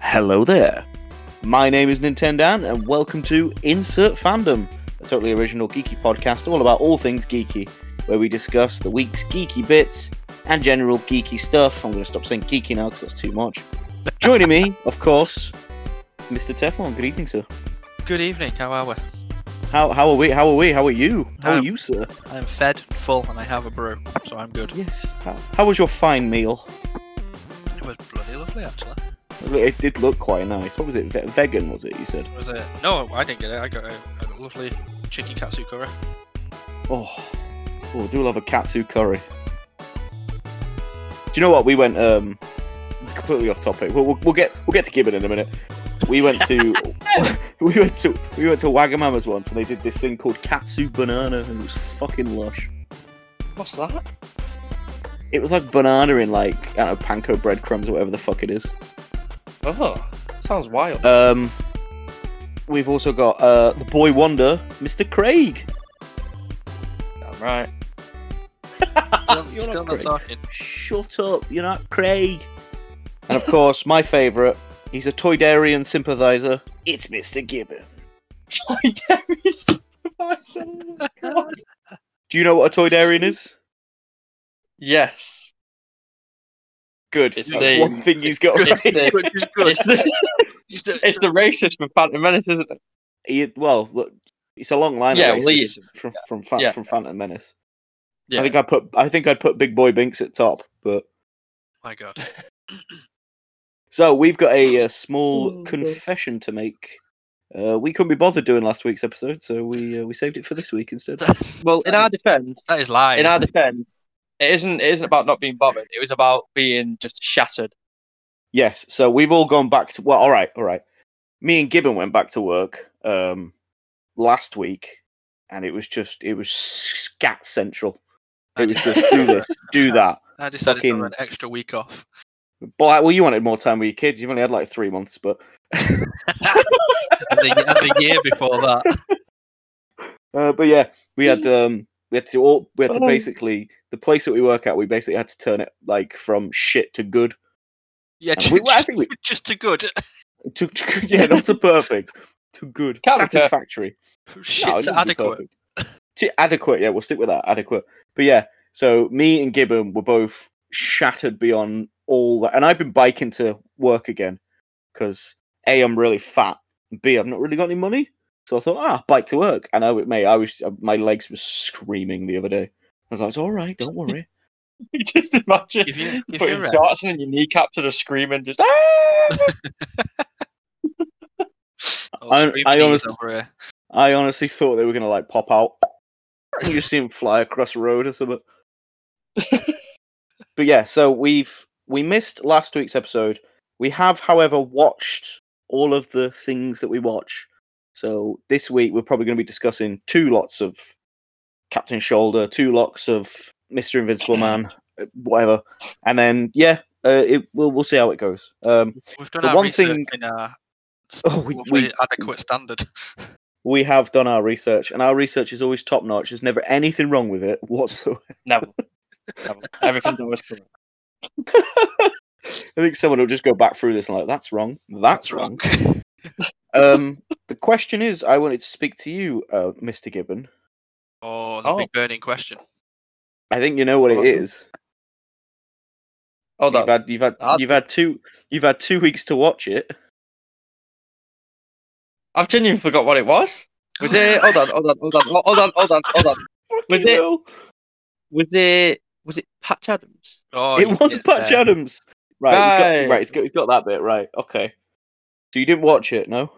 Hello there. My name is Nintendan, and welcome to Insert Fandom, a totally original geeky podcast all about all things geeky, where we discuss the week's geeky bits and general geeky stuff. I'm going to stop saying geeky now because that's too much. Joining me, of course, Mr. Teflon. Good evening, sir. Good evening. How are we? How, how are we? How are we? How are you? How are Um, you, sir? I am fed, full, and I have a brew, so I'm good. Yes. How, how was your fine meal? It was bloody lovely, actually. It did look quite nice. What was it? Ve- vegan, was it? You said. It was a no, I didn't get it. I got a, a lovely chicken katsu curry. Oh, oh, I do love a katsu curry. Do you know what we went? Um, it's completely off topic. We'll, we'll, we'll get we'll get to Gibbon in a minute. We went to we went to we went to Wagamama's once, and they did this thing called katsu banana, and it was fucking lush. What's that? It was like banana in like I don't know panko breadcrumbs or whatever the fuck it is. Oh, sounds wild. Um, we've also got uh the boy wonder, Mr. Craig. right. Still, You're still not not great. talking. Shut up, you're not Craig. And of course, my favourite, he's a Toydarian sympathiser. It's Mr. Gibbon. Do you know what a Toydarian is? yes. Good. It's That's the- one thing he's got It's right. the, it's, the, Just a- it's the racist from Phantom Menace, isn't it? He- well, look, it's a long line Yeah, of well, he racists from from, Fa- Yeah. from Phantom Menace. Yeah. I think I put I think I'd put Big Boy Binks at top, but My God. so we've got a, uh small Oh, God. confession to make. Uh, we couldn't be bothered doing last week's episode, so we uh, we saved it for this week instead. That Well, in our defense, is lies. in our defense, it isn't. It isn't about not being bothered. It was about being just shattered. Yes, so we've all gone back to well, all right, all right. Me and Gibbon went back to work um last week, and it was just it was scat central. I It was decided- just do this, do that. I decided to fucking- have an extra week off. But like, well, you wanted more time with your kids. You've only had like three months, but And the, and the year before that, uh, but yeah, we had um we had to all we had to Oh. basically the place that we work at. We basically had to turn it like from shit to good. yeah, And we- well, I just, think we- just too good. To, to yeah, not to perfect, to good, Can't be perfect. satisfactory. Shit, No, it to doesn't do adequate. perfect. To adequate, yeah, we'll stick with that. Adequate. But yeah, so me and Gibbon were both shattered beyond all that. And I've been biking to work again because A, I'm really fat. and B, I've not really got any money. So I thought, ah, bike to work. And I, w- mate, I was, uh, my legs were screaming the other day. I was like, it's all right, don't worry. You just imagine If you, if putting you're shorts and your kneecaps and just screaming, just. "Ah!" I- I honest- honestly. I honestly thought they were going to like pop out. You just see him fly across the road or something. but yeah, so we've we missed last week's episode. We have, however, watched all of the things that we watch. So this week we're probably going to be discussing two lots of Captain Shoulder, two lots of Mister Invincible Man, uh, whatever, and then yeah, uh, it, we'll we'll see how it goes. Um, We've done The our one research thing- in a s- Oh, we- lovely, we- adequate standard. we have done our research, and our research is always top notch. There's never anything wrong with it whatsoever. Never. Never. Everything's always correct. I think someone will just go back through this and like, that's wrong. That's It's wrong. wrong. um, the question is, I wanted to speak to you, uh, Mr. Gibbon. Oh, the Oh. big burning question. I think you know what it Hello? is. Hold You've on. had you've had I'll- you've had two you've had two weeks to watch it. I've genuinely forgot what it was. Was it? Hold on. Hold on. Hold on. Hold on. Hold on. Hold on. Was Fucking it- hell. Was it? Was it Patch Adams? Oh, It you was get Patch there. Adams. Right, He's got, Right. right, he's got, he's got that bit right. Okay. So you didn't watch it, no?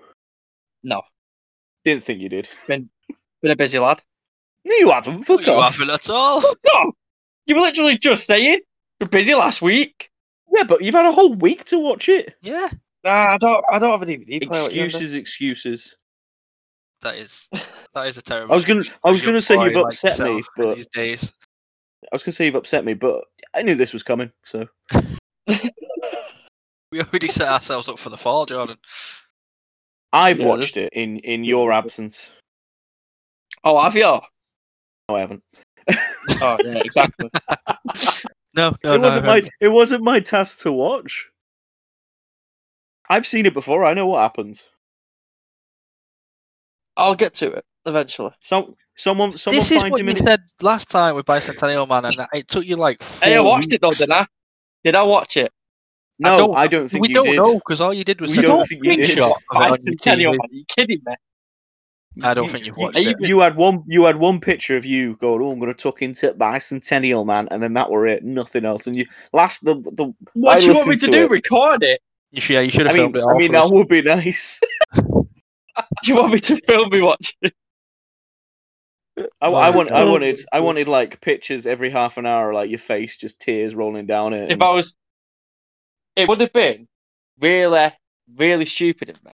No. Didn't think you did. Been a busy lad. No, you haven't. Oh, Fuck you off. haven't at all. No, you were literally just saying we're busy last week. Yeah, but you've had a whole week to watch it. Yeah, Nah, I don't. I don't have a DVD player. what you have Excuses, excuses. that is that is a terrible. I was gonna- excuse I was for a young gonna say you've boy like upset me, yourself in but- these days. I was gonna say you've upset me, but I knew this was coming, so done. We already set ourselves up for the fall, Jordan. I've Yeah, watched that's- it in in your absence. oh, have you? Oh, No, I haven't. yeah, exactly. No, no, it Oh, no. wasn't no. my it wasn't my task to watch. I've seen it before. I know what happens. I'll get to it eventually. Some someone someone this is finds what him you in. said last time with Bicentennial Man, and it took you like. Four Hey, I watched it though, weeks. didn't I? Did I watch it? No, I I don't, don't- think we you don't did. know because all you did was We send don't us a think you did. screenshot of it on your Bicentennial TV. Man, you kidding me? I don't think you've watched you, it. You had one. You had one picture of you going, "Oh, I'm going to tuck into Bicentennial Man," and then that were it. Nothing else. And you last the the. What I do you want me to listened do? to it. Record it? You should, yeah, you should I have mean, filmed it. I mean, that would be nice. Do you want me to film me watching? it? I, Oh, I want. I God. wanted. I wanted like pictures every half an hour, like your face, just tears rolling down it. If and- I was, it would have been really, really stupid of me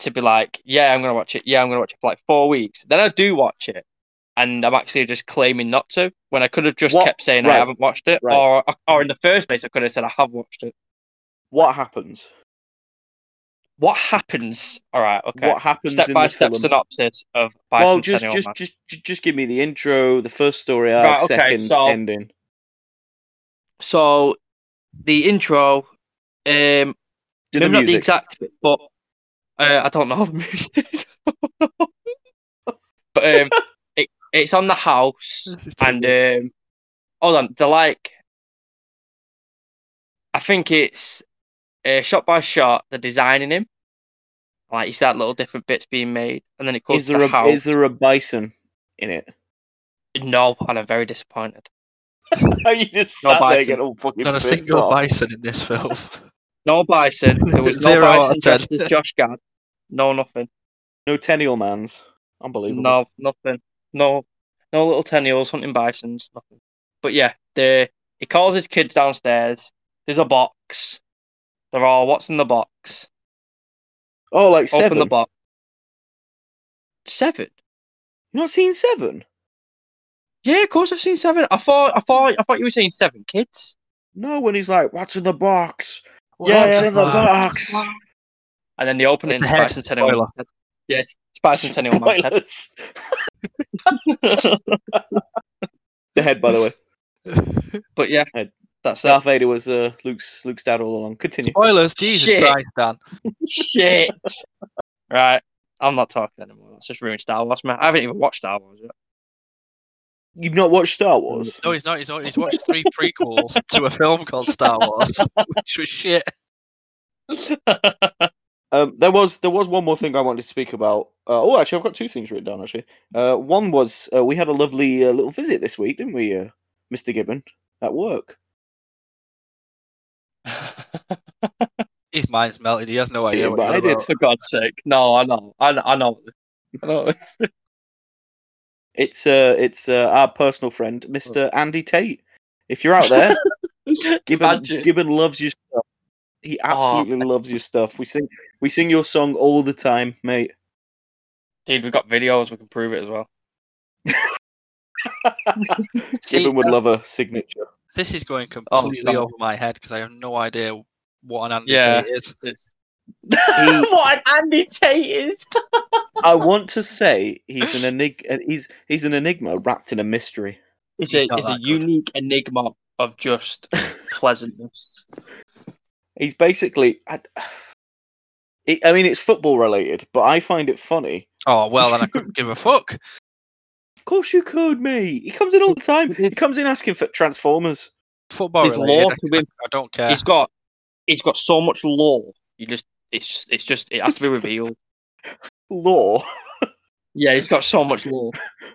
to be like, "Yeah, I'm gonna watch it. Yeah, I'm gonna watch it for like four weeks." Then I do watch it, and I'm actually just claiming not to when I could have just What- kept saying right, I haven't watched it, right. or or in the first place I could have said I have watched it. what happens? What happens? All right, okay. What happens step in by the step film? synopsis of Bicentennial Well, just just, Man. just just just give me the intro, the first story arc, Right, okay, second so- ending. So the intro, um, Do maybe the not the music. exact bit, but uh, I don't know the music. but um, it, it's on the house, This is too and good. um, hold on, they're like, I think it's uh, shot by shot. They're designing him, like you said, little different bits being made, and then it goes Is to there the a house. is there a bison in it? No, and I'm very disappointed. Oh, you just No sat there bison. getting all fucking not a pissed single off. bison in this film. No bison. There was no Zero out bison of ten. dressed as Josh Gad. No nothing. No tennial man's. Unbelievable. No, nothing. No, no little ten year olds hunting bisons. Nothing. But yeah, the he calls his kids downstairs. There's a box. They're all what's in the box? Oh, like Open seven. the box. Seven. you not seen seven? Yeah, of course I've seen seven. I thought, I thought, I thought you were saying seven kids. No, when he's like, "What's in the box? What's Yeah, yeah. in the box?" And then they open It's it. a head. And Spoiler. Spoiler. Yes, Spice and Tenniel head. Spoilers. the head, by the way. But yeah, Head. that's it. Darth Vader was uh, Luke's Luke's dad all along. Continue. Spoilers, Jesus Shit. Christ, Dan. Shit. right, I'm not talking anymore. That's just ruined Star Wars, man. I haven't even watched Star Wars yet. You've not watched Star Wars. No, he's not. He's, not, he's watched three prequels to a film called Star Wars, which was shit. Um, there was there was one more thing I wanted to speak about. Uh, oh, actually, I've got two things written down. Actually, uh, one was uh, we had a lovely uh, little visit this week, didn't we, uh, Mister Gibbon, at work? His mind's melted. He has no idea Yeah, what but you're I did. about. For God's sake. No, I know. I know. I know. I know. It's uh, it's uh, our personal friend, Mister Oh. Andy Tate. If you're out there, Gibbon Imagine. Gibbon loves your stuff. He absolutely loves your stuff. We sing we sing your song all the time, mate. Dude, we've got videos. We can prove it as well. See, Gibbon would love a signature. This is going Oh, completely no. over my head because I have no idea what an Andy Yeah. Tate is. It's... what an Andy Tate is. I want to say he's an enigma. He's he's an enigma wrapped in a mystery. It's He's a, not it's a that good. unique enigma of just pleasantness. He's basically. I, it, I mean, it's football related, but I find it funny. Oh, well, then I couldn't give a fuck. Of course, you could, mate. He comes in all the time. He It's- comes in asking for Transformers. Football There's related, law I- to win. I, I don't care. He's got, he's got so much lore. You just, it's, it's just, it has to be revealed. Law, yeah, he's got so much lore.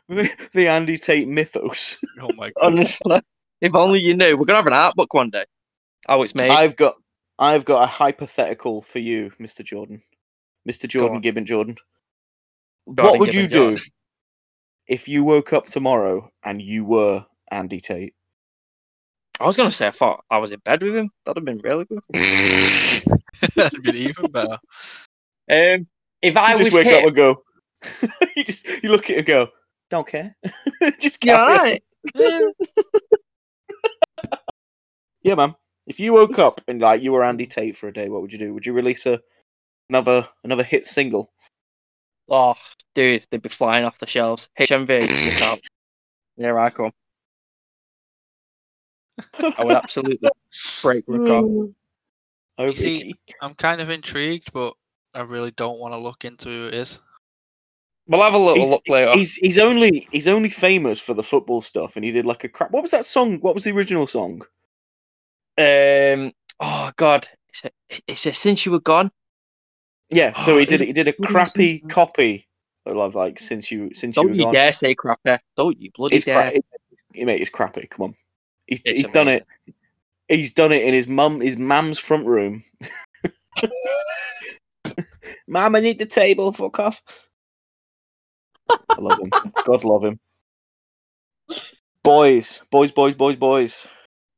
the, the Andy Tate mythos. Oh my god. Honestly, if only you knew. We're gonna have an art book one day. Oh, it's made. I've got, I've got a hypothetical for you, Mister Jordan, Mister Jordan on. Gibbon Jordan. what Jordan would Gibbon you Jordan. do if you woke up tomorrow and you were Andy Tate? I was gonna say I thought I was in bed with him. That'd have been really good. That'd been even better. Um, if I you was just wake up him, and go. you just you look at it and go, don't care. just you carry on. alright? Yeah. Um, Yeah, man. If you woke up and like you were Andy Tate for a day, what would you do? Would you release a another another hit single? Oh, dude, they'd be flying off the shelves. HMV, look out. Here I come. I would absolutely break record. Oh, You see- Vicky. I'm kind of intrigued, but I really don't want to look into who it is. We'll have a little He's- look later. he's he's only he's only famous for the football stuff, and he did like a crap. What was that song? What was the original song? Um. Oh God. It's a, it's a since you were gone. Yeah, so he did Is he did a Bloody crappy Simpsons? copy of like since you since you Don't were you gone. dare say crap there. Don't you bloody It's dare. cra- it- mate, it's crappy. Come on, he's It's he's done it. amazing. He's done it in his mum his mum's front room. Mum, I need the table. Fuck off. I love him. God love him. Boys, boys, boys, boys, boys.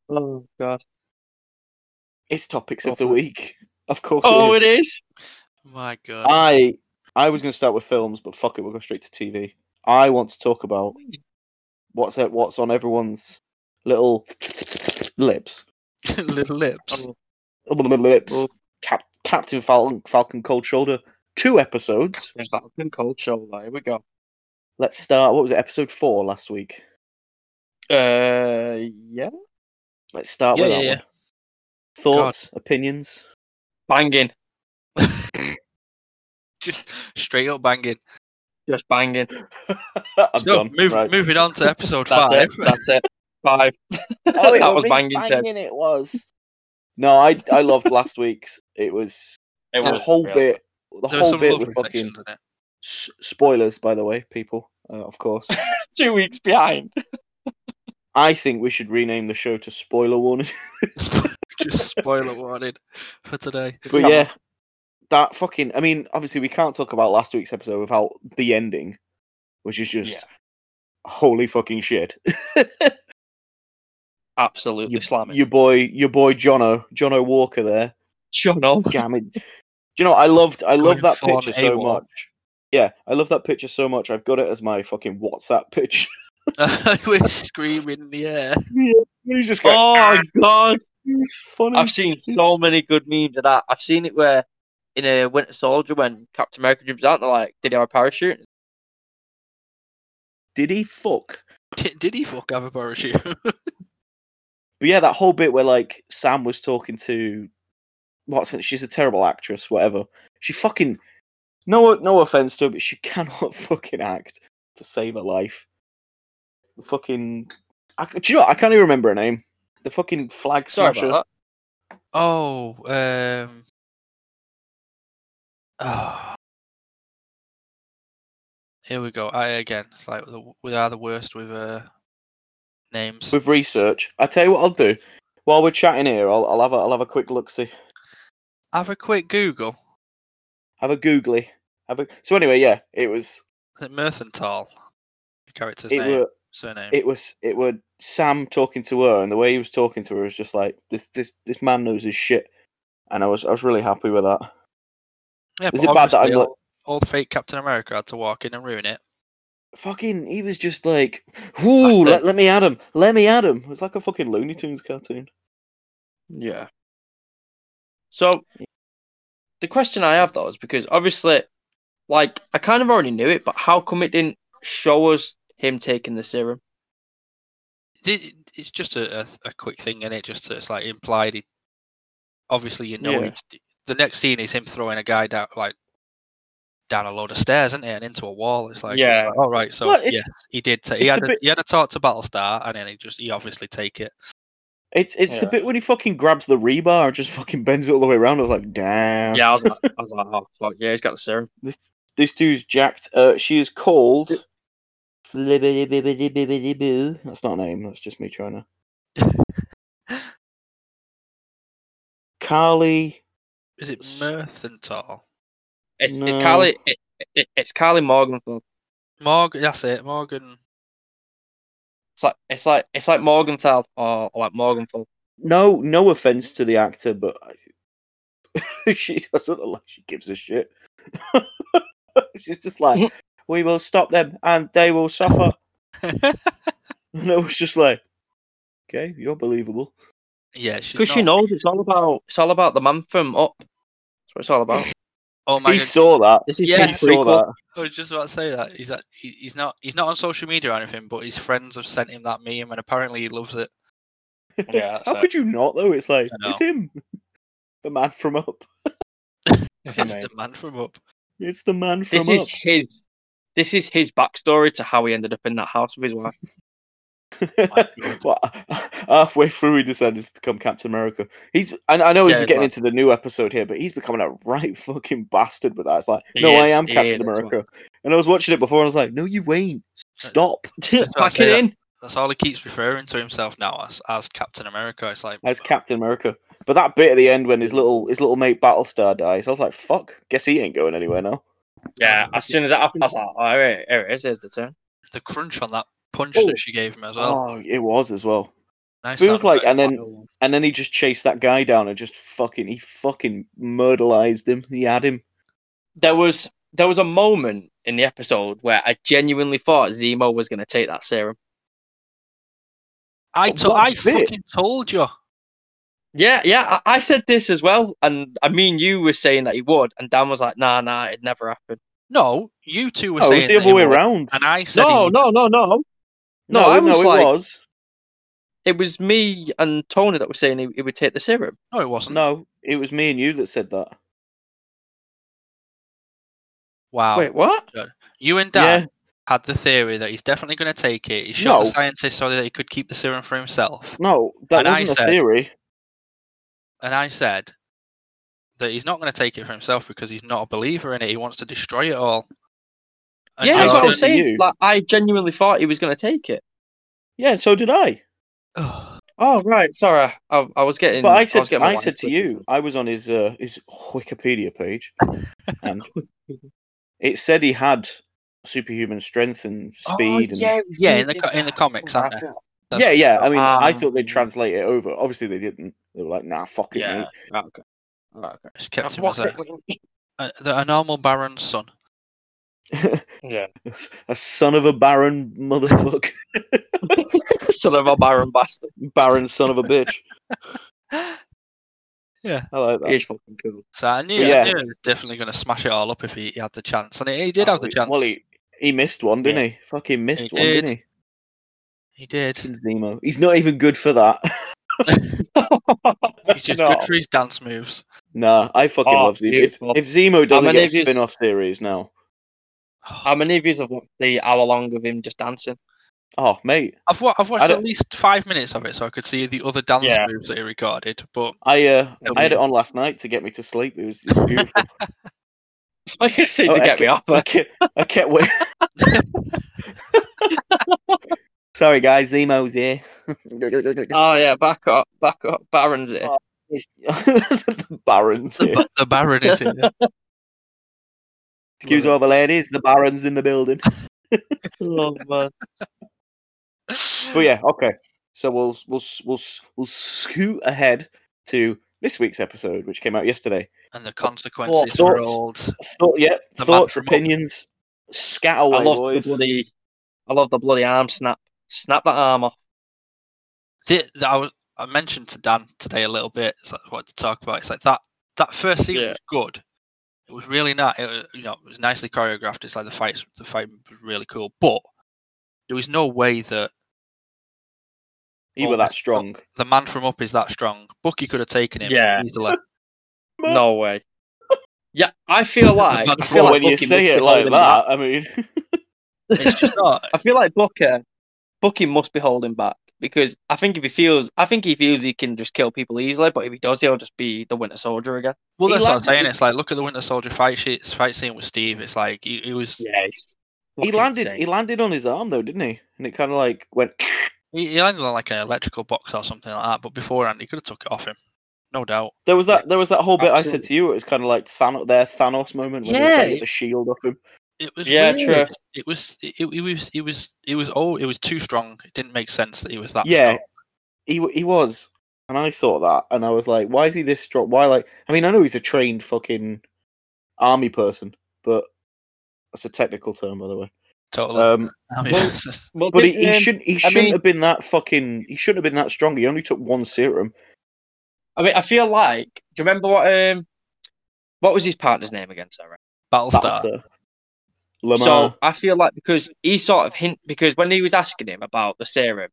Oh God. It's topics of Love the that. week. Of course. Oh, it is. My God. I I was going to start with films, but fuck it, we'll go straight to TV. I want to talk about what's that, what's on everyone's little lips, Little Oh. lips. little lips. Oh. Cap, Captain Falcon, Falcon Cold Shoulder, two episodes. There's that fucking cold shoulder. Here we go. Let's start. What was it, episode four last week? Uh. Yeah. Let's start Yeah, with yeah, that yeah. one. Thoughts, opinions. Banging. Just straight up banging. Just banging. I'm So, done. move, Right. moving on to episode That's five. it. That's it. Five. Oh, it that was really banging. Seb. It was. No, I I loved last week's. It was It the was whole real. bit. The There were whole some bit was lovely fucking sections in it. S- spoilers, by the way, people. Uh, of course, Two weeks behind. I think we should rename the show to Spoiler Warning. Just spoiler warning for today. but yeah, that fucking. I mean, obviously, we can't talk about last week's episode without the ending, which is just Yeah. holy fucking shit. Absolutely your, slamming. your boy, your boy Jono, Jono Walker there John O. jamming. Do you know? I loved, I love Going that full on picture so AWOL. much. Yeah, I love that picture so much. I've got it as my fucking WhatsApp picture. We're screaming in the air. He's just going, Oh God. "It's funny. I've seen so many good memes of that. I've seen it where in a Winter Soldier when Captain America jumps out, they're like, "Did he have a parachute?" Did he fuck? Did, did he fuck have a parachute? But yeah, that whole bit where like Sam was talking to Watson, she's a terrible actress, whatever. She fucking no no offense to her, but she cannot fucking act to save her life. The fucking I, c- do you know what? I can't even remember her name. The fucking flag Sorry smasher. about that. oh, um. Oh. Here we go. I again. It's like the, we are the worst with uh names. With research, I tell you what I'll do. While we're chatting here, I'll, I'll have a I'll have a quick look see. Have a quick Google. Have a googly. Have a so anyway, yeah, it was Is it Merthental? The character's it name, were surname. it was it were Sam talking to her, and the way he was talking to her was just like this this this man knows his shit, and I was I was really happy with that. yeah, is but it bad that I obviously look- all, all fake Captain America had to walk in and ruin it. Fucking, he was just like, "Ooh, That's let, let me at him, let me at him." It's like a fucking Looney Tunes cartoon. Yeah. So the question I have though is because obviously, like, I kind of already knew it, but how come it didn't show us him taking the serum? It- It's just a, a, a quick thing in it, just so it's like implied. He, obviously, you know, Yeah. it's, the next scene is him throwing a guy down, like down a load of stairs, isn't it, and into a wall. It's like, Yeah. all right, so Well, it's- yes, he did. Ta- he it's had the a, bit- he had a talk to Battlestar, and then he just he obviously take it. It's it's the Yeah. bit when he fucking grabs the rebar and just fucking bends it all the way around. I was like, "Damn, Yeah, I was like, I was like, oh fuck, yeah, he's got the serum. this dude's jacked." Uh, she is called. Flibbity-bibbity-bibbity-boo. That's not a name. That's just me trying to. Carly Is it S- Merthental? It's it's No. Carly. It, it, it's Carly Morganfield. Morgan, that's it. Morgan. It's like it's like it's like Morgenthau or, or like Morganfield. no no offense to the actor, but I- she doesn't look like she gives a shit. She's just like, we will stop them and they will suffer. And I was just like, okay, you're believable. yeah, she's Because she not- knows it's all about it's all about the man from up. That's what it's all about. Oh my he God. saw that. This is Yeah. He his saw prequel. that. I was just about to say that he's at, he, he's not he's not on social media or anything, but his friends have sent him that meme, and apparently he loves it. Yeah, that's How it. could you not though? It's like I know. it's him. the man from up. That's That's amazing. the man from up. It's the man from This up. is his. This is his backstory to how he ended up in that house with his wife. My God. well, halfway through, he decided to become Captain America. He's, and I know he's Yeah, getting like- into the new episode here, but he's becoming a right fucking bastard with that. It's like, He no, I is, am he Captain is, that's America. And I was watching it before, and I was like, no, you ain't. Stop. what I Pack say, it that- in. That's all he keeps referring to himself now as, as Captain America. It's like As Captain America. But that bit at the end when his little his little mate Battlestar dies, I was like, fuck, guess he ain't going anywhere now. Yeah, as soon as that happened, I was like, oh, here, it- here it is, here's the turn. the crunch on that punch Oh. that she gave him as well. oh, it was as well. nice. It was sound like, effect. and then and then he just chased that guy down and just fucking he fucking murderized him. He had him. There was there was a moment in the episode where I genuinely thought Zemo was going to take that serum. I to- what I bit? fucking told you. Yeah, yeah, I, I said this as well, and I mean you were saying that he would, and Dan was like, nah, nah, it never happened. No, you two were Oh, it saying was the that he other way would, around. and I said, No, he- no, no, no. No, I was it like- was. It was me and Tony that were saying he, he would take the serum. no, it wasn't. No, it was me and you that said that. Wow, Wait, what? you and Dan had the theory that he's definitely going to take it. He shot the No. scientist so that he could keep the serum for himself, No, that And I wasn't a said- theory. and I said that he's not going to take it for himself because he's not a believer in it. He wants to destroy it all. And yeah, you that's what said I'm to said- saying. you- Like, I genuinely thought he was going to take it. Yeah, so did I. Oh right, sorry. I, I was getting. But I was said, getting my I wires said to twisted. you, I was on his uh, his Wikipedia page, and it said he had superhuman strength and speed. and... yeah, Oh, Yeah, in the co- in the comics, aren't they? yeah, yeah. I mean, Ah. I Um, thought they'd translate it over. Obviously, they didn't. They were like, "Nah, fuck it, Yeah. mate." Okay. Okay. Just kept him as a, it- a, the- a normal Baron's son. Yeah. A son of a baron, motherfucker, Son of a Baron bastard. baron, son of a bitch. I like that. He's fucking cool. So I knew, Yeah. I knew he was definitely going to smash it all up if he, he had the chance, and he, he did Oh, have the he- chance. Well, he, he missed one, didn't he? Fucking missed one, did. didn't he? He did. Fucking Zemo. He's not even good for that. He's just No. good for his dance moves. nah, I fucking Oh, love Zemo. If, beautiful. if Zemo doesn't many get a of yous- spin off series now, How many of you have watched the hour long of him just dancing? oh, mate. I've, wa- I've watched at don't- least five minutes of it, so I could see the other dance Yeah. moves that he recorded. But I uh, That'll I had be- it on last night to get me to sleep. It was, it was beautiful. I can see to Oh, get okay. me off. I but- kept, I kept waiting. Sorry, guys, Zemo's here. Oh yeah, back up, back up. Baron's here. Oh. the Baron's the, here. ba- the Baron is here. Excuse all the ladies, the Baron's in the building. Oh, man. But yeah, okay. So we'll we'll s- we'll s- we'll scoot ahead to this week's episode, which came out yesterday. And the consequences for old. Thought, yeah, The man thoughts, from up. opinions, scat I away, love boys. the bloody, I love the bloody arm snap. Snap that arm off. Th- th- I, was, I mentioned to Dan today a little bit. So I wanted to talk about. It's like that. That first scene Yeah. was good. It was really nice. It was, you know, it was nicely choreographed. It's like the fights. The fight was really cool. But there was no way that You were that almost- strong. the man from up is that strong. Bucky could have taken him Yeah. easily. No way. Yeah, I feel like I Well, feel well, like when you Bucky say must it be like holding that, back. I mean, It's just not. I feel like Booker, Bucky must be holding back because I think if he feels, I think he feels he can just kill people easily, but if he does, he'll just be the Winter Soldier again. Well, He that's what I'm landed- saying. It's like look at the Winter Soldier fight sheets, fight scene with Steve. It's like he, he was Yeah, he landed. He landed on his arm though, didn't he? And it kind of like went. he, he landed on like an electrical box or something like that. But beforehand, he could have took it off him, no doubt. There was that. There was that whole bit I said Absolutely. to you. It was kind of like Thanos, their Thanos moment. When they were trying to Yeah. get the shield off him. It was Yeah, weird. true. It was it, it was it was it was oh it was too strong. It didn't make sense that he was that. yeah, strong. he w- he was, and I thought that, and I was like, why is he this strong? Why like? I mean, I know he's a trained fucking army person, but that's a technical term, by the way. totally. Um, I mean, well, it's- but he, he shouldn't. He shouldn't Um, mean- have been that fucking. He shouldn't have been that strong. He only took one serum. I mean, I feel like. Do you remember what? Um, what was his partner's name again, Sarah? Battlestar. That's the Lamar. So I feel like because he sort of hint because when he was asking him about the serum,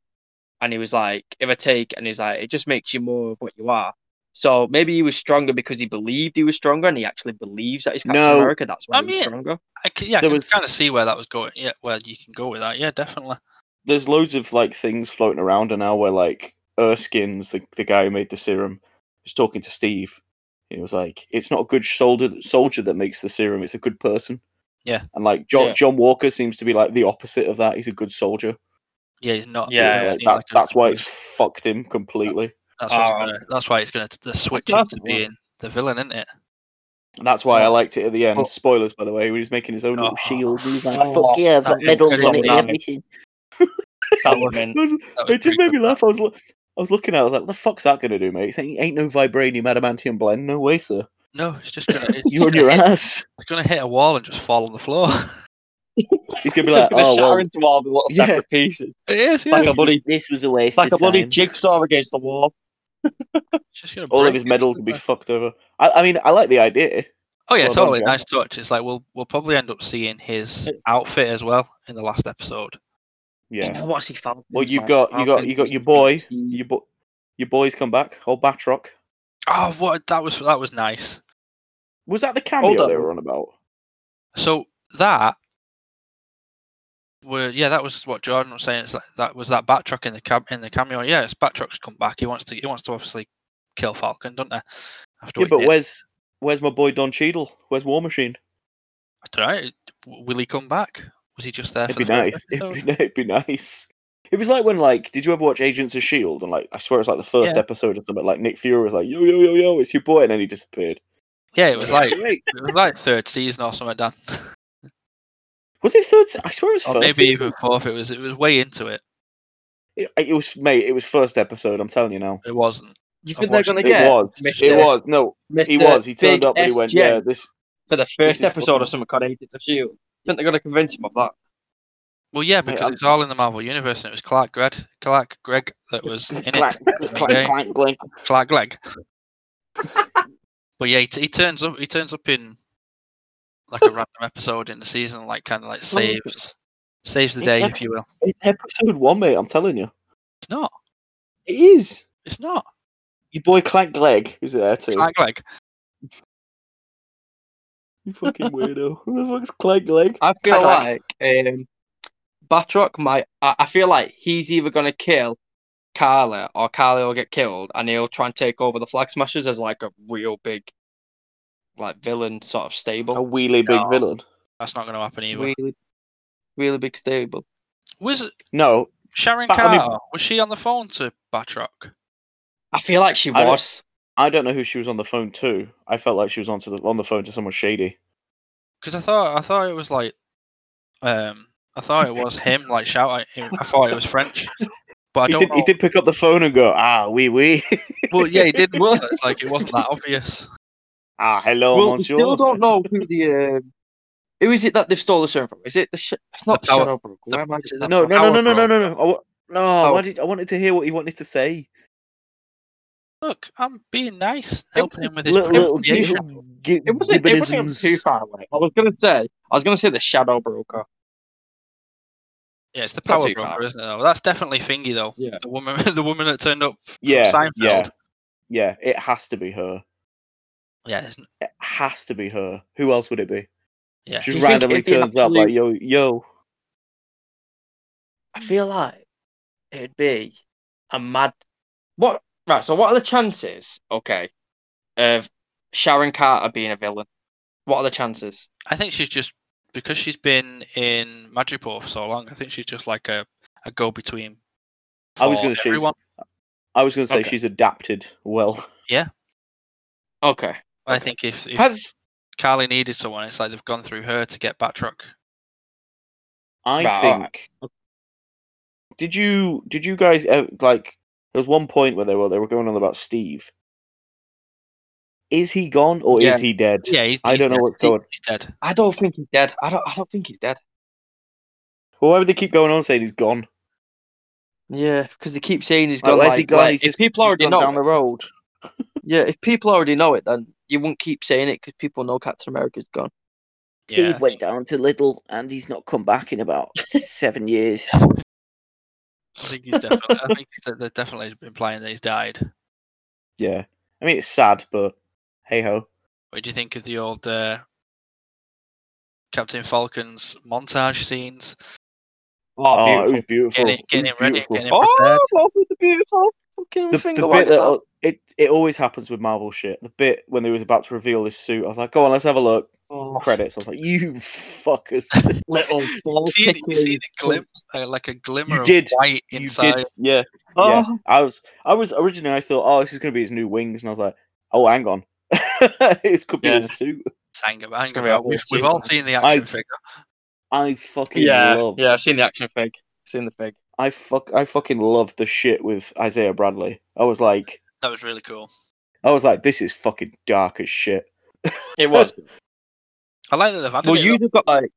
and he was like, "If I take," and he's like, "It just makes you more of what you are." So maybe he was stronger because he believed he was stronger, and he actually believes that he's Captain No. America. That's why I he's mean- stronger. I can, yeah, I There can was- kind of see where that was going. Yeah, well, you can go with that. Yeah, definitely. there's loads of like things floating around now where like Erskine's the, the guy who made the serum was talking to Steve. He was like, "It's not a good soldier soldier that makes the serum; it's a good person." Yeah. and like John Yeah. John Walker seems to be like the opposite of that. He's a good soldier. Yeah, he's not. Yeah, Like, it's that, like a- that's why it's fucked him completely. That's, what's Oh. gonna, that's why it's going to the switch nice into of you. being the villain, isn't it? And that's why I liked it at the end. Oh. Spoilers, by the way, when he's making his own little Oh, shield. and He's like, fuck "Fuck yeah, I've that got is medals good on it and stuff. everything." That was mint. It was- That was it just pretty made me good. laugh. I was, lo- I was looking at. it, I was like, "What the fuck's that gonna do, mate?" He's saying, "Ain't no vibranium adamantium blend. No way, sir. No, it's just going to. You're on your hit, ass." It's going to hit a wall and just fall on the floor. He's gonna be like, Just gonna "Oh shatter well, into all the little Yeah. separate pieces. it is. Yeah. Like a bloody, this was a waste like a of bloody time." jigsaw against the wall. It's just gonna All of break his medals would be instantly. fucked over. I, I mean, I like the idea. Oh yeah, Well done, totally Jack. nice touch. It's like we'll we'll probably end up seeing his outfit as well in the last episode. Yeah. What's he found? Well, you've got you got you got your boy. Your bo- your boy's come back. Old Batroc. Oh, what that was that was nice. Was that the cameo on. they were on about? So that were yeah, that was what Jordan was saying. It's like that was that Batroc in the cam in the cameo. Yeah, it's Batroc's come back. He wants to he wants to obviously kill Falcon, don't they? After Yeah, what he but did. where's where's my boy Don Cheadle? Where's War Machine? I don't know. Will he come back? Was he just there? It'd for be the first nice. It'd episode? be, it'd be nice. It was like when like, did you ever watch Agents of Shield? And like, I swear it's like the first Yeah. episode or something. Like Nick Fury was like, yo yo yo yo, it's your boy, and then he disappeared. Yeah, it was like it Great. was like third season or something, Dan. was it third? se- I swear it was or first. maybe season. even fourth. It was it was way into it. It, it was mate. It was first episode. I'm telling you now. It wasn't. You I've think they're watched- gonna It get was. It Mr. was. No, he Mr. was. He turned Big up and he went, SJ yeah, this. for the is first episode fucking- of something called Agents of Shield. Think they're gonna convince him of that? Well, yeah, Mate, because I'm- it's all in the Marvel universe, and it was Clark Gregg, Clark Gregg that was in it. Clack, clack, Okay. clack, clack. Clark Gregg. but yeah, he, t- he turns up. He turns up in like a random episode in the season, like kind of like Oh, saves saves the day, if you will. It's episode one, mate. I'm telling you, It's not. it is. It's not Your boy Clank Glegg is there too. Clark Gregg. You fucking weirdo. Who the fuck's Clank Glegg? I feel Clank, like um, Batroc might. I, I feel like he's either gonna kill Carla or Carla will get killed, and he'll try and take over the Flag Smashers as like a real big, like villain sort of A stable, wheelie big No. villain. That's not going to happen either. really, really big stable. Was No, Sharon But, I Carter? mean- was she on the phone to Batroc? I feel like she I don't- was. I don't know who she was on the phone to. I felt like she was on to the, on the phone to someone shady. Because I thought I thought it was like, um, I thought it was him like shouting. I thought it was French, but I he don't did. know. He did pick up the phone and go, ah, wee wee. Well, yeah, he didn't. so it's like it wasn't that obvious. ah, hello, well, we monsieur. still don't know who the. Um, who is it that they've stolen the serum from? Is it the? Sh- it's not The power- Shadow Brook. Where am I? is it the No, no, no, power no, no, no, broker? no, no. I, wa- no, I Oh. wanted. I wanted to hear what he wanted to say. Look, I'm being nice, It was helping him with his Little, little, pronunciation. little gi- It wasn't. It wasn't too gibbonisms. far away. I was gonna say. I was gonna say the Shadow Broker. Yeah, it's the not power too broker, far. isn't it? Though that's definitely Thingy though. Yeah. The woman, the woman that turned up from Yeah, Seinfeld. yeah, yeah. It has to be her. Yeah, it's- It has to be her. Who else would it be? yeah. She Do you just think randomly it'd be an turns up like, yo, yo. I feel like it'd be a mad. What right? So what are the chances? Okay, of Sharon Carter being a villain? What are the chances? I think she's just because she's been in Madripoor for so long. I think she's just like a, a go between. I was gonna say- everyone. I was going to say Okay. she's adapted well. Okay, I think if if Has Carly needed someone, it's like they've gone through her to get Batroc. I Right, think. alright. Did you did you guys ever, like? There was one point where they were they were going on about Steve. Is he gone or Yeah. is he dead? Yeah, he's, I he's don't know dead. what's He- going. He's dead. I don't think he's dead. I don't. I don't think he's dead. Well, why would they keep going on saying he's gone? Yeah, because they keep saying he's Like, gone. where's like, he gone? like, He's if just- people he's already gone know, down the road. yeah, if people already know it, then you wouldn't keep saying it because people know Captain America's gone. Yeah. went down to Little, and he's not come back in about seven years. I think he's definitely. I think that they're definitely implying that he's died. Yeah, I mean, it's sad, but hey ho. What do you think of the old uh, Captain Falcon's montage scenes? Oh, it was beautiful. beautiful. Getting- It was getting ready, beautiful. getting- Oh, what was the beautiful fucking the, finger the like bit that? uh, that it it always happens with Marvel shit. The bit when they was about to reveal this suit, I was like, "Go on, let's have a look." Oh, Credits. I was like, "You fuckers!" little ball See it- kicking see the cunt. glimpse, uh, like a glimmer of did, white you inside. did, yeah, yeah. Oh, I was, I was originally, I thought, "Oh, this is going to be his new wings," and I was like, "Oh, hang on, this could be Yeah. his suit." Hang about, hang Sorry, about. I've We've, seen we've all that. seen the I- action figure. I fucking yeah, loved. yeah. I've seen the action fig. Seen the fig. I fuck. I fucking loved the shit with Isaiah Bradley. I was like, That was really cool. I was like, this is fucking dark as shit. It was. I like that they've added well, it, you though. have got like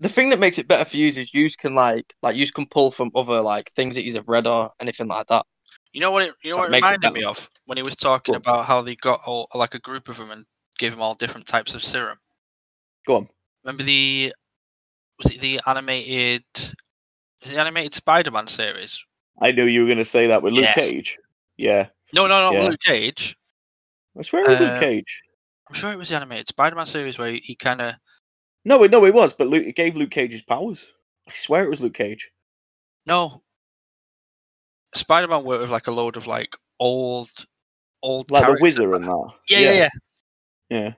the thing that makes it better for you is you can like like you can pull from other like things that you've read or anything like that. You know what it, you know So what it it makes it reminded me of when he was talking Go on. about how they got all, like a group of them and gave them all different types of serum. Go on. Remember the was it the animated was it the animated Spider-Man series? I knew you were going to say that with Luke Yes. Cage. Yeah, No, no, not Yeah. Luke Cage. I swear it was Um, Luke Cage. I'm sure it was the animated Spider-Man series where he kind of No, it, no, it was, but Luke, it gave Luke Cage his powers. I swear it was Luke Cage. no. Spider-Man worked with like a load of like old old Like the characters. Wizard and that. Yeah, yeah, yeah. yeah.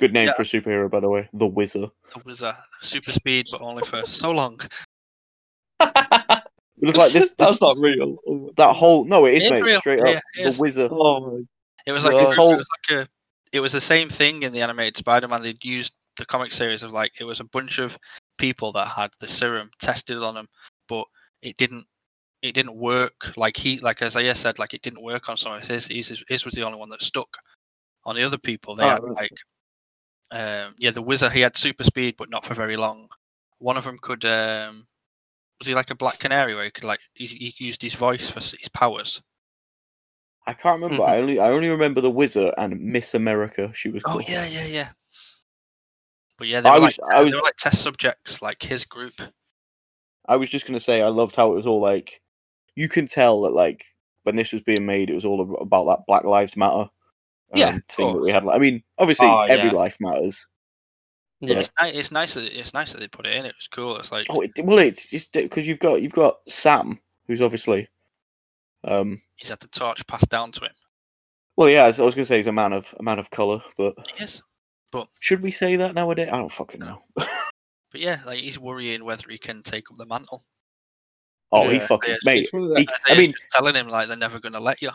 Good name Yeah. for a superhero, by the way. The Wizard. There was a super speed, but only for so long. It was like this. this That's not real. Oh, that whole no, it is It's mate. real. Straight Yeah, up, it the is. Wizard. Oh my It was like, Well, a, group- whole- it was like a, it was the same thing in the animated Spider-Man. They'd used the comic series of like it was a bunch of people that had the serum tested on them, but it didn't it didn't work. Like he like Isaiah said, like it didn't work on some of his. His, his was the only one that stuck. On the other people, they Oh, had right. like um, yeah, the wizard he had super speed, but not for very long. One of them could um, was he like a black canary where he could like he, he used his voice for his powers. I can't remember. I only I only remember the Wizard and Miss America. She was. Mm-hmm. Oh called. yeah, yeah, yeah. But yeah, they I were, was- like, I te- was- they were like test subjects, like his group. I was just gonna say I loved how it was all like you can tell that like when this was being made it was all ab- about that Black Lives Matter um, Yeah, of thing that we course. had. I mean, obviously Oh, every yeah. life matters. Yeah. It's nice. It's nice that it's nice that they put it in. It was cool. It's like Oh it, well, it's just because you've got you've got Sam who's obviously, um, he's had the torch passed down to him. well yeah, I was I was gonna say he's a man of a man of color, but Yes, should we say that nowadays? I don't fucking know. No. but yeah, like he's worrying whether he can take up the mantle. Oh, he Yeah, fucking yeah, it's mate. It's one of the- He, I Isaiah's mean, just telling him like they're never gonna let you.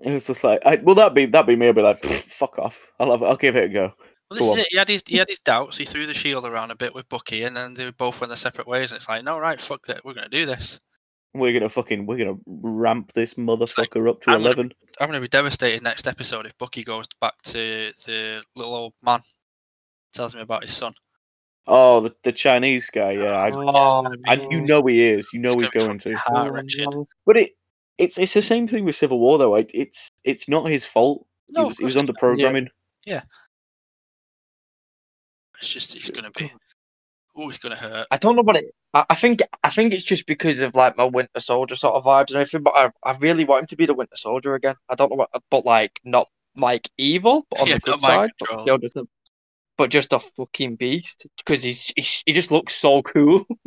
it was just like, I, well, that be that be me. I'd be like, "Pfft, fuck off. I'll have, it- I'll give it a go. Well, this Go is on. it. He had his he had his doubts. He threw the shield around a bit with Bucky, and then they both went their separate ways. And it's like, no, right, fuck that. We're gonna do this. We're gonna fucking, we're gonna ramp this like, motherfucker up to I'm gonna- eleven. I'm gonna be devastated next episode if Bucky goes back to the little old man, tells me about his son. Oh, the, the Chinese guy. Yeah, I, Oh, I, you know he is. You know It's he's gonna going be to. "Ah, fucking heart-wrenching. But it, it's it's the same thing with Civil War though. It, it's it's not his fault. No, he of was, he course was it's under not. programming. It's just it's gonna be. Oh, it's gonna hurt. I don't know what it. I, I think I think it's just because of like my Winter Soldier sort of vibes and everything. But I, I really want him to be the Winter Soldier again. I don't know what, but like not like evil, but on Yeah, the good not mind side. But, controlled. still just a, but just a fucking beast because he's, he's he just looks so cool.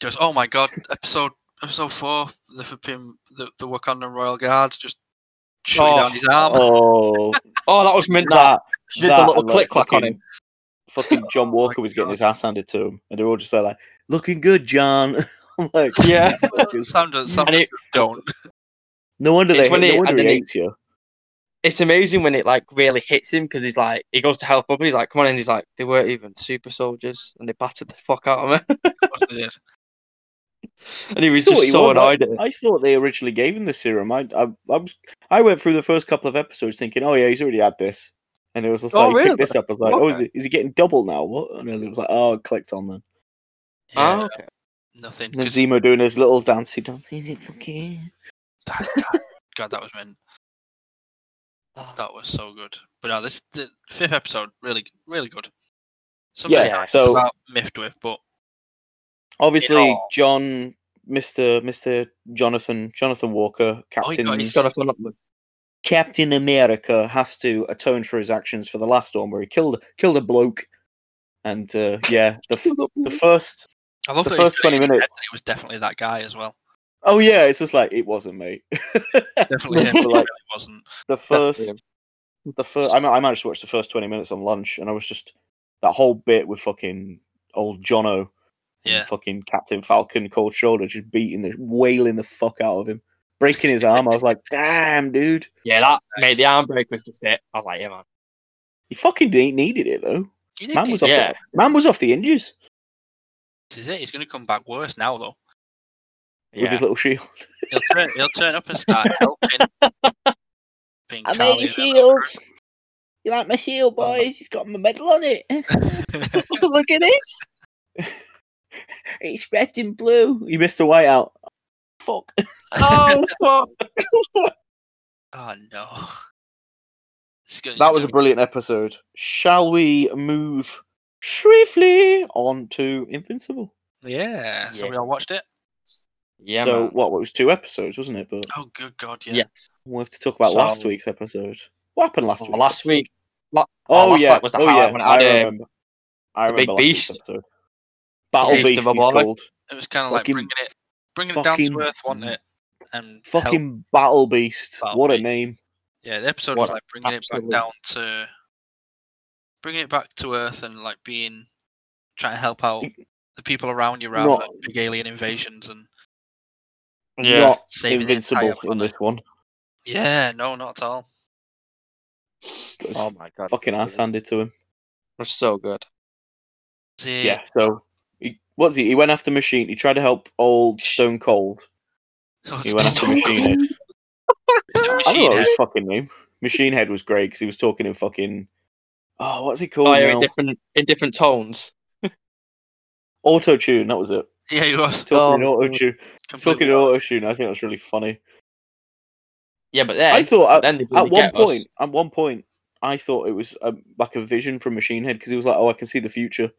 Just oh my god, episode episode four, the flipping the, the Wakandan royal guards just shooting Oh. down his arm. Oh, Oh, that was mint. That, that she did that the little and, like, click clack on fucking- him. Fucking John Oh my Walker was getting God. his ass handed to him, and they were all just there like, "Looking good, John." I'm like, Yeah. fuckers. Sam does. Sam And it- just don't. No wonder It's they. when no he- wonder and he then he- hates you. It's amazing when it like really hits him because he's like he goes to help up and he's like come on and he's like they weren't even super soldiers and they battered the fuck out of him Of course they did. and he was Sure, just he so was, like- annoyed at it. I thought they originally gave him the serum. I, I, I was, I went through the first couple of episodes thinking, oh yeah, he's already had this, and it was just Oh, like, you really? pick this up. I was like, oh, is Okay. he, is he getting double now? What? And then it was like, oh, I clicked on them. Yeah, Ah, okay. nothing. And then 'cause- Zemo doing his little dancey dance. Is it fucking? that- that- God, that was mint. Oh, Ah, That was so good. But no, this the fifth episode really really good. Something Yeah. So about miffed with, but obviously, all. John, Mister, Mister Jonathan, Jonathan Walker, Oh, he Captain, got his- Jonathan Upman. Captain America has to atone for his actions for the last one where he killed killed a bloke. And uh, yeah, the f- the first I love The that first he's 20 doing it, minutes. and It was definitely that guy as well. oh yeah, it's just like it wasn't me. Definitely him. Like- it really wasn't. The Definitely first the first I, ma- I managed to watch the first twenty minutes on lunch, and I was just that whole bit with fucking old Jono, and Yeah. fucking Captain Falcon, cold shoulder, just beating the wailing the fuck out of him, breaking his arm. I was like, damn, dude, Yeah, that mate, the arm break was just it. I was like, yeah, man. he fucking de- needed it though. He didn't Man need was to. off Yeah. the man was off the hinges This is it. He's going to come back worse now, though. with Yeah. his little shield. He'll turn, he'll turn up and start helping. helping I made Carly a and shield. You like my shield, boys? It's got my medal on it. everyone. Look at it. It's red and blue. You missed a white out. Fuck. Oh fuck. oh, no. It's gonna- That it's was a gonna- brilliant episode. Shall we move swiftly on to Invincible? Yeah. So Yeah. we all watched it. Yeah. so man. what? What was two episodes, wasn't it? But Oh, good God. Yeah. Yes. we'll have to talk about So- last week's episode. What happened last Well, week? last week, oh last yeah, night was the oh highlight yeah. when it I had, um, remember. I the remember big last week's beast. episode. Battle Beast Beast. of he's Amalur. called. It was kind of like Fucking- bringing it, bringing it down fucking- to earth, wasn't it? And help- Fucking Battle Beast. Battle what a Beast. name. yeah, the episode what was like bringing absolute- it back down to, bringing it back to earth and like being, trying to help out the people around you rather Not- than big alien invasions and Yeah. Not saving the entire invincible in planet. this one. Yeah, no, not at all. Got his Oh my god. fucking ass handed to him. was so good. See, Yeah. So he, what's he? He went after Machine. He tried to help old Stone Cold. so He went after Stone Machine Head. Cold and I don't Machine know eh? Head. his fucking name. Machine Head was great because he was talking in fucking. Oh, what's it called? Oh, yeah, in now? different in different tones. Auto tune. That was it. Yeah, he was. Talking Oh, in auto tune. completely Talking in auto tune. I think that's really funny. Yeah, but then I thought at, then they at bloody one get us. point, at one point, I thought it was um, like a vision from Machine Head because he was like, "Oh, I can see the future,"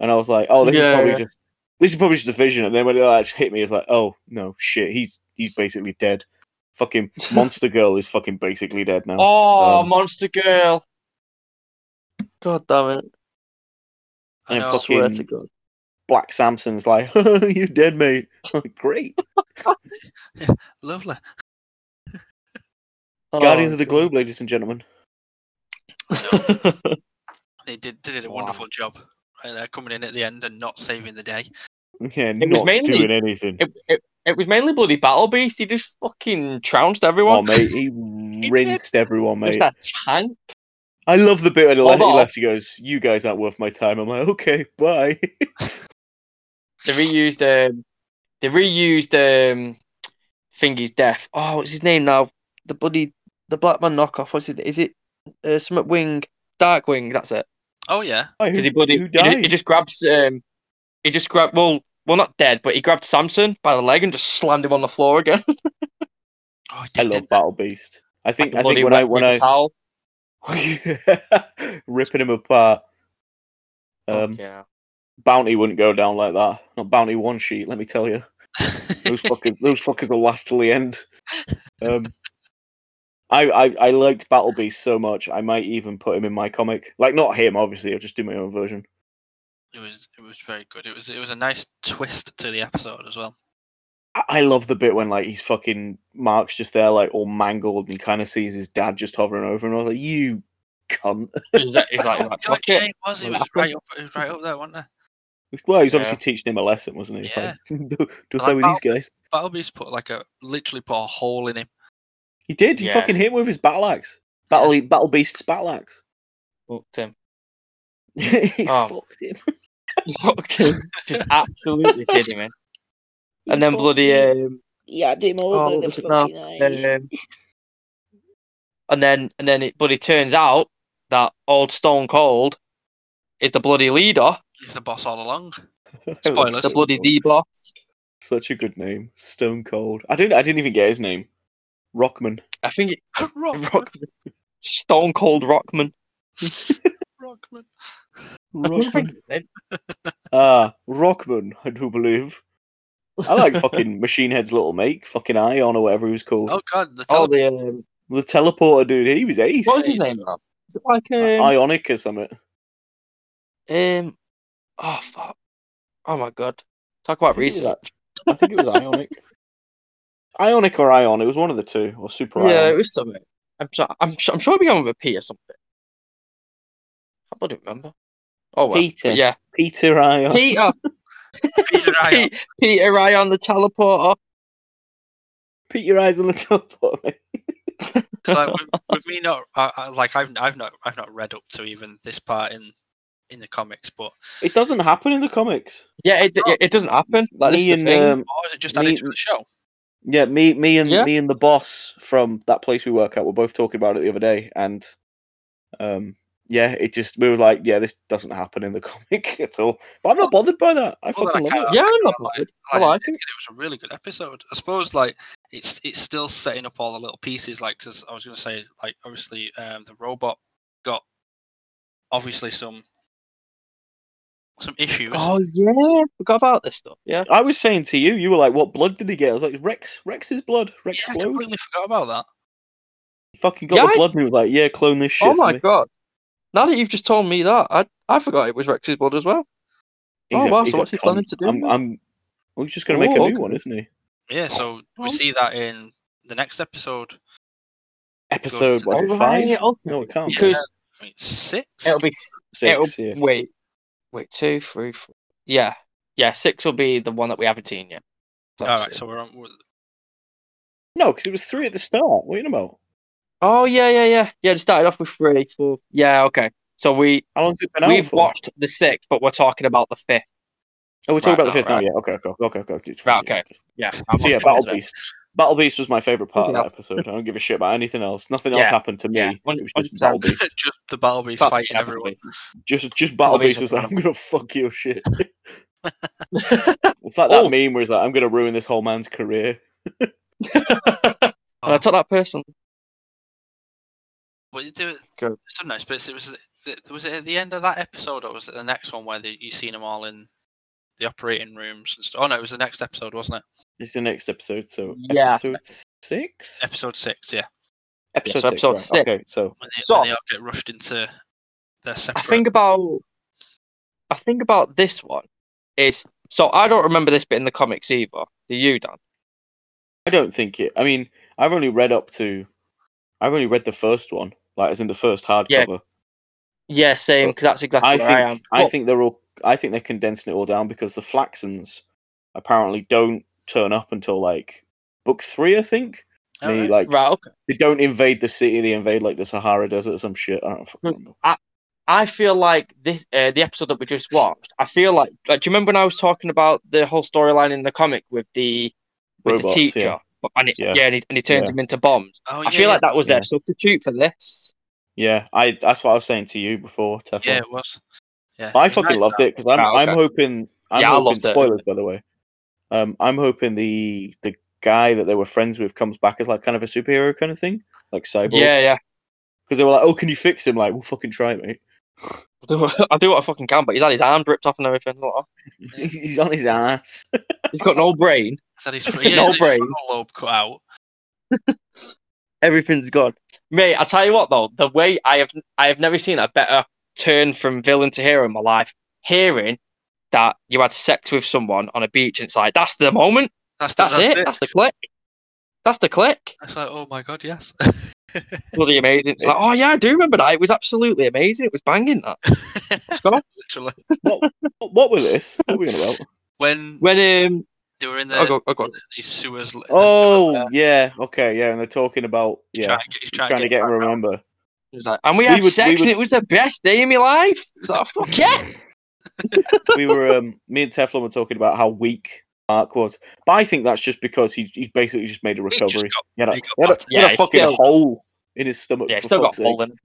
and I was like, "Oh, this is Yeah, probably yeah. just this is probably just a vision." And then when it like, actually hit me, it's like, "Oh no, shit, he's he's basically dead. Fucking Monster Girl is fucking basically dead now." Oh, Um, Monster Girl. God damn it. I and know. I swear to fucking- God. Black Samson's like, "You dead, mate? Great." Lovely. Oh, Guardians of the Globe, ladies and gentlemen. Globe. They did. They did a Wow. wonderful job. Right there, coming in at the end and not saving the day. Yeah, It not was mainly- doing anything. it, it, it was mainly bloody Battle Beast. He just fucking trounced Oh, everyone. mate, he did. rinsed everyone, mate. just a tank. I love the bit when he Hold left, he on. left. He goes, "You guys aren't worth my time." I'm like, "Okay, bye." They reused um they reused um Thingy's death. Oh, what's his name now? The bloody the black man knockoff. What's it? Is it uh, Summit Wing? Dark Wing. That's it. Oh yeah. Why, Because who, he bloody who he, ju- died? he just grabs um he just grabbed well well not dead but he grabbed Samson by the leg and just slammed him on the floor again. Oh, he I did, love didn't Battle Beast. I think. I Bloody think when I wet when paper I towel. ripping him apart, um, Fuck yeah. Bounty wouldn't go down like that. Not Bounty one sheet. Let me tell you, he? those fuckers. those fuckers will last till the end. Um, I, I I liked Battle Beast so much. I might even put him in my comic. Like not him, obviously. I'll just do my own version. it was. It was very good. It was. It was a nice twist to the episode as well. I- I love the bit when like he's fucking Mark's just there like all mangled and he kind of sees his dad just hovering over him. I was like, you cunt. He's like, he's like, Oh, God, like, fuck yeah, it. it was. He Well, was right up. He was right up there, wasn't he? Well, he's Yeah. obviously teaching him a lesson, wasn't he? It's like, do, do I so like with these guys. Battle Beast put like a literally put a hole in him. He did. He Yeah. fucking hit him with his battle axe. Battle Battle Beast's battle axe. Fucked him. he Oh. fucked him. Fucked him. Just absolutely did him in. He And then fucked bloody him. um yeah, him oh, over what the was it now? fucking eyes. Um, and then and then it bloody turns out that old Stone Cold is the bloody leader. He's the boss all along. That spoilers. was The so bloody good. D block. Such a good name, Stone Cold. I didn't. I didn't even get his name. Rockman. I think it Rock, Rockman. Stone Cold Rockman. Rockman. Rockman. Ah, Rockman. I do believe. I like fucking Machine Head's little mate, fucking Ion or whatever he was called. Oh God, the all tele- the um, The teleporter dude, he was ace. What was his name? Man? Is it like um, Ionic or something. um? Oh fuck! Oh my god! Talk about think it was research. I think it was Ionic. Ionic or Ion, it was one of the two, or Super Yeah, Ion. it was something. I'm sure. I'm sure. I'm sure it began with a P or something. I don't remember. Oh well. Peter. But yeah, Peter Ion. Peter. Peter Ryan. Pe- Peter Eye on the teleporter. Put your eyes on the teleporter. mate. It's like with, with me not I, I, like I've I've not I've not read up to even this part in in the comics, but It doesn't happen in the comics. Yeah, it, it, it doesn't happen. Like, this is me the and thing. um, or is it just Me- added to the show? yeah, me, me and Yeah. me and the boss from that place we work at were both talking about it the other day, and um, yeah, it just we were like, yeah, this doesn't happen in the comic at all. But I'm not bothered by that. I Well, fucking then I love it. can't- yeah, I'm not I like- bothered. I I like It it. was a really good episode. I suppose like it's it's still setting up all the little pieces. Like 'cause I was going to say, like obviously um, the robot got obviously some some issues. Oh yeah, forgot about this stuff. Yeah, I was saying to you, you were like, "What blood did he get?" I was like, "Rex, Rex's blood, Rex yeah, I glowed." completely forgot about that. He fucking got Yeah, the I- blood. And he was like, "Yeah, clone this shit." oh for my me." god! Now that you've just told me that, I I forgot it was Rex's blood as well. He's Oh, wow, so he's what's he cunt. planning to do I'm, now? I'm, well, he's just going to make Oh, a new okay. one, isn't he? Yeah, so we Oh. see that in the next episode. Episode was it five? Alright, okay. No, it can't. Oh, Because I mean, six. it'll be Six. it'll, Yeah. Wait, wait, two, three, four. Yeah, yeah. Six will be the one that we haven't seen yet. All right, so we're on. we No, because it was three at the start. What are you on about? Oh yeah, yeah, yeah, yeah. It started off with three. So yeah, okay. So we How long's it been out we've for? watched the sixth, but we're talking about the fifth. Oh, we're talking Right, about the fifth right. now. Yeah. Okay. Okay. Okay. Okay. okay. Right, okay. Yeah, I'm So yeah, looking forward Battle to it. Beast. Battle Beast was my favorite part of Nothing that episode. I don't give a shit about anything else. Nothing else Yeah, happened to me. yeah, It one- was just 100%. Battle Beast. just the battle beast Battle fighting Beast, everyone. Just, just Battle Battle Beast Beast was was like, I'm gonna fuck your shit. It's like that Oh. meme where he's like, I'm gonna ruin this whole man's career. And I took that person. But there, Go. some nice bits. It was th- was it at the end of that episode, or was it the next one where they, you seen them all in the operating rooms and stuff? Oh no, it was the next episode, wasn't it? It's the next episode. So Yeah. episode six. Episode six, yeah. Episode, so episode six, right. six. Okay. So When they, So- when they all get rushed into their I separate. think about I think about this one is so I don't remember this bit in the comics either. Do you, Dan? I don't think it. I mean, I've only read up to. I've only read the first one, like as in the first hardcover. Yeah, Yeah, same. Because that's exactly I where think I am. I But- think they're all. I think they're condensing it all down because the Flaxons apparently don't turn up until like book three, I think. Oh, They, right. like right. Okay. they don't invade the city; they invade like the Sahara Desert or some shit. I don't fucking Hmm. remember. I feel like this uh, the episode that we just watched. I feel like, like do you remember when I was talking about the whole storyline in the comic with the with Robots, the yeah. teacher? But- And it, Yeah. yeah. and he, and he turns Yeah. them into bombs. Oh, I yeah, feel yeah. like that was Yeah. their substitute for this. Yeah, I. That's what I was saying to you before. Teflon. yeah, it was. Yeah, I it was fucking nice. loved it because I'm, Right, okay. I'm hoping. I'm Yeah, I hoping, loved it. Spoilers, by the way. Um, I'm hoping the the guy that they were friends with comes back as like kind of a superhero kind of thing, like Cyborg. Yeah, yeah. Because they were like, "Oh, can you fix him?" Like, "Well, fucking try, mate." I do, what- I do what I fucking can, but he's had his arm ripped off and everything. Like, He's on his ass. he's got no brain. He's had his, fr- yeah, No no brain. lobe cut out. Everything's gone. Mate, I tell you what though, the way I have I have never seen a better turn from villain to hero in my life. Hearing that you had sex with someone on a beach, and it's like that's the moment. That's the- That's, it. That's the click. That's the click. It's like, oh my god, yes. Bloody amazing. It's like, oh yeah, I do remember that. It was absolutely amazing. It was banging that. Let's go. Literally, what, what was this? What were we on about? when When um oh, they were in the I got I got these sewers. in the sewer, Oh yeah, okay, yeah. And they're talking about he's yeah, trying to get, he's trying, to get him back to up. remember. it was like, and we We had would- we sex would- and it was the best day of my life. It's like oh, fuck yeah. we were um, me and Teflon were talking about how weak Mark was, but I think that's just because he he's basically just made a He just recovery. got- He had a, he got he had a- back he had a Yeah, he's fucking still- hole in his stomach. Yeah, for still got fuck's sake. hole in it.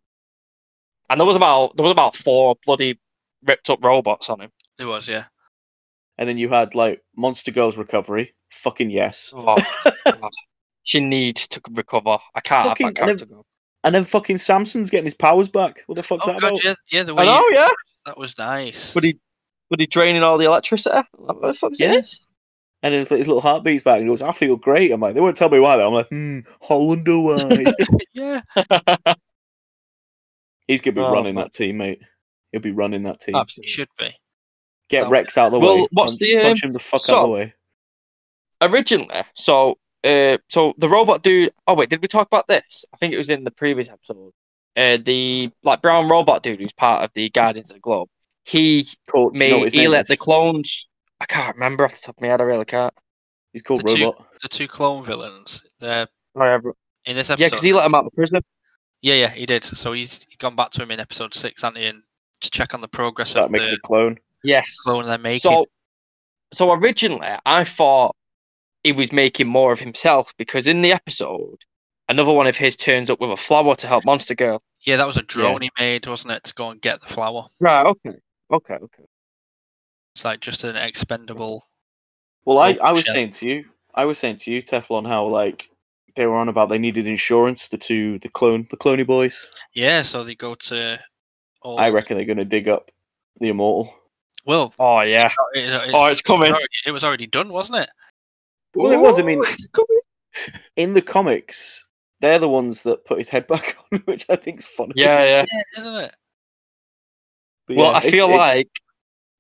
And there was about there was about four bloody ripped up robots on him. It was, yeah. And then you had like Monster Girl's recovery. Fucking yes. Oh, God. She needs to recover. I can't Fucking- have that character go. And then fucking Samson's getting his powers back. What the fuck's oh that god, about? yeah, yeah, the I way know, you- yeah. that was nice. But he but he draining all the electricity. What the fuck's Yeah. this? And then his, his little heart beats back, and he goes, "I feel great." I'm like, they won't tell me why. Though. I'm like, hmm, I wonder why. Yeah, He's gonna be Oh, running man. that team, mate. He'll be running that team. it absolutely. should be. Get that- Rex out of the Well, way. what's Punch- the, um, punch him the fuck out of the way? Originally, so uh, so the robot dude. Oh wait, did we talk about this? I think it was in the previous episode. Uh, the like brown robot dude who's part of the Guardians of the Globe. He Called, do you know made what his he name let is? the clones. I can't remember off the top of my head. I really can't. He's called the two- Robot. The two clone villains. They're Sorry, I bro- in this Yeah, because episode. he let him out of prison. Yeah, yeah, he did. So he's gone back to him in episode six, hasn't he, and to check on the progress That of making the the clone. Yes. clone they're making. So, so originally, I thought he was making more of himself because in the episode, another one of his turns up with a flower to help Monster Girl. yeah, that was a drone he made, wasn't it, to go and get the flower? Right. Okay. Okay. Okay. It's like just an expendable. Well, I, Oh, I was shit. saying to you, I was saying to you, Teflon, how like they were on about they needed insurance. The two, the clone, the cloney boys. Yeah, so they go to. All, I reckon they're gonna dig up the immortal. Well, Oh yeah. it, it's, Oh, it's coming. already, it was already done, wasn't it? Well, it was, I mean- Ooh, it's coming. In the comics, they're the ones that put his head back on, which I think's funny. Yeah. Yeah. Yeah, isn't it? But Well, yeah, I it- feel it- like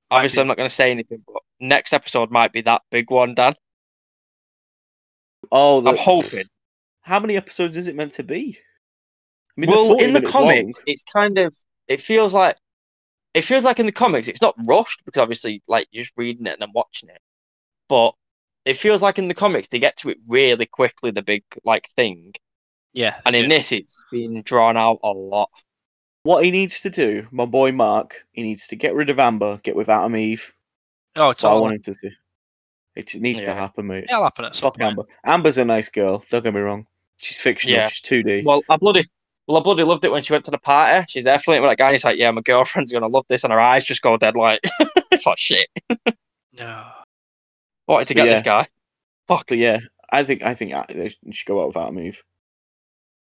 might obviously be- I'm not going to say anything, but next episode might be that big one, Dan. oh, the, I'm hoping. how many episodes is it meant to be? I they're well, 40 in the minutes long. comics, it's kind of it feels like it feels like in the comics it's not rushed because obviously like you're just reading it and then watching it, but it feels like in the comics they get to it really quickly the big like thing, Yeah. and they in do. this it's been drawn out a lot. what he needs to do, my boy Mark, he needs to get rid of Amber, get with Adam Eve. oh, That's it's what I all. want him to do. It needs to Yeah. happen, mate. It'll happen at some Fuck point. Amber. Amber's a nice girl. Don't get me wrong. She's fictional. Yeah. She's two D. Well, I bloody well I bloody loved it when she went to the party. She's there flirting with that guy. And he's like, yeah, my girlfriend's gonna love this, and her eyes just go dead. Like, it's like shit. No. Wanted to But get this guy. Fuck. But yeah, I think I think I- they should go out without a move.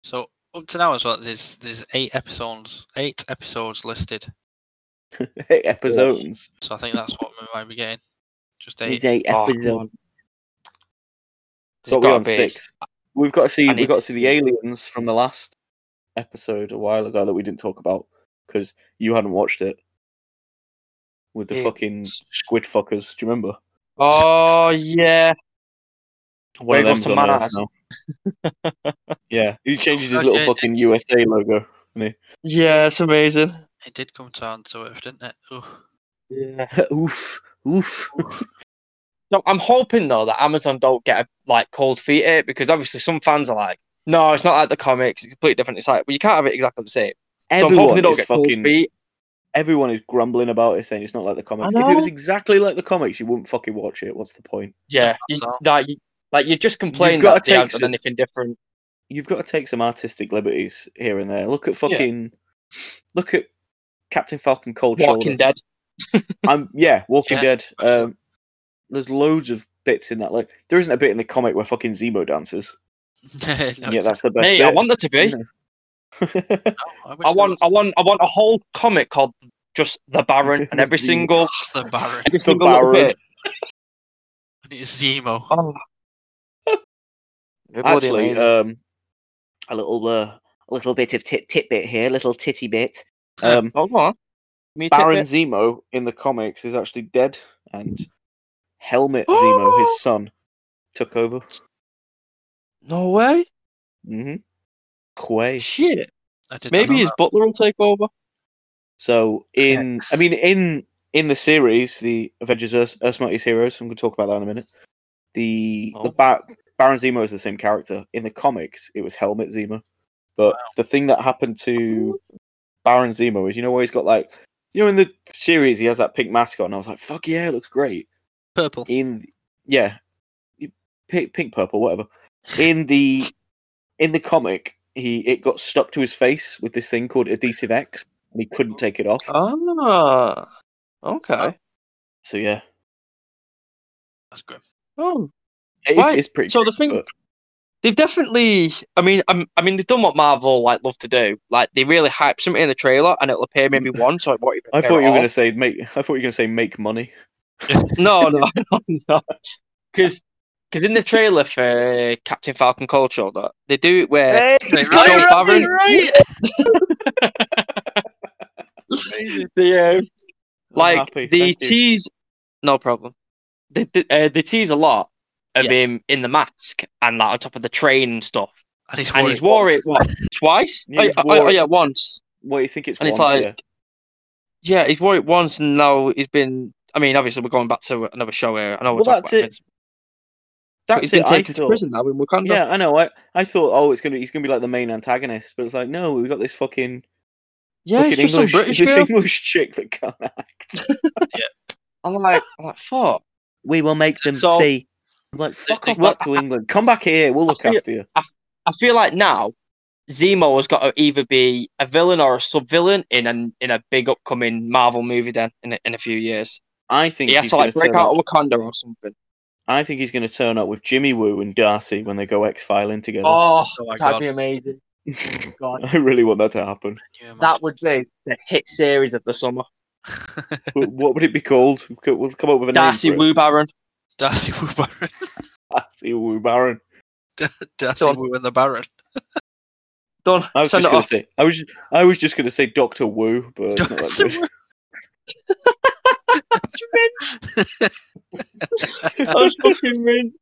So up to now as well, there's there's eight episodes, eight episodes listed. Eight episodes. So I think that's what we might be getting. Just eight. It's eight Oh, come episodes. on. This Got we gotta on be- six. We've got to see. I We've need got to to see the see- aliens from the last episode a while ago that we didn't talk about because you hadn't watched it with the Yeah. fucking squid fuckers. Do you remember? Oh yeah. One Where of he goes them's to on Earth Mars. now. yeah, he changes his I little did. fucking USA logo. Yeah, it's amazing. It did come down to Earth, didn't it? Ugh. Yeah. oof, oof. So I'm hoping though that Amazon don't get like cold feet at it because obviously some fans are like, no, it's not like the comics. It's completely different. It's like, well, you can't have it exactly the same. so I'm hoping Everyone they don't is get cold fucking. feet. Everyone is grumbling about it, saying it's not like the comics. I If it was know. exactly like the comics, you wouldn't fucking watch it. What's the point? Yeah. You, So- that you, like you just complain gotta that they take haven't done some- anything different. You've got to take some artistic liberties here and there. Look at Yeah. fucking. Look at Captain Falcon Cold Walking Shoulder. Dead. I'm yeah, Walking Yeah, Dead. actually. Um, there's loads of bits in that. Like there isn't a bit in the comic where fucking Zemo dances. no, and yeah, that's the best. Mate, bit. I want there to be. Yeah. oh, I, I want, I want, I want a whole comic called just The Baron and every Zemo. single, the Baron. every the single little Baron. bit. I need Zemo. Oh. uh, Bloody Actually, amazing. um, a little uh, a little bit of tit tidbit here, little titty bit. Um, oh, go on. Me Baron tidbit. Zemo in the comics is actually dead, and Helmet Zemo, his son, took over. No way. Mm-hmm. Quay. Shit. I did not Maybe know his that. butler will take over. So in, I mean, in in the series, the Avengers: Earth, Earth's Mightiest Heroes. I'm going to talk about that in a minute. The, Oh. the ba- Baron Zemo is the same character in the comics. It was Helmet Zemo, but the thing that happened to Baron Zemo is, you know, where he's got like, you know, in the series he has that pink mask on. I was like, fuck yeah, it looks great. purple. In th- yeah, y- pink, pink, purple, whatever. In the in the comic, he it got stuck to his face with this thing called adhesive X, and he couldn't take it off. Ah, okay. So yeah, That's good. Oh, It is, Right, it's pretty. so the good, thing- but they've definitely. I mean, i I mean, they've done what Marvel like love to do. Like they really hype something in the trailer, and it'll appear maybe once. Or it won't even I appear thought at you were all. going to say make. I thought you were going to say make money. No, no, no, no. because because in the trailer for uh, Captain Falcon Cold Shoulder, they do it where Hey, it's got Joe it right, Favreau. right. the um, I'm like happy, they thank you. tease no problem they, they, uh, they tease a lot of Yeah. him in the mask and that on top of the train and stuff and he's, and wore he's it wore once. it what twice Yeah, oh, he's yeah, wore oh, it. yeah once What do you think it's? and it's once, like- yeah he's wore it once and now he's been I mean obviously we're going back to another show here I know we're Well, talking that's about it. Vince, but he's That's it, been I taken to thought. prison now in Wakanda yeah, I know. I, I thought, oh, it's gonna he's gonna be like the main antagonist, but it's like, no, we have got this fucking yeah fucking it's just some English, British this girl English chick that can't act. I'm like I'm like fuck we will make them So- see. I'm like, fuck they- off well, back to England. Come back here. We'll look feel- after you. I feel like now Zemo has got to either be a villain or a sub villain in an in a big upcoming Marvel movie. Then in a, in a few years, I think he has he's to like gonna break turn out up- of Wakanda or something. I think he's going to turn up with Jimmy Woo and Darcy when they go X filing together. Oh, Oh my that'd god. be amazing! Oh God, I really want that to happen. Can you imagine? that would be the hit series of the summer. But what would it be called? We'll co- We'll come up with a Darcy name. for it. Woo Baron. Darcy Woo Baron. Darcy Woo Baron. Darcy Done. Woo and the Baron. Done. I was Send just going it to off. say. I was. I was just going to say Doctor Woo, but it's not that Doctor good. Who. That's mint. That's fucking mint.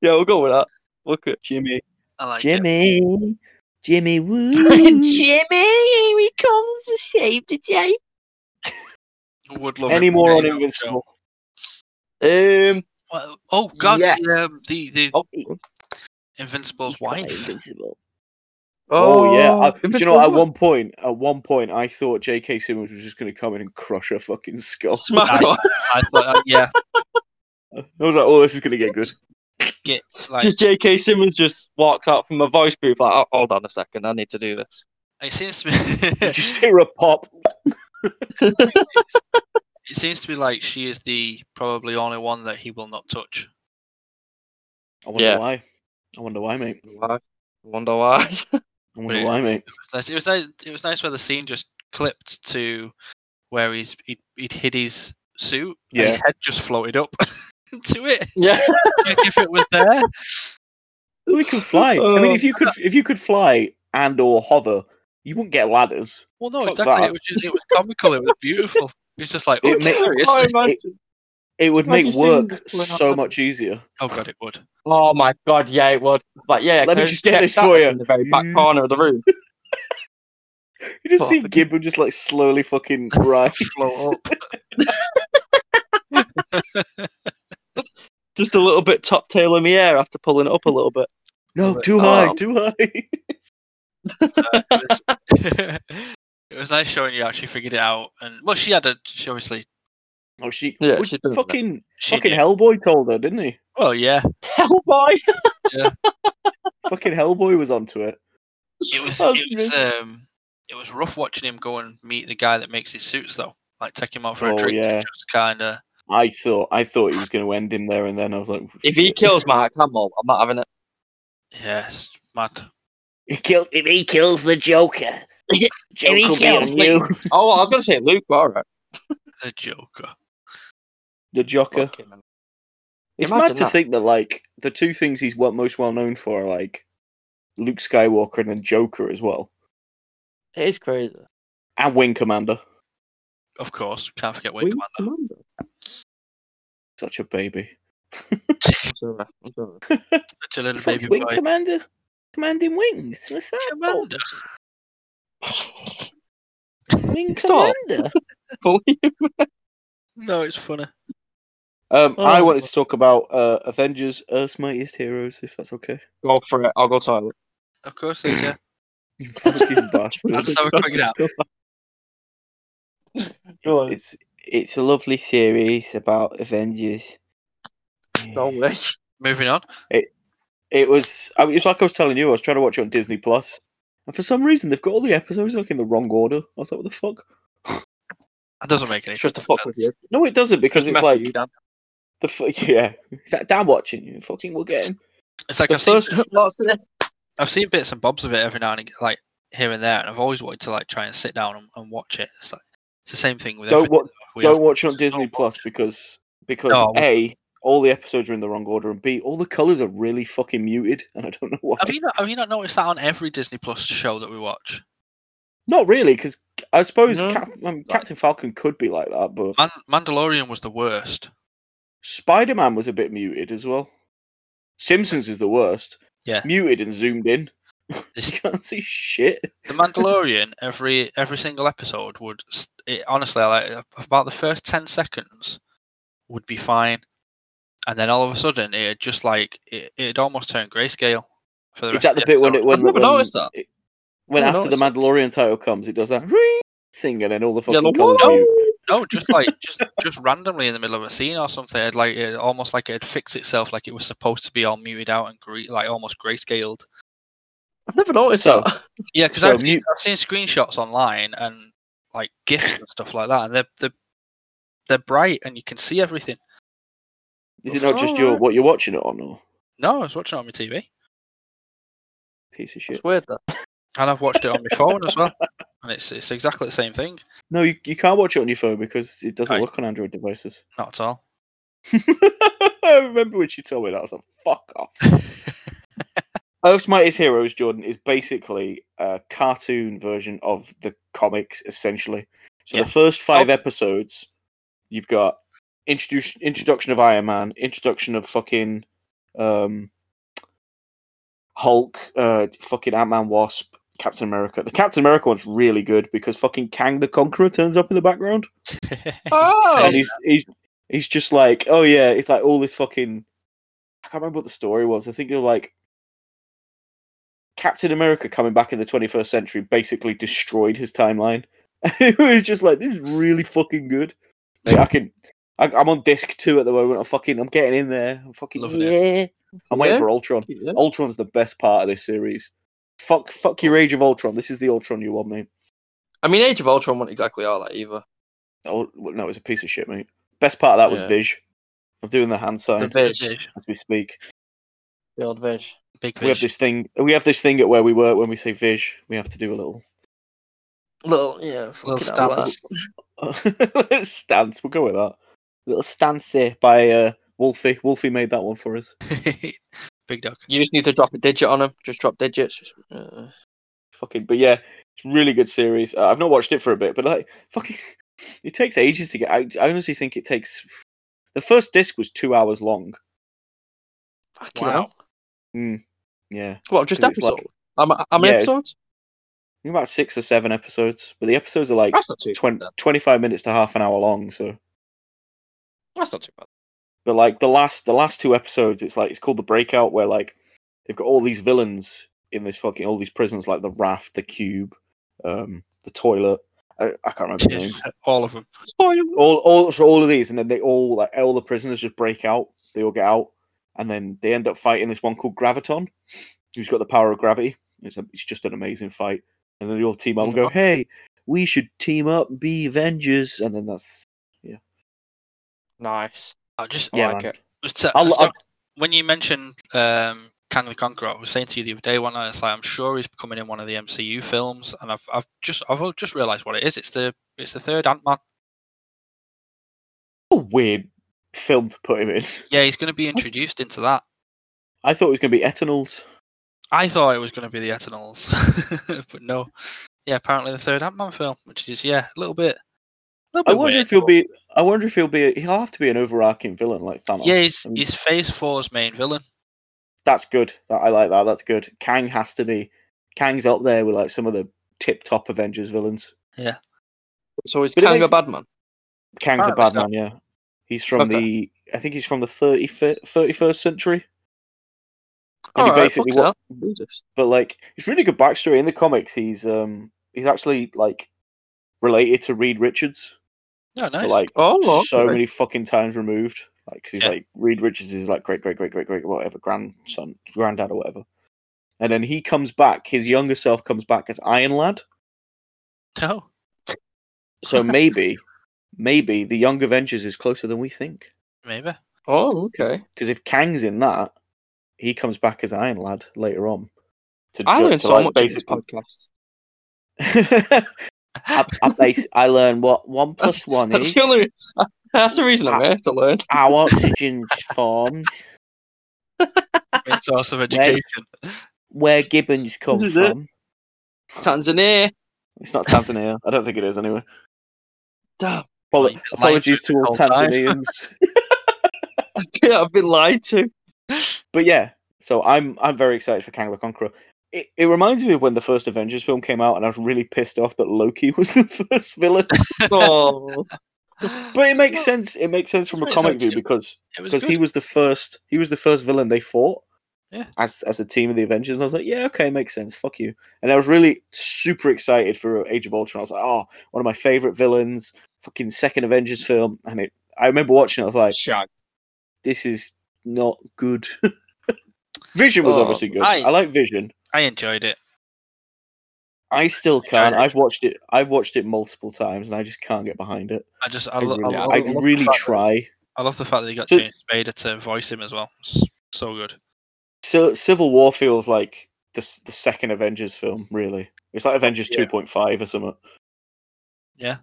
Yeah, we'll go with that. Look at Jimmy. I like it. Jimmy. Jimmy Woo. here he comes to save the day. Would love Any it. more on Yeah, so- Invincible? Um, Well, oh god, Yes. the, um, the the oh, Invincible's wife. Oh, yeah. I, do you know, at Invincible. one point, at one point, I thought J.K. Simmons was just going to come in and crush her fucking skull. Smack Nice. on. I thought, uh, yeah, I was like, oh, this is going to get good. get like Just J.K. Simmons just walks out from a voice booth like, oh, hold on a second, I need to do this. it seems to You me. just hear a pop. it seems to be like she is the probably only one that he will not touch. I wonder Yeah. why. I wonder why, mate. Why? Wonder why? I wonder Really? why, mate. Nice- It was nice. It was nice where the scene just clipped to where he's he'd, he'd hid his suit. And his Yeah. head just floated up to it. yeah. Check if it was there. Well, he could fly. I mean, Uh, if you could, if you could fly and or hover, you wouldn't get ladders. Well, no, Fuck exactly. that. It was just it was comical. It was beautiful. It was just like oh, It ma- serious. Oh, imagine. It would Imagine make seeing work this playing out so there. much easier. oh god, it would. Oh my god, yeah, it would. But yeah, Let can me I just get check this that for off you. In the very Mm. back corner of the room. You just see Fuck. Gibbon just like slowly fucking rise. Float up. Just a little bit top tail in the air after pulling it up a little bit. no, too Oh. high, too high. It was, it was nice showing you how she figured it out. And well, she had a she obviously Oh, she. Yeah, would- she doesn't know. fucking she fucking knew. Hellboy told her, didn't he? Well, yeah, Hellboy! fucking Hellboy was onto it. it was That's it was um it was rough watching him go and meet the guy that makes his suits though. Like take him out for Oh, a drink yeah. and just kind of I thought, I thought he was going to end him there and then. I was like, If he shit. kills Mark Hamill, I'm not having it. yeah, it's mad. He killed, if he kills the Joker, Joker will be on you. Oh, I was going to say Luke, but alright. The Joker. The Joker. Fucking hell. It's Imagine mad to that. think that like the two things he's what most well known for are like Luke Skywalker and then Joker as well, It is crazy. and Wing Commander. Of course, can't forget Wing Commander. Such a baby. I'm sorry, I'm sorry. Such a little It's like baby Wing boy. Commander, commanding wings. What's that? called? Commander. Wing Stop. Commander. Believe- No, it's funny. Um, I Oh. wanted to talk about uh, Avengers: Earth's Mightiest Heroes, if that's okay. Go for it. I'll go toilet. Of course, it is, yeah. You fucking bastard. Let's have a quick nap. Go on. It's it's a lovely series about Avengers. No way. Moving on. It was. I mean, it's like I was telling you. I was trying to watch it on Disney Plus, and for some reason they've got all the episodes like in the wrong order. I was like, "What the fuck?" That doesn't make any It's just to sense. fuck with you. No, it doesn't because Just it's mess with like you, Dan. the f- yeah. It's like, damn watching you. Fucking, we'll get him. It's like The I've seen, first- Lots of this. I've seen bits and bobs of it every now and again, like here and there, and I've always wanted to like try and sit down and, and watch it. It's like it's the same thing with Don't everything wa- that we Don't have. watch it on Don't Disney Plus because because No. a all the episodes are in the wrong order, and B, all the colors are really fucking muted, and I don't know why. Have you not, have you not noticed that on every Disney Plus show that we watch? Not really, because I suppose No. Cap- um, Captain Falcon could be like that, but Man- Mandalorian was the worst. Spider Man was a bit muted as well. Simpsons is the worst. Yeah. muted and zoomed in. This- you can't see shit. The Mandalorian, every every single episode would s- it, honestly like uh, about the first ten seconds would be fine, and then all of a sudden it had just like it it almost turned grayscale. For the Is rest that of the bit when it when I've never when, noticed that. it- when Never after the Mandalorian title comes, it does that thing, and then all the Yeah, fucking like, colors "Whoa!" mute. No, just like just just randomly in the middle of a scene or something. It like it almost like it fixed itself, like it was supposed to be all muted out and gre- like almost grayscaled. I've never noticed So- that. Yeah, because So I've, seen mute- I've seen screenshots online and like gifs and stuff like that, and they're they're, they're bright and you can see everything. Is it not just Alright. your what you're watching it on, or No, I was watching it on my TV, piece of shit? It's weird that. and I've watched it on my phone as well, and it's it's exactly the same thing. No, you, you can't watch it on your phone because it doesn't Right. work on Android devices. Not at all. I remember when she told me that. I was like, fuck off. Earth's Mightiest Heroes, Jordan, is basically a cartoon version of the comics, essentially. So Yeah. Oh. the first five episodes, you've got introduce, introduction of Iron Man, introduction of fucking um, Hulk, uh, fucking Ant Man Wasp, Captain America. The Captain America one's really good because fucking Kang the Conqueror turns up in the background Oh, and he's he's he's just like, oh yeah, it's like all this fucking. I can't remember what the story was. I think you're like Captain America coming back in the 21st century basically destroyed his timeline. it was just like this is really fucking good. Like, I can, I, I'm on disc two at the moment. I'm fucking, I'm getting in there. I'm fucking Loving yeah. it. I'm waiting Yeah. for Ultron. yeah. Ultron's the best part of this series. Fuck, fuck your Age of Ultron. This is the Ultron you want, mate. I mean, Age of Ultron wasn't exactly all that either. Oh well, no, it's a piece of shit, mate. Best part of that was Yeah. Viz. I'm doing the hand The sign Vish, as we speak. the old Vish. big We have fish. this thing. We have this thing at where we work. When we say Vish, we have to do a little Little, yeah, Little fucking hell, stance. stance. We'll go with that. Little stance there by uh, Wolfie. Wolfie made that one for us. big dog. You just need to drop a digit on him. Just drop digits. Just, uh, Fucking. But yeah, it's a really good series. Uh, I've not watched it for a bit, but like fucking, it takes ages to get. I, I honestly think it takes. The first disc was two hours long. fucking Wow. hell. Yeah, What, just 'Cause it's like- episode? How ma- how many Yeah, it's- episodes? I think about six or seven episodes, but the episodes are like That's not too twen- bad. 25 minutes to half an hour long. So. That's not too bad. But like the last the last two episodes, it's like it's called the breakout, where like they've got all these villains in this fucking all these prisons, like the raft, the cube, um, the toilet. I, I can't remember the names. all of them. All all so all of these, and then they all like all the prisoners just break out. They all get out, and then they end up fighting this one called Graviton, who's got the power of gravity. It's a, it's just an amazing fight. And then they all team up and go, Mm-hmm. "Hey, we should team up, be Avengers." And then that's Nice. I just Yeah, I like it. was t- I'll- so I'll- when you mentioned um, Kang the Conqueror, I was saying to you the other day one night, it's like I'm sure he's coming in one of the MCU films, and I've I've just I've just realised what it is. It's the it's the third Ant Man. a weird film to put him in. Yeah, he's going Oh. to be introduced into that. I thought it was going to be Eternals. I thought it was going to be the Eternals, but no. Yeah, apparently the third Ant Man film, which is yeah, a little bit. A little I bit wonder weird. if he'll be. I wonder if he'll be. He'll have to be an overarching villain like Thanos. Yeah, he's, I mean, he's Phase Four's main villain. that's good. That, I like that. That's good. Kang has to be. Kang's up there with like some of the tip top Avengers villains. So is But it Kang makes- a bad man? Kang's a Apparently bad so. man. Yeah, he's from Okay. the. I think he's from the 30, 31st century. And he Alright, basically fucking wa- hell. Jesus. But like, it's really good backstory in the comics. He's um he's actually like related to Reed Richards. No, but, nice. like Oh, so okay. many fucking times removed. Like, 'cause he's Yeah. like Reed Richards is like great, great, great, great, great, whatever, grandson, granddad, or whatever. And then he comes back. His younger self comes back as Iron Lad. no, So maybe, maybe the Young Avengers is closer than we think. maybe. Oh, okay. Because if Kang's in that, he comes back as Iron Lad later on. To I ju- learned to, so like, much in this basically- podcast. I, I, base, I learned what one plus one That's is. the only. That's the reason I'm here to learn. Our oxygen's formed, Main source of Right. education. where gibbons come This is it. from. Tanzania. It's not Tanzania. I don't think it is anyway. Damn, Apolo- Well, apologies to all you've been lied to Tanzanians. I've been lied to. but yeah, so I'm I'm very excited for Kang the Conqueror. It, it reminds me of when the first Avengers film came out, and I was really pissed off that Loki was the first villain. Oh, But it makes Well, sense. It makes sense from a it's comic view actually- because it was because he good. was the first he was the first villain they fought. Yeah. As as a team of the Avengers, and I was like, yeah, okay, makes sense. Fuck you. And I was really super excited for uh, Age of Ultron. I was like, oh, one of my favorite villains, fucking second Avengers film. And it, I remember watching. it, I was like, shag. this is not good. Vision was Oh, obviously good. I- I like Vision. I enjoyed it. I still Enjoyed can't. it. I've watched it. I've watched it multiple times, and I just can't get behind it. I just I, I, lo- really, I lo- I I love the really fact- try. I love the fact that they got So- James Spader to voice him as well. It's so good. So Civil War feels like the s- the second Avengers film. Really, it's like Avengers Yeah. two point five or something. Yeah.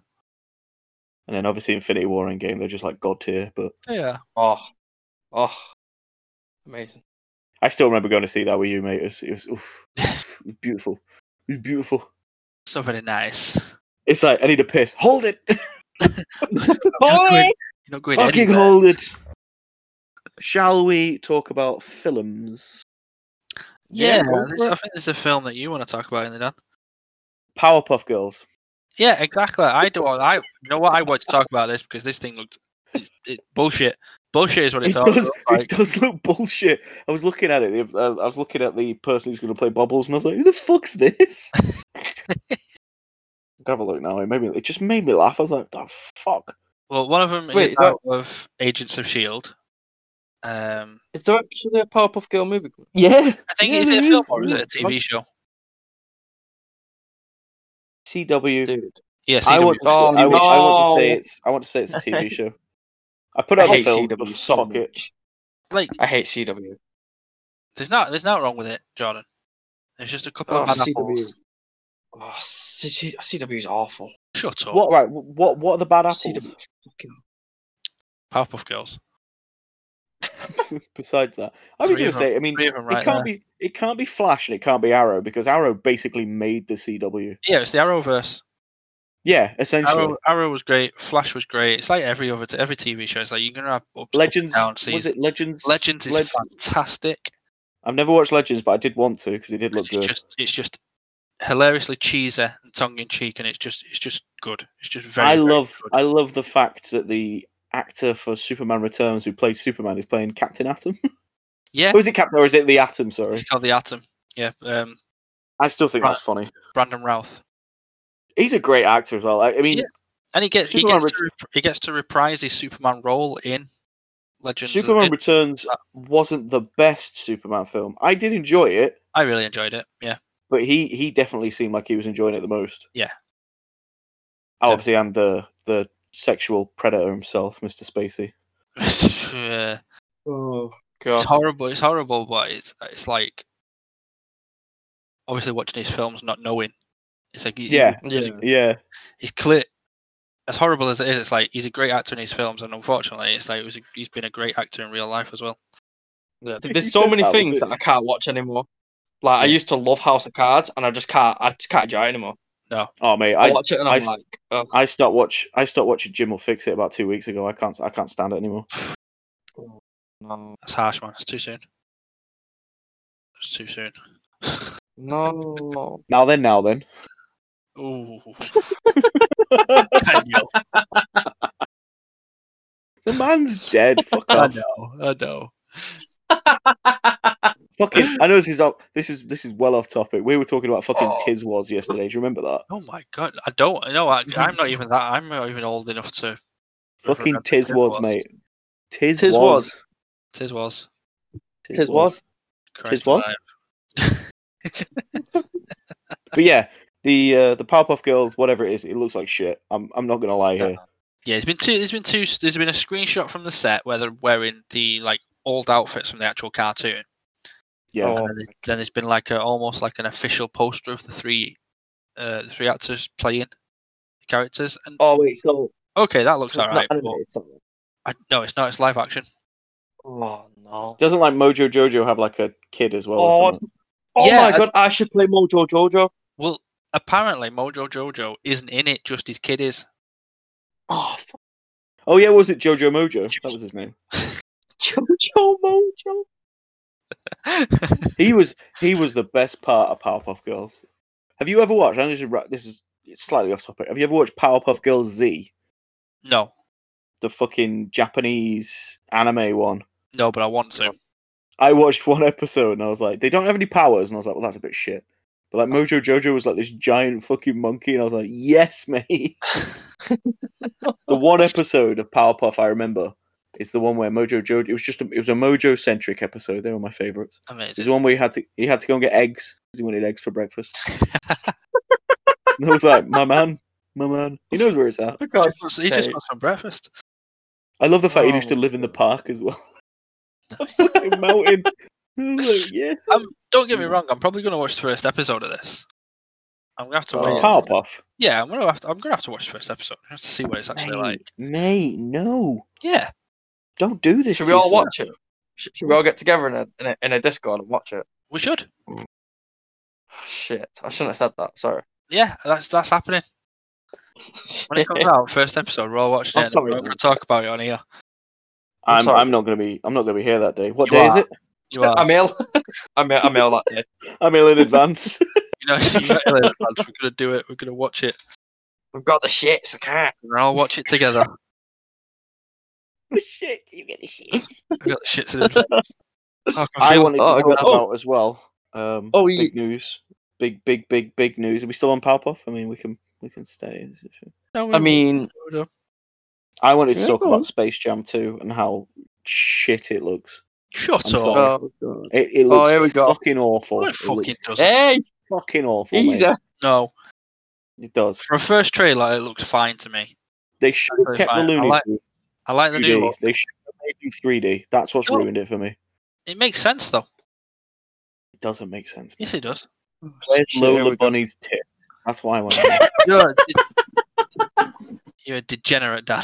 And then obviously Infinity War and Game, they're just like god tier. But Yeah. Oh, oh, amazing. I still remember going to see that with you, mate. It was, it was, oof, oof, it was beautiful. It was beautiful. So very nice. It's like I need a piss. Hold it. Boy! You're not going Fucking anywhere. hold it. Shall we talk about films? Yeah. Yeah, go there's- for it. I think there's a film that you want to talk about in the Dan. Powerpuff Girls. Yeah, exactly. I do. I you know what I want to talk about this because this thing looked it's, it, bullshit. Bullshit is what It it's all does, about. Like, it does look bullshit. I was looking at it. the- uh, I was looking at the person who's going to play Bubbles, and I was like, "Who the fuck's this?" Go have a look now. It made me. It just made me laugh. I was like, "The fuck." well, one of them Wait, is is that- out of Agents of Shield. E Um, Is there actually a Powerpuff Girl movie? coming? Yeah. I think Yeah, is it there a is, film or is there it a is. Fuck. TV show? CW. Dude, Yeah, I CW. want. To, Oh, I, want I want to say no. it's. I want to say it's a TV show. I put it I on the hate film. CW but so fuck it. much. like I hate CW. there's not there's not wrong with it, Jordan. There's just a couple Oh, of bad CW. apples. Oh, C- CW is awful. Shut up, What? Right. What? What are the bad apples? CW is fucking. Powerpuff Girls. Besides that, I was Three going of to say. I mean, Three of them it right can't there. be. It can't be Flash, and it can't be Arrow because Arrow basically made the CW. Yeah, it's the Arrowverse. Yeah, essentially. Arrow, Arrow was great. Flash was great. It's like every other t- every TV show. It's like you're gonna have ups, ups, Legends. down was season. it Legends? Legends is Leg- fantastic. I've never watched Legends, but I did want to because it did look It's good. just it's just hilariously cheesy and tongue in cheek, and it's just it's just good. It's just very. I very love. good. I love the fact that the actor for Superman Returns, who plays Superman, is playing Captain Atom. Yeah, or is it Captain? Or is it the Atom? Sorry, it's called the Atom. Yeah, um, I still think Right. that's funny. Brandon Routh, He's a great actor as well. I, I mean, Yeah. and he gets Superman he gets to, rep- he gets to reprise his Superman role in Legends. of- Superman in- Returns wasn't the best Superman film. I did enjoy it, I really enjoyed it. Yeah, but he he definitely seemed like he was enjoying it the most. Yeah. Oh, obviously, and the the sexual predator himself, Mr. Spacey. Yeah. Oh it's god. horrible. It's horrible, but it's it's like obviously watching his films, not knowing. It's like he- he- Yeah. Yeah. Yeah. he's clear. As horrible as it is, it's like he's a great actor in his films, and unfortunately, it's like it was, he's been a great actor in real life as well. Yeah, You th- there's so said many that, things that didn't I can't watch anymore. Like I Yeah. used to love House of Cards, and I just can't. I just can't enjoy it anymore. Oh mate, I, I watch it and I I'm s- like, oh, I stopped watch I stopped watching Jim will fix it about two weeks ago. I can't I can't stand it anymore. no, That's harsh, man. It's too soon. It's too soon. no. Now then, now then. Ooh, the I know, man's dead. Fuck I off. know, I know. Fucking I know this is off, this is this is well off topic. We were talking about fucking Oh. Tiz was yesterday. Do you remember that? Oh my god, I don't. No, I, I'm not even that. I'm not even old enough to. Fucking remember Tiz Tiz was, was. mate. Tiz, Tiz was. Tiz was. Tiz was. Christ was? alive. But yeah, the uh, the Powerpuff Girls, whatever it is, it looks like shit. I'm I'm not gonna lie here. Yeah, there's been two. There's been two. There's been a screenshot from the set where they're wearing the like old outfits from the actual cartoon. Yeah. And then, there's- then there's been like a, almost like an official poster of the three, uh, the three actors playing the characters, and Oh wait, so okay, that looks It's not alright. but animated, sorry. I, no, it's not. It's live action. Oh no. Doesn't like Mojo Jojo have like a kid as well? Oh, or something? Oh Yeah, my god, I should play Mojo Jojo. Well, apparently Mojo Jojo isn't in it. Just his kid is. Oh, f- oh yeah, what was it Jojo Mojo? That was his name. Jojo Mojo. He was he was the best part of Powerpuff Girls. Have you ever watched? I'm just ra- this is slightly off topic. Have you ever watched Powerpuff Girls Z, no, the fucking Japanese anime one? no, but I want to. I watched one episode and I was like, they don't have any powers, and I was like, well, that's a bit shit. But like Mojo Jojo was like this giant fucking monkey, and I was like, yes, mate. the one episode of Powerpuff I remember is the one where Mojo Jojo. It was just a, it was a Mojo centric episode. They were my favorites. There's Amazing. one where he had to he had to go and get eggs because he wanted eggs for breakfast. and I was like, my man, my man, he knows where it's at. For God's Just- he just wants some breakfast. I love the fact he used Oh. to live in the park as well. a fucking mountain. I was like, yes. Um, Don't Mm. get me wrong. I'm probably going to watch the first episode of this. I'm gonna have to Oh. wait. Powerpuff, Yeah, I'm gonna have to, I'm gonna have to watch the first episode I have to see what it's actually mate, like. mate, no, Yeah, don't do this. Should to we all yourself. watch it? Should, should we all get together in a, in a in a Discord and watch it? we should. Oh, shit, I shouldn't have said that. Sorry. Yeah, that's that's happening. When it comes out, first episode, we're all watching I'm it. and sorry, we're mate. gonna talk about it on here. I'm I'm, sorry. I'm not gonna be I'm not gonna be here that day. What You day are. is it? You are, I'm ill. I'm ill. I'm ill that day. I'm ill in advance. you know, you got it, lads, we're gonna do it. We're gonna watch it. We've got the shits. I can't. We're all watch it together. Shit, you get the shit. We got the shits in advance. Oh, I I feel- wanted to oh, I talk got- about as well. Um, Oh, ye- big news, big, big, big, big news. Are we still on Powerpuff? I mean, we can we can stay. no, we I mean, won't. I wanted to Yeah, talk go on. about Space Jam 2 and how shit it looks. shut I'm up. sorry. oh, It, it Oh, looks here we go. fucking awful. No, it It fucking looks doesn't. hey, fucking awful. mate. easy. No, It does. from first trailer, it looks fine to me. They should have Totally kept the fine. I Looney like Tunes I like the new 2D. look. They should have made them 3D. That's what's No. ruined it for me. It makes sense though. It doesn't make sense. Yes, it does. Where's Shit, here Lola we go. Bunny's tits? That's why I want to You're a, de- you're a degenerate, Dan.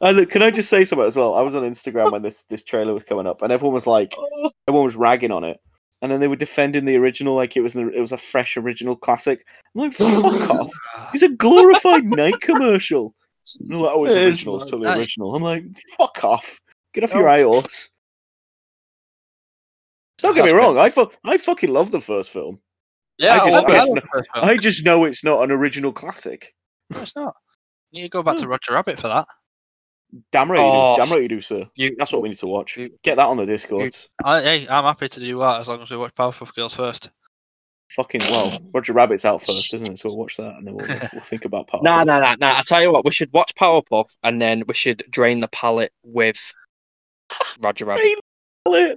I Uh, look, can I just say something as well? I was on Instagram when this, this trailer was coming up, and everyone was like, Oh, everyone was ragging on it, and then they were defending the original like it was the, it was a fresh original classic. I'm like, fuck off! It's a glorified Nike commercial. And they're like, oh, it's It is original, it's mad. totally Aye. original. I'm like, fuck off! Get off your Oh. eye horse. Don't get me That's wrong, I fu- I fucking love the first film. Yeah, I I just- love I it. just- Oh. I just know it's not an original classic. No, it's not. You need to go back to Hmm. Roger Rabbit for that. Damn right, Oh. you do. damn right you do, sir. You- That's what we need to watch. you- Get that on the Discord. I, hey, I'm happy to do that as long as we watch Powerpuff Girls first. Fucking well, Roger Rabbit's out first, isn't it? So we'll watch that and then we'll, we'll think about part. Nah, nah, nah, nah. I tell you what, we should watch Powerpuff and then we should drain the palate with Roger Rabbit. nah.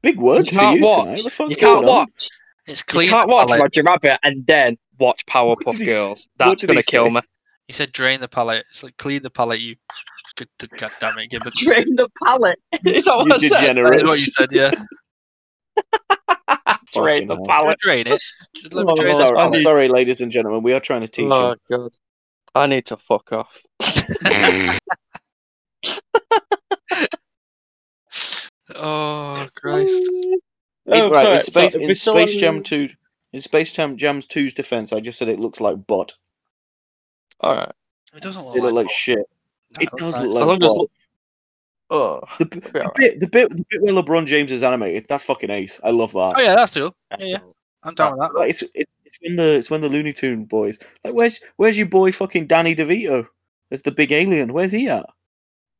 Big words You for can't you watch. tonight. The fuck's You can't going on? watch. It's You clean. can't watch palette. Roger Rabbit and then watch What Powerpuff did he s- Girls. what That's did he gonna kill say? me. He said drain the palette. It's like clean the palette. You god, god damn it, Gibbon. That's Drain the palate. Is that You degenerate. what you said, yeah. Drain Fucking the hell. palate. drain it. Just let me Oh, drain I'm this sorry, I'm palette. sorry, ladies and gentlemen. We are trying to teach Oh you. god. I need to fuck off. Oh Christ! Mm. Oh, In- right, in Space, in Space Jam 2, in Space Jam Jam's 2's defense, I just said it looks like butt. All right. It doesn't look It looked like like Oh. shit. that. it does Right. look As like long as butt. oh, The, b- be the alright. bit, the bit, the bit where LeBron James is animated, that's fucking ace. I love that. Oh yeah, that's cool. Yeah, yeah. I'm down with that. Like, it's, it's it's when the it's when the Looney Tune boys like where's where's your boy fucking Danny DeVito as the big alien? Where's he at?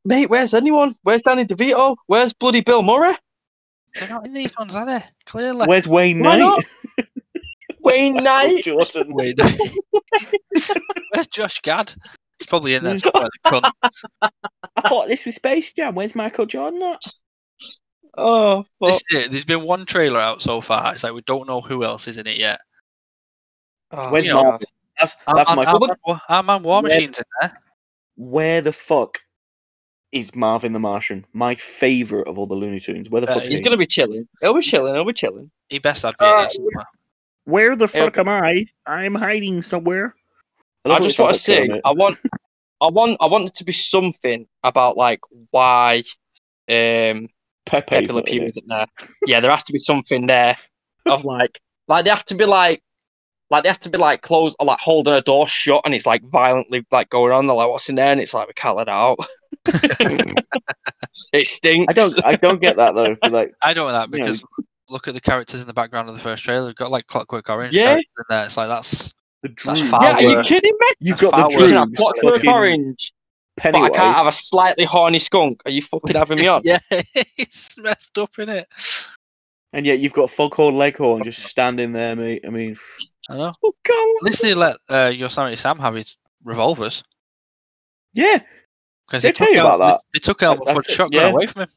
mate, where's anyone? Where's Danny DeVito? Where's bloody Bill Murray? They're not in these ones, are they? Clearly. Where's Wayne Why Knight? not? Wayne Michael Knight. Jordan. Wait. Where's Josh Gad? He's probably in there Hmm. somewhere. The cunt. I thought this was Space Jam. Where's Michael Jordan at? Oh, fuck. This is it. There's been one trailer out so far. It's like we don't know who else is in it yet. Oh, Where's God. Marvel? That's Our that's man- my our man Wa- our man War Yeah. Machine's in there. Where the fuck is Marvin the Martian? My favorite of all the Looney Tunes. Where the Uh, fuck? He's gonna be chilling. He'll be chilling. He'll be chilling. He best had been in Uh, there somewhere. Where the fuck am I? I'm hiding somewhere. I love what it just uh, want to sounds like sing. Kermit. I want, I want, I want it to be something about like why um Pepe's Pepe not Le in Pew it. isn't there. Yeah, there has to be something there of like, like they have to be like, like they have to be like closed or like holding a door shut, and it's like violently like going on. They're like, what's in there? And it's like we can't let it out. it stinks. I don't. I don't get that though. 'cause, Like, I don't know that You know, because look at the characters in the background of the first trailer. We've got like Clockwork Orange Yeah. characters in there. It's like that's the That's Droogs. foul yeah, are you Power. kidding me? You've got Foul the work. You can have Droogs, Clockwork fucking Orange, but Pennywise. I can't have a slightly horny skunk. Are you fucking having Oh. me on? yeah, it's messed up in it. And yet you've got Foghorn Leghorn just standing there, mate. I mean, I know. Oh, At God. least they let uh, Yosemite Sam have his revolvers yeah. because They tell you about that. They, took Elmer That- Fudd's that's it, shotgun yeah. away from him.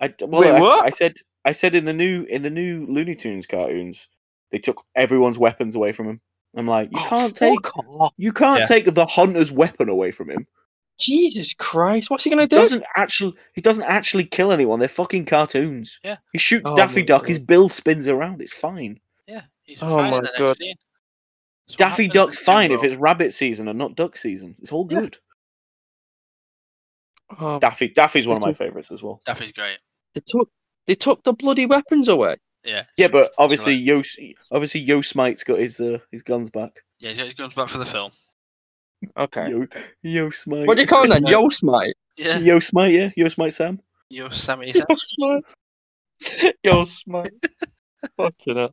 I d- well, Wait, I, what? I said I said in the new in the new Looney Tunes cartoons, they took everyone's weapons away from him. I'm like, you Oh, can't take fuck off. you can't Yeah. take the hunter's weapon away from him. Jesus Christ, what's he gonna He do? doesn't actually he doesn't actually kill anyone. They're fucking cartoons. Yeah. He shoots Oh Daffy my Duck. His God. bill spins around. It's fine. Yeah, he's Oh fine my in the God. next scene. That's what Daffy happened in Duck's the fine Jungle. if it's rabbit season and not duck season. It's all Yeah. good. Oh, Daffy Daffy's one of my Little- favorites as well. Daffy's great. they took they took the bloody weapons away. Yeah. Yeah, but He's obviously right. Yo obviously Yo Smite's got his uh, his guns back. yeah, he's got his guns back for the film. Okay. Yo, Yo Smite. What do you call him then? Yo Smite. Yeah, Yo Smite, yeah, Yo Smite Sam. Yosemite Yo Sam. Smite. Yo Smite. Fucking hell.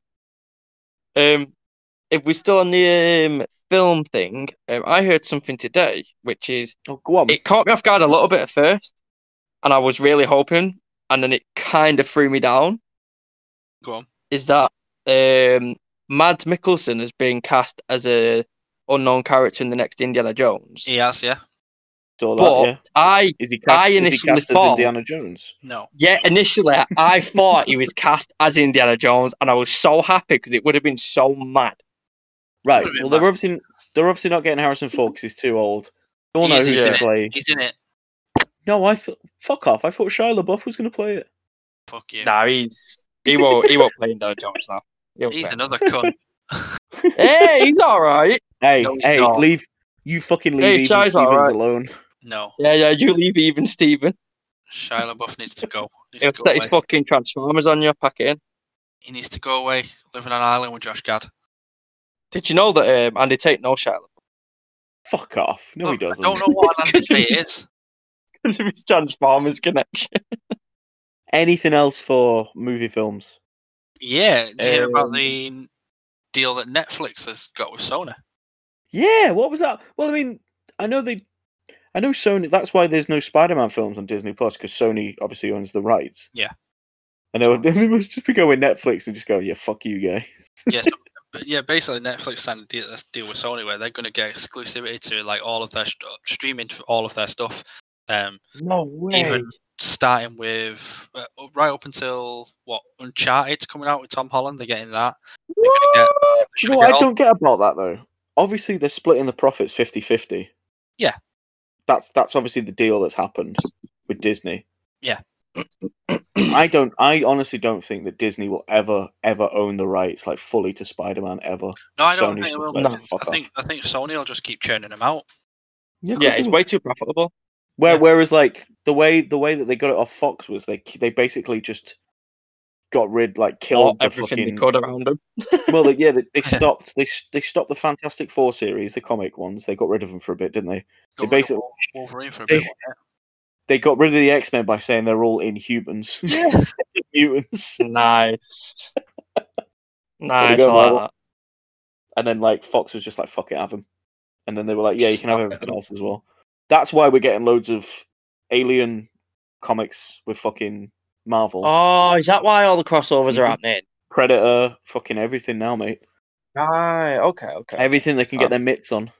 Um, if we're still on the um, film thing, um, I heard something today, which is Oh, go on. it caught me off guard a little bit at first, and I was really hoping, and then it kind of threw me down. Go on. Is that um, Mads Mikkelsen has been cast as a unknown character in the next Indiana Jones? He has, yeah. Saw that, but yeah. I Is he cast, I is he initially cast as thought- Indiana Jones? No. Yeah, initially I thought he was cast as Indiana Jones, and I was so happy because it would have been so mad. Right. would've been Well, they're mad. obviously they're obviously not getting Harrison Ford because he's too old. They all He know is, who's isn't going it? to play. He's in it. No, I thought fuck off. I thought Shia LaBeouf was going to play it. Fuck you. No, he's he won't he won't play Indiana Jones now. He won't he's play. another cunt. hey, he's all right. Hey, No, he's hey, not. leave you fucking leave Hey, Even Shia's Stevens alright. alone. No. Yeah, yeah. You leave even Steven. Shia LaBeouf needs to go. Needs He'll to go set his away. fucking Transformers on you. Pack it in. He needs to go away. Live on an island with Josh Gad. Did you know that um, Andy Tate knows Shia Fuck off. No, he Look, doesn't. I don't know what an It's 'cause anti he's- is. because of his Transformers connection? Anything else for movie films? Yeah. Did you hear Um, about the deal that Netflix has got with Sony? Yeah. What was that? Well, I mean, I know they, I know Sony. That's why there's no Spider-Man films on Disney Plus because Sony obviously owns the rights. Yeah. I know they must just be going Netflix and just going, yeah, fuck you, guy. yeah, so, but yeah, basically Netflix signed a deal, this deal with Sony where they're going to get exclusivity to like all of their st- streaming for all of their stuff, um, No way. Even- starting with uh, right up until what Uncharted's coming out with Tom Holland. They're getting that. gonna What? Do you Gonna know what get I all- don't get about that though? Obviously, they're splitting the profits 50 50. Yeah. That's that's obviously the deal that's happened with Disney. Yeah. I don't I honestly don't think that Disney will ever ever own the rights like fully to Spider-Man ever. No, I don't Sony's think it will. gonna let because them fuck I think I think Sony will just keep churning them out. Yeah, Yeah, it's way too profitable. Where, yeah. whereas like the way the way that they got it off Fox was they they basically just got rid like Or killed the everything fucking they could around him. well, they- yeah, they, they stopped. They s- they stopped the Fantastic Four series, the comic ones. They got rid of them for a bit, didn't they? Got They rid of basically- Wol- Wolverine for a they- bit. wasn't it? They got rid of the X Men by saying they're all inhumans. Yes, mutants. Nice. we nice. I go, like Marvel. that. And then like Fox was just like, "Fuck it, have them." And then they were like, "Yeah, you can have everything else as well." That's why we're getting loads of alien comics with fucking Marvel, Oh, is that why all the crossovers are Mhm. happening? Predator, fucking everything now, mate. Right. Okay. Okay. Everything they can get Oh. their mitts on.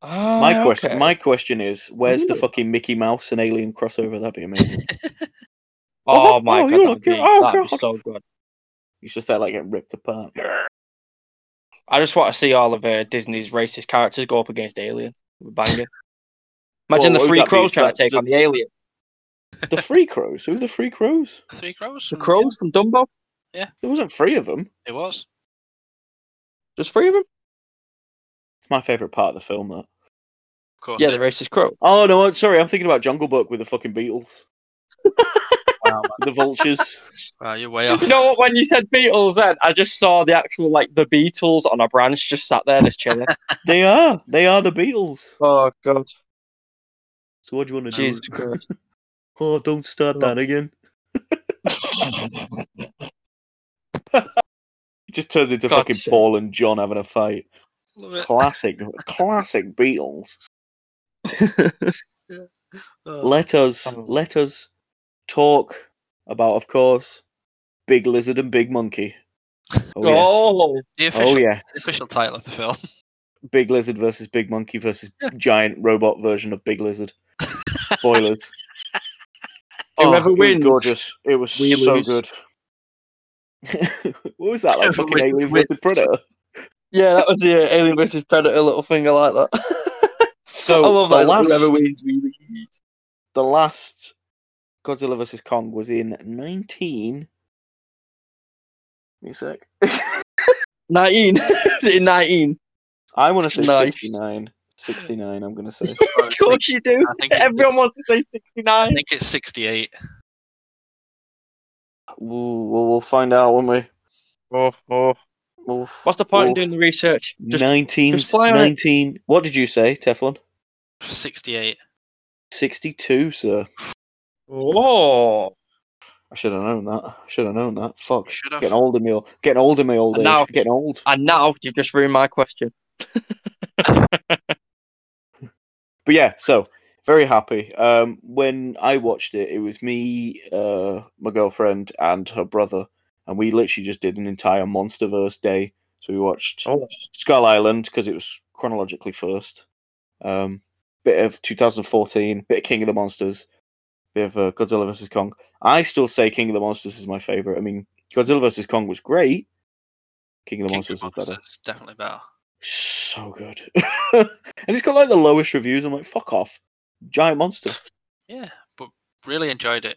Ah, My question, okay. my question is, where's the Really? fucking Mickey Mouse and alien crossover? That'd be amazing. Oh, Oh, my oh, god, you're that'd, good. be, Oh, that'd be God. so good. He's just there, like getting ripped apart. I just want to see all of uh, Disney's racist characters go up against Alien. Banger. Well, what Imagine the would free that be? crows Is trying that- to take is it- on the alien. The Free Crows. Who are the Free Crows? Three crows. The and- yeah, crows from Dumbo. There wasn't three of them. It was. There's three of them. It's my favorite part of the film. That. Of course. Yeah, it- the racist crow. Oh no, I'm sorry. I'm thinking about Jungle Book with the fucking Beatles, wow, man. the vultures. Wow, Ah, you're way off. You know what? When you said Beatles, then I just saw the actual like the Beatles on a branch, just sat there, just chilling. they are. They are the Beatles. oh god, So what do you want to do? Jesus Christ! Oh, don't start Well- that again. It just turns into God's fucking sake. Paul and John having a fight. Love it. Classic, classic Beatles. Oh, Let us, Oh. let us talk about, of course, Big Lizard and Big Monkey. Oh Oh, the yes. Oh official, yes. the official title of the film. Big Lizard versus Big Monkey versus giant robot version of Big Lizard. Spoilers. Oh, Whoever it was wins, gorgeous. It was we so lose. good. what was that like? Whoever fucking Alien wins- versus Predator. yeah, that was the uh, Alien vs Predator little thing. I like that. So I love the that. it's like, last, Whoever wins, we lose. the last Godzilla vs Kong was in nineteen. Give me a sec. Nineteen. Is it in nineteen? I want to say Nice. 69. 69, I'm going to say. Of course you do. I think it's, Everyone wants to say I sixty-nine. think it's 68. Ooh, well, we'll find out when we. Oh, oh. We'll, What's the point Oh. in doing the research? Just 19, just fly on it. 19 what did you say, Teflon? 68. 62, sir. oh. I should have known that. I should have known that. Fuck. You should have. Getting old in my old, getting old in my old And age. now- Getting old. And now you've just ruined my question. But yeah, so very happy. Um, when I watched it, it was me, uh, my girlfriend, and her brother, and we literally just did an entire MonsterVerse day. So we watched Oh. Skull Island because it was chronologically first. Um, bit of 2014, bit of King of the Monsters, bit of uh, Godzilla vs Kong. I still say King of the Monsters is my favorite. I mean, Godzilla vs Kong was great. King of the King Monsters was better. It's definitely better. So good, and it's got like the lowest reviews. I'm like, fuck off, giant monster. Yeah, but really enjoyed it.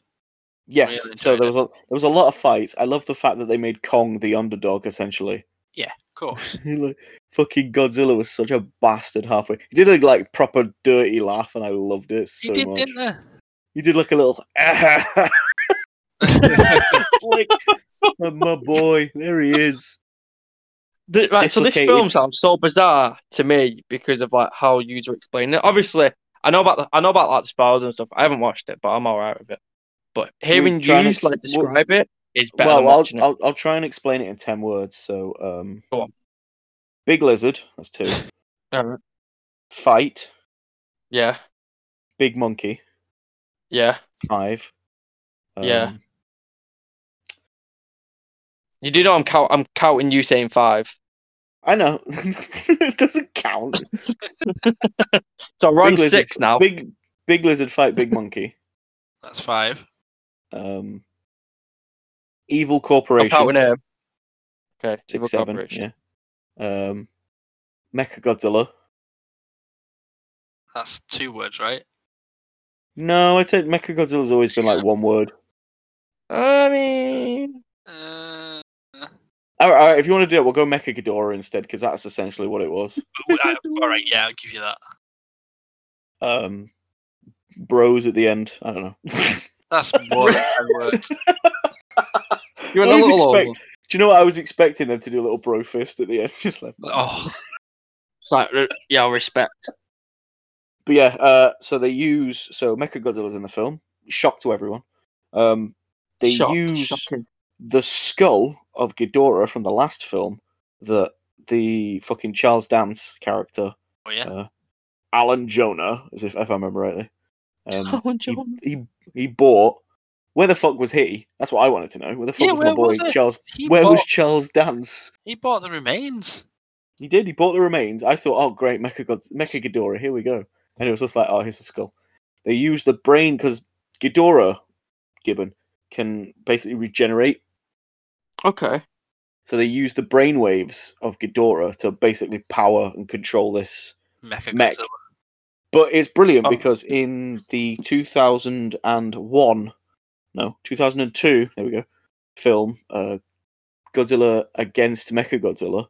Yes. really so enjoyed there was a, there was a lot of fights. I love the fact that they made Kong the underdog essentially. Yeah, of course. like, fucking Godzilla was such a bastard halfway. He did a like proper dirty laugh, and I loved it so you did, much. didn't there? He did like a little like "Oh, my boy. There he is. Th- right, so this Dislocated. film sounds so bizarre to me because of like how you were explaining it. Obviously, I know about the, I know about like the spells and stuff. I haven't watched it, but I'm all right with it. But hearing you trying to like ex- well- describe it is better than well, I'll, watching it. I'll I'll try and explain it in ten words. So, um, Go on. big lizard. That's two. Alright. Fight. Yeah, Big monkey. yeah. Five. Yeah. Um, You do know I'm count I'm counting you saying five. I know. it doesn't count. So we're on Big lizard. six now. Big big lizard fight big monkey. That's five. Um, evil I'm corporation. counting him. Okay, Six Evil seven. Corporation. Yeah. Um, Mecha Godzilla. That's two words, right? No, I said Mecha Godzilla's always been like one word. I mean, Uh, All right, all right if you want to do it, we'll go Mecha Ghidorah instead because that's essentially what it was. but I- all right, yeah, I'll give you that. Um, bros at the end. I don't know. That's more than ten words. you're a I was little expect- old. Do you know what I was expecting them to do? A little bro fist at the end, just like. Oh, It's like, re- yeah, respect. But yeah, uh, so they use so Mecha Godzilla's in the film. Shock to everyone. Um, they Shock, use shocking. the skull of Ghidorah from the last film that the fucking Charles Dance character oh yeah. Alan Jonah, as if, if I remember rightly, um, Alan he, John. he he bought. Where the fuck was he? That's what I wanted to know. Where the fuck Yeah, was my where boy was it? Charles? He where bought, was Charles Dance? he bought the remains. He did. He bought the remains. I thought, oh great, Mecha God, Mecha Ghidorah, here we go. And it was just like, oh, here's the skull. They used the brain because Ghidorah, Gibbon, can basically regenerate Okay. So they use the brainwaves of Ghidorah to basically power and control this. Mecha Mech. Godzilla. But it's brilliant Oh. because in the 2001, no, 2002, there we go, film, uh, Godzilla against Mechagodzilla,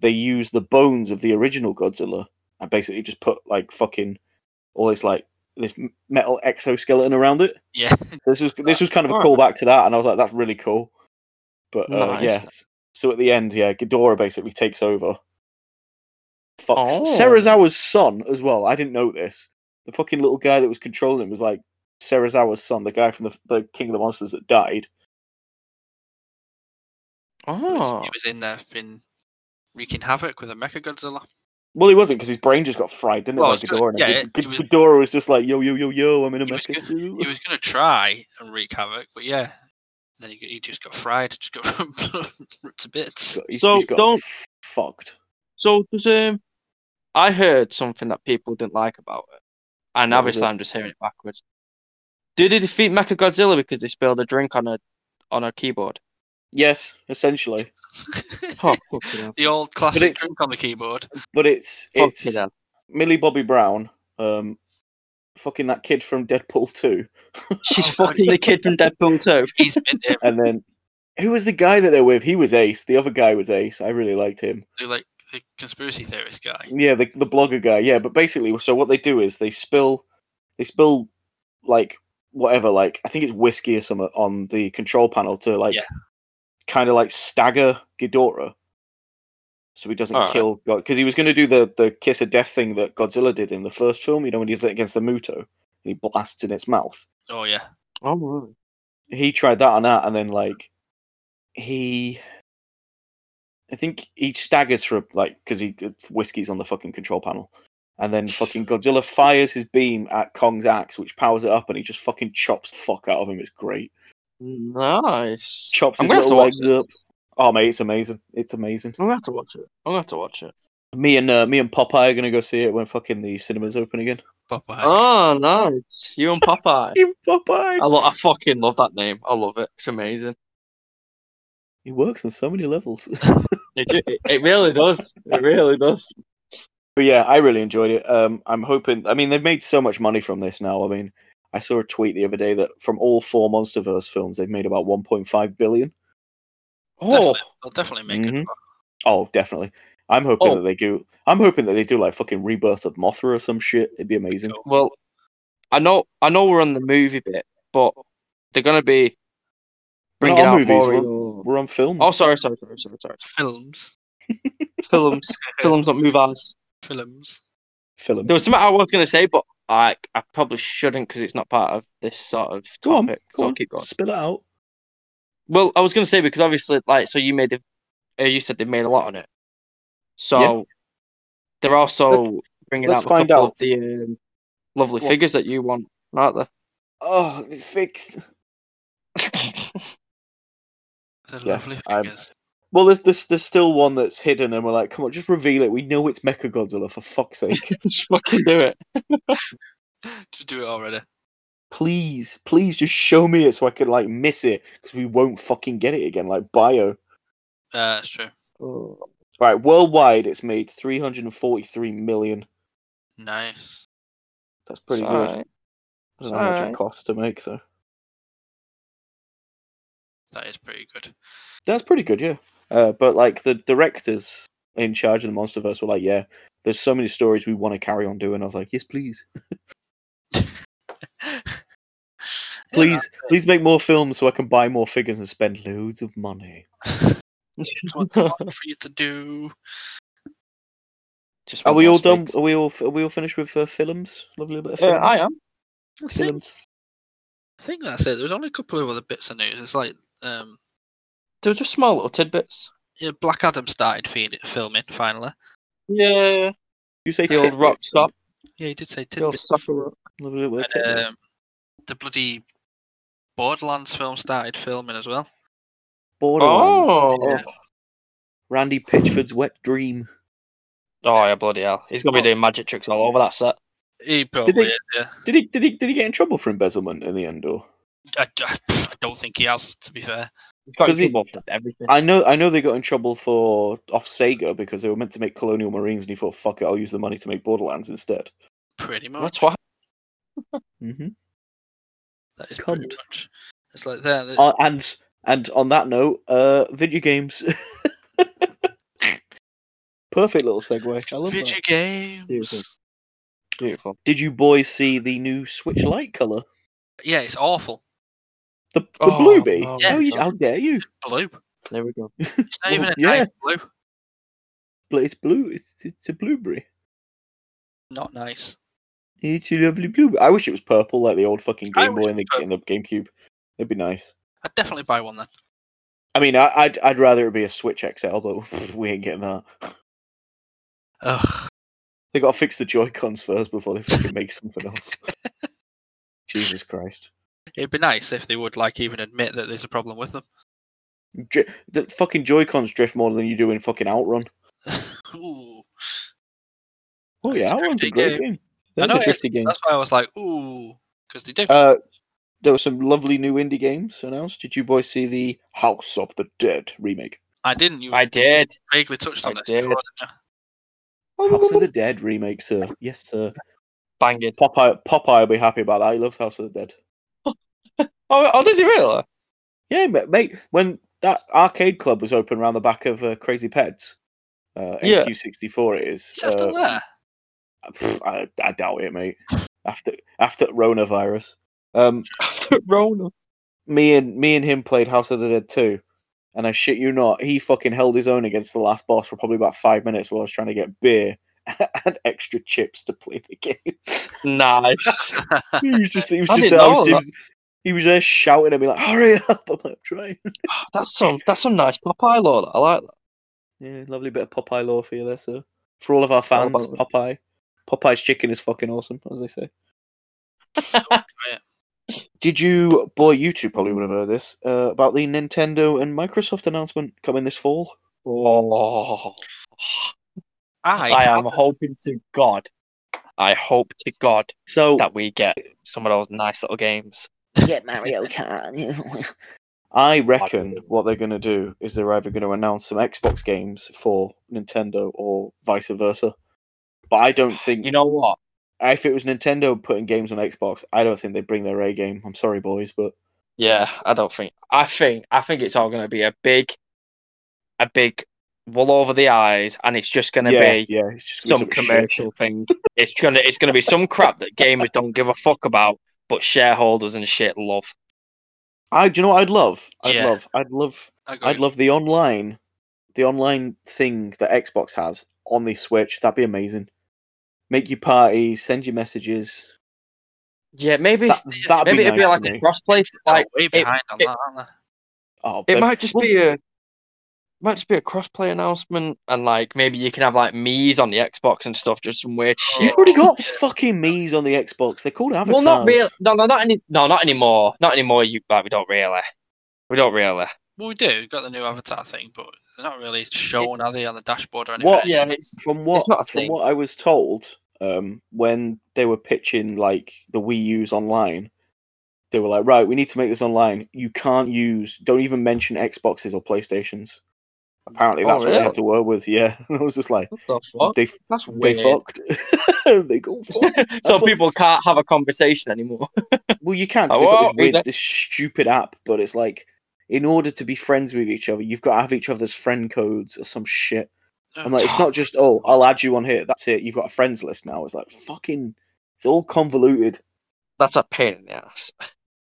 they use the bones of the original Godzilla and basically just put like fucking all this like this metal exoskeleton around it. Yeah. This was this was kind of a Alright. callback to that, and I was like, that's really cool. But uh, Nice. yeah, s- so at the end, yeah, Ghidorah basically takes over. Fox Oh. Sarazawa's son as well. I didn't know this. The fucking little guy that was controlling him was like Sarazawa's son, the guy from the, the King of the Monsters that died. It was- Oh, It was in there in wreaking havoc with a Mecha Godzilla. Well, he wasn't because his brain just got fried, didn't it? Well, by it's good- Ghidorah. And yeah, G- it- G- it was- Ghidorah was just like, yo, yo, yo, yo, I'm in a It was mecha good- suit. He was gonna try and wreak havoc, but yeah, then he, he just got fried, just got ripped to bits. He's- So, he's got don't- f- fucked. so does um, I heard something that people didn't like about it, and What was obviously it? I'm just hearing it backwards. Did they defeat Mecha Godzilla because they spilled a drink on a on a keyboard? Yes, essentially. Oh, fucking hell! the old classic it's- drink on the keyboard. But it's Fucking it's hell! Millie Bobby Brown, um, fucking that kid from Deadpool two, She's Oh, God. fucking the kid from Deadpool too. He's been there. and then who was the guy that they're with? He was Ace. The other guy was Ace. I really liked him. the, like the conspiracy theorist guy. Yeah, the the blogger guy. Yeah, but basically, so what they do is they spill, they spill, like whatever, like I think it's whiskey or something on the control panel to like, Yeah. kind of like stagger Ghidorah, so he doesn't Alright. kill God because he was going to do the the kiss of death thing that Godzilla did in the first film. You know when he does it against the Muto and he blasts in its mouth Oh yeah, Oh, really? he tried that and that, and then like he, I think he staggers for a- like because he uh, whiskey's on the fucking control panel, and then fucking Godzilla fires his beam at Kong's axe, which powers it up, and he just fucking chops the fuck out of him. It's great. nice. Chops I'm his gonna have to little watch legs it. up. Oh mate, it's amazing. It's amazing. I'm gonna have to watch it. I'm gonna have to watch it. Me and uh, me and Popeye are gonna go see it when fucking the cinemas open again. Popeye. Oh, nice! You and Popeye. Hey, Popeye. I, lo- I fucking love that name. I love it. It's amazing. He works on so many levels. It, ju- it, it really does. It really does. But yeah, I really enjoyed it. Um, I'm hoping. I mean, they've made so much money from this now. I mean, I saw a tweet the other day that from all four MonsterVerse films, they've made about 1.5 billion. Oh, They'll definitely make Mhm. it. Oh, definitely. I'm hoping Oh. that they do. I'm hoping that they do like fucking Rebirth of Mothra or some shit. It'd be amazing. well, I know. I know we're on the movie bit, but they're gonna be We're not bringing on out movies, more. We're on films. Oh, sorry, sorry, sorry, sorry, sorry. Films, Films, films, not movies. films. film. There was something I was gonna say, but I, I probably shouldn't because it's not part of this sort of topic. Go on, go so I'll on. keep going. Spill it out. Well, I was going to say because obviously, like, so you made the, uh, you said they made a lot on it. So they're also Let's- bringing let's out a find couple of out. the um, lovely What? figures that you want, aren't they? Oh, it's fixed. They're Yes, lovely I'm- figures. Well, there's, there's there's still one that's hidden, and we're like, come on, just reveal it. We know it's Mechagodzilla for fuck's sake. Just fucking do it. Just do it already. please, please just show me it so I can like miss it because we won't fucking get it again. Like bio. Uh, that's true. Oh, Right, worldwide it's made 343 million. Nice. That's pretty it's good. alright. I don't know how much it alright. costs to make though. That is pretty good. That's pretty good, yeah. Uh, but like the directors in charge of the MonsterVerse were like, yeah, there's so many stories we want to carry on doing. I was like, yes, please, Yeah, please, please make more films so I can buy more figures and spend loads of money. that's what they want for you to do. Just Are one we all last done? fix. Are we all? Are we all finished with uh, films? Lovely bit of Uh, films. I am. I think, Films. I think that's it. There's only a couple of other bits of news. It's like, um, They're just small little tidbits. yeah, Black Adam started feed filming finally. Yeah. You say The old rock tidbits? stop. Yeah, he did say The old tidbits. soccer rock. Lovely little And, uh, tidbit. um, the bloody Borderlands film started filming as well. Borderlands. Oh. Yeah. Randy Pitchford's wet dream. Oh yeah, bloody hell! He's gonna be doing magic tricks all over that set. He probably is, yeah. Did he? Did he? Did he get in trouble for embezzlement in the end? Or I, I, I don't think he has, to be fair. He's got 'Cause he- trouble for everything. I know. I know they got in trouble for off Sega because they were meant to make Colonial Marines, and he thought, "Fuck it, I'll use the money to make Borderlands instead." Pretty much. That's why. Mm-hmm. That is pretty Cunt. much. It's like there. there- Uh, and and on that note, uh, video games. Perfect little segue. I love Video that. games. Beautiful. Beautiful. Did you boys see the new Switch Lite color? Yeah, it's awful. The, the Oh, blue bee? oh how, my you, God. how dare you? Blue. There we go. It's not even a Yeah. nice blue. But it's blue. It's it's a blueberry. Not nice. It's a lovely blueberry. I wish it was purple like the old fucking I Game wish Boy and the, it was and the GameCube. It'd be nice. I'd definitely buy one then. I mean, I, I'd I'd rather it be a Switch XL, but we ain't getting that. Ugh. They got to fix the Joy Cons first before they fucking make something else. Jesus Christ! It'd be nice if they would like even admit that there's a problem with them. Dri- the fucking Joy Cons drift more than you do in fucking Outrun. Ooh. Oh It's yeah, a Outrun's a drifty great game. game. I That's know a it drifty game. That's why I was like, ooh, because they do. Uh, there were some lovely new indie games announced. Did you boys see the House of the Dead remake? I didn't. You I did. vaguely touched I on this. did. before, didn't you? House of the Dead remake, sir. Yes, sir. Bang it. Popeye, Popeye will be happy about that. He loves House of the Dead. Oh, oh, does he really? Yeah, ma- mate. When that arcade club was open around the back of uh, Crazy Pets, uh, Yeah. NQ64 it is. Is that still uh, there? pff, I, I doubt it, mate. After after Ronavirus, um, After Rona. me and me and him played House of the Dead 2. And I shit you not, he fucking held his own against the last boss for probably about five minutes while I was trying to get beer and extra chips to play the game. Nice. he was just he was I just didn't there, I was know just- he was there shouting at me like, hurry up, I'm like, trying. that's some that's some nice Popeye lore. I like that. Yeah, lovely bit of Popeye lore for you there, sir. For all of our fans, about Popeye. Popeye's chicken is fucking awesome, as they say. it. Did you, boy, you two probably would have heard this, uh, about the Nintendo and Microsoft announcement coming this fall? Oh, I, I am haven't. hoping to God. I hope to God So, that we get some of those nice little games. get Mario Kart. I reckon what they're going to do is they're either going to announce some Xbox games for Nintendo or vice versa. But I don't think You know what? if it was Nintendo putting games on Xbox, I don't think they'd bring their A game. I'm sorry, boys, but Yeah, I don't think. I think. I think it's all going to be a big, a big wool over the eyes, and it's just going to yeah, be yeah, it's just gonna some be some shit. commercial thing. It's gonna. It's going to be some crap that gamers don't give a fuck about, but shareholders and shit love. I do you know what I'd love? I'd Yeah. love, I'd love, I got I'd you. love the online, the online thing that Xbox has on the Switch. That'd be amazing. Make your party, send your messages. Yeah, maybe. That, that'd maybe be nice it'd be to like me. a crossplay. They're Like way behind on it- that, aren't they? Oh, it but- might just well- be a. Might just be a crossplay announcement, and like maybe you can have like Mii's on the Xbox and stuff, just some weird shit. Oh, You've already got fucking Mii's on the Xbox. They're called avatars. Well, not real. No, no, not any. No, not anymore. Not anymore. You like we don't really. We don't really. Well, we do. We've got the new avatar thing, but they're not really shown, are they, on the dashboard or anything? What? Yeah, it's From what It's not a from thing. what I was told, um, when they were pitching like the Wii U's online, they were like, "Right, we need to make this online. You can't use. Don't even mention Xboxes or PlayStations." Apparently, Oh, that's what they really? had to work with. Yeah, I was just like, what the fuck. "They That's they weird. fucked. they go fuck." so That's what- people can't have a conversation anymore. Well, you can. 'cause Oh, they've got well, this, weird, either- this stupid app, but it's like, in order to be friends with each other, you've got to have each other's friend codes or some shit. I'm like, it's not just oh, I'll add you on here. That's it. You've got a friends list now. It's like fucking. It's all convoluted. That's a pain in the ass.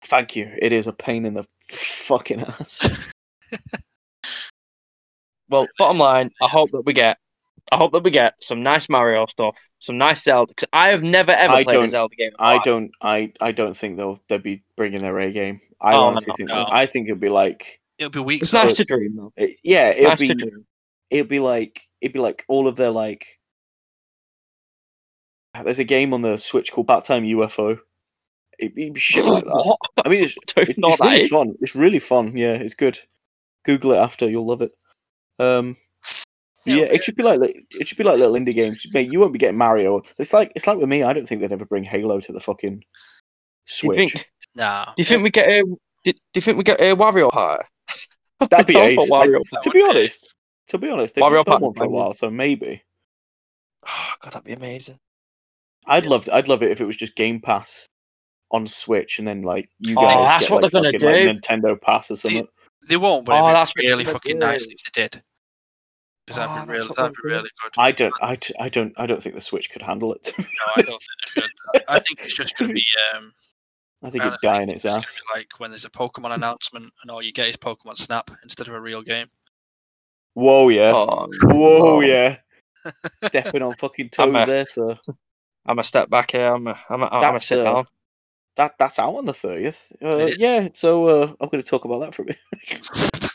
Thank you. It is a pain in the fucking ass. Well, bottom line, I hope that we get. I hope that we get some nice Mario stuff, some nice Zelda. Because I have never ever I played don't- a Zelda game. in my I life. don't. I. I don't think they'll. They'll be bringing their A game. I Oh, honestly no, think. no. I think it'd be like. It'll be weeks. It's away. nice to dream though. it- yeah, It's it'd nice be. to dream. it'd be like it'd be like all of their like ah, there's a game on the switch called Bat Time ufo it'd be shit like that What? i mean it's, "Oh, I it- don't know it's what that really is. fun it's really fun yeah it's good google it after you'll love it um yeah, Yeah, it'll be- it should be like li- it should be like little indie games Mate, you won't be getting mario it's like it's like with me i don't think they'd ever bring halo to the fucking Do you switch think? Nah. Do you think we get a? Do, do you think we get a Wario Party? that'd be I don't ace want Wario I- That to would be be honest to be honest they've Wario done Party, one for a Wario. while so maybe Oh, God, that'd be amazing. I'd Yeah. love to, I'd love it if it was just Game Pass on Switch and then like you Oh, guys that's get, what like, they're gonna fucking, like, do. Nintendo Pass or something. They won't, but Oh, it'd that's be really ridiculous. fucking nice if they did. because Oh, that'd Ah, be that's really what that'd they be do. really good. I don't, I, d- I don't, I don't think the Switch could handle it. No, I don't think they should. I think it's just going to be. Um, I think I it'd die in think its it's gonna ass. be like when there's a Pokemon announcement and all you get is Pokemon Snap instead of a real game. Whoa, yeah. Oh, Whoa, no. yeah. Stepping on fucking toes I'm a- there, so I'm a step back here. I'm a, I'm a, I'm a That's, sit uh, down. that that's out on the thirtieth. Uh, It is. yeah, so uh, I'm going to talk about that for a bit.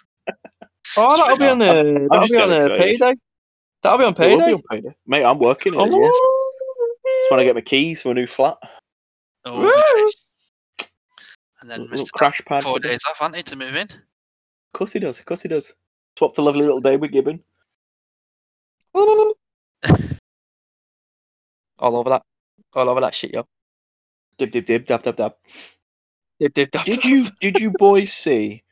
Oh, that'll be no, on the that'll just be on getting the excited. payday. That'll be on It will be payday. on payday. Mate, I'm working it. Oh, yes. Just when I get my keys for a new flat. Oh, it'd be nice. And then Little- little Mr. crash pad. Dan, For four of days off, aren't he, to move in? course he does. Of course he does. Swapped a lovely little day with Gibbon. All over that. All over that shit, yo. Dib dib dib dab dab dab. Dib, dib, dab, Did dab. you did you boys see?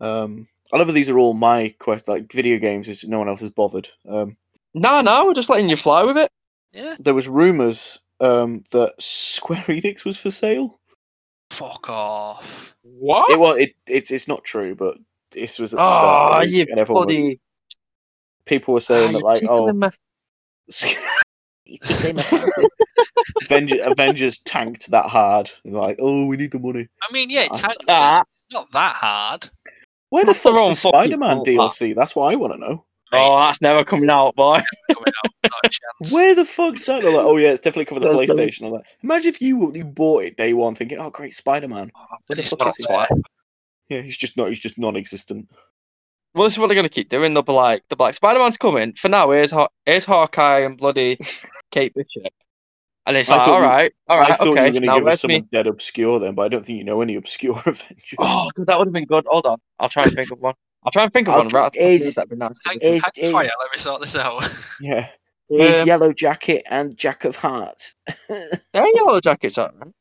Um, I love that these are all my quest like video games. Is no one else is bothered. Um, No, no, we're just letting you fly with it. Yeah. there was rumors um, that Square Enix was for sale. Fuck off. What? It was. It, it's it's not true, but this was at the start. of oh, the week, you and everyone was- bloody. people were ah, saying that you like, tickling oh, my- You tickling my fancy. Avenger, Avengers tanked that hard. and Like, oh, we need the money. I mean, yeah, Ah. it's hang- Ah. it's not that hard. Where the That's the fuck's wrong the fucking Spider-Man thought, DLC? That's what I want to know. Oh, that's never coming out, boy. Coming out, not a chance. Where the fuck's that? They're like, oh yeah, it's definitely coming to the That's funny. PlayStation. I'm like, imagine if you you bought it day one, thinking, oh great, Spider-Man. Oh, Where the it's fuck not is it? there. Yeah, he's just not. He's just non-existent. Well, this is what they're gonna keep doing. They'll be like, they'll be like, Spider Man's coming. For now, here's Haw- here's Hawkeye and bloody Kate Bishop. And it's I like, thought all you- right, all I right, thought okay. you were going now to give us where's me? someone dead obscure then, but I don't think you know any obscure Avengers. Oh, God, that would have been good. Hold on, I'll try and think of one. I'll try and think of I'll one. try- Right, after this, is- that'd be nice. Hang, Is- hang fire, is- let me sort this out. Yeah, There's Um, Yellow Jacket and Jack of Hearts. yeah, yellow jackets, all right.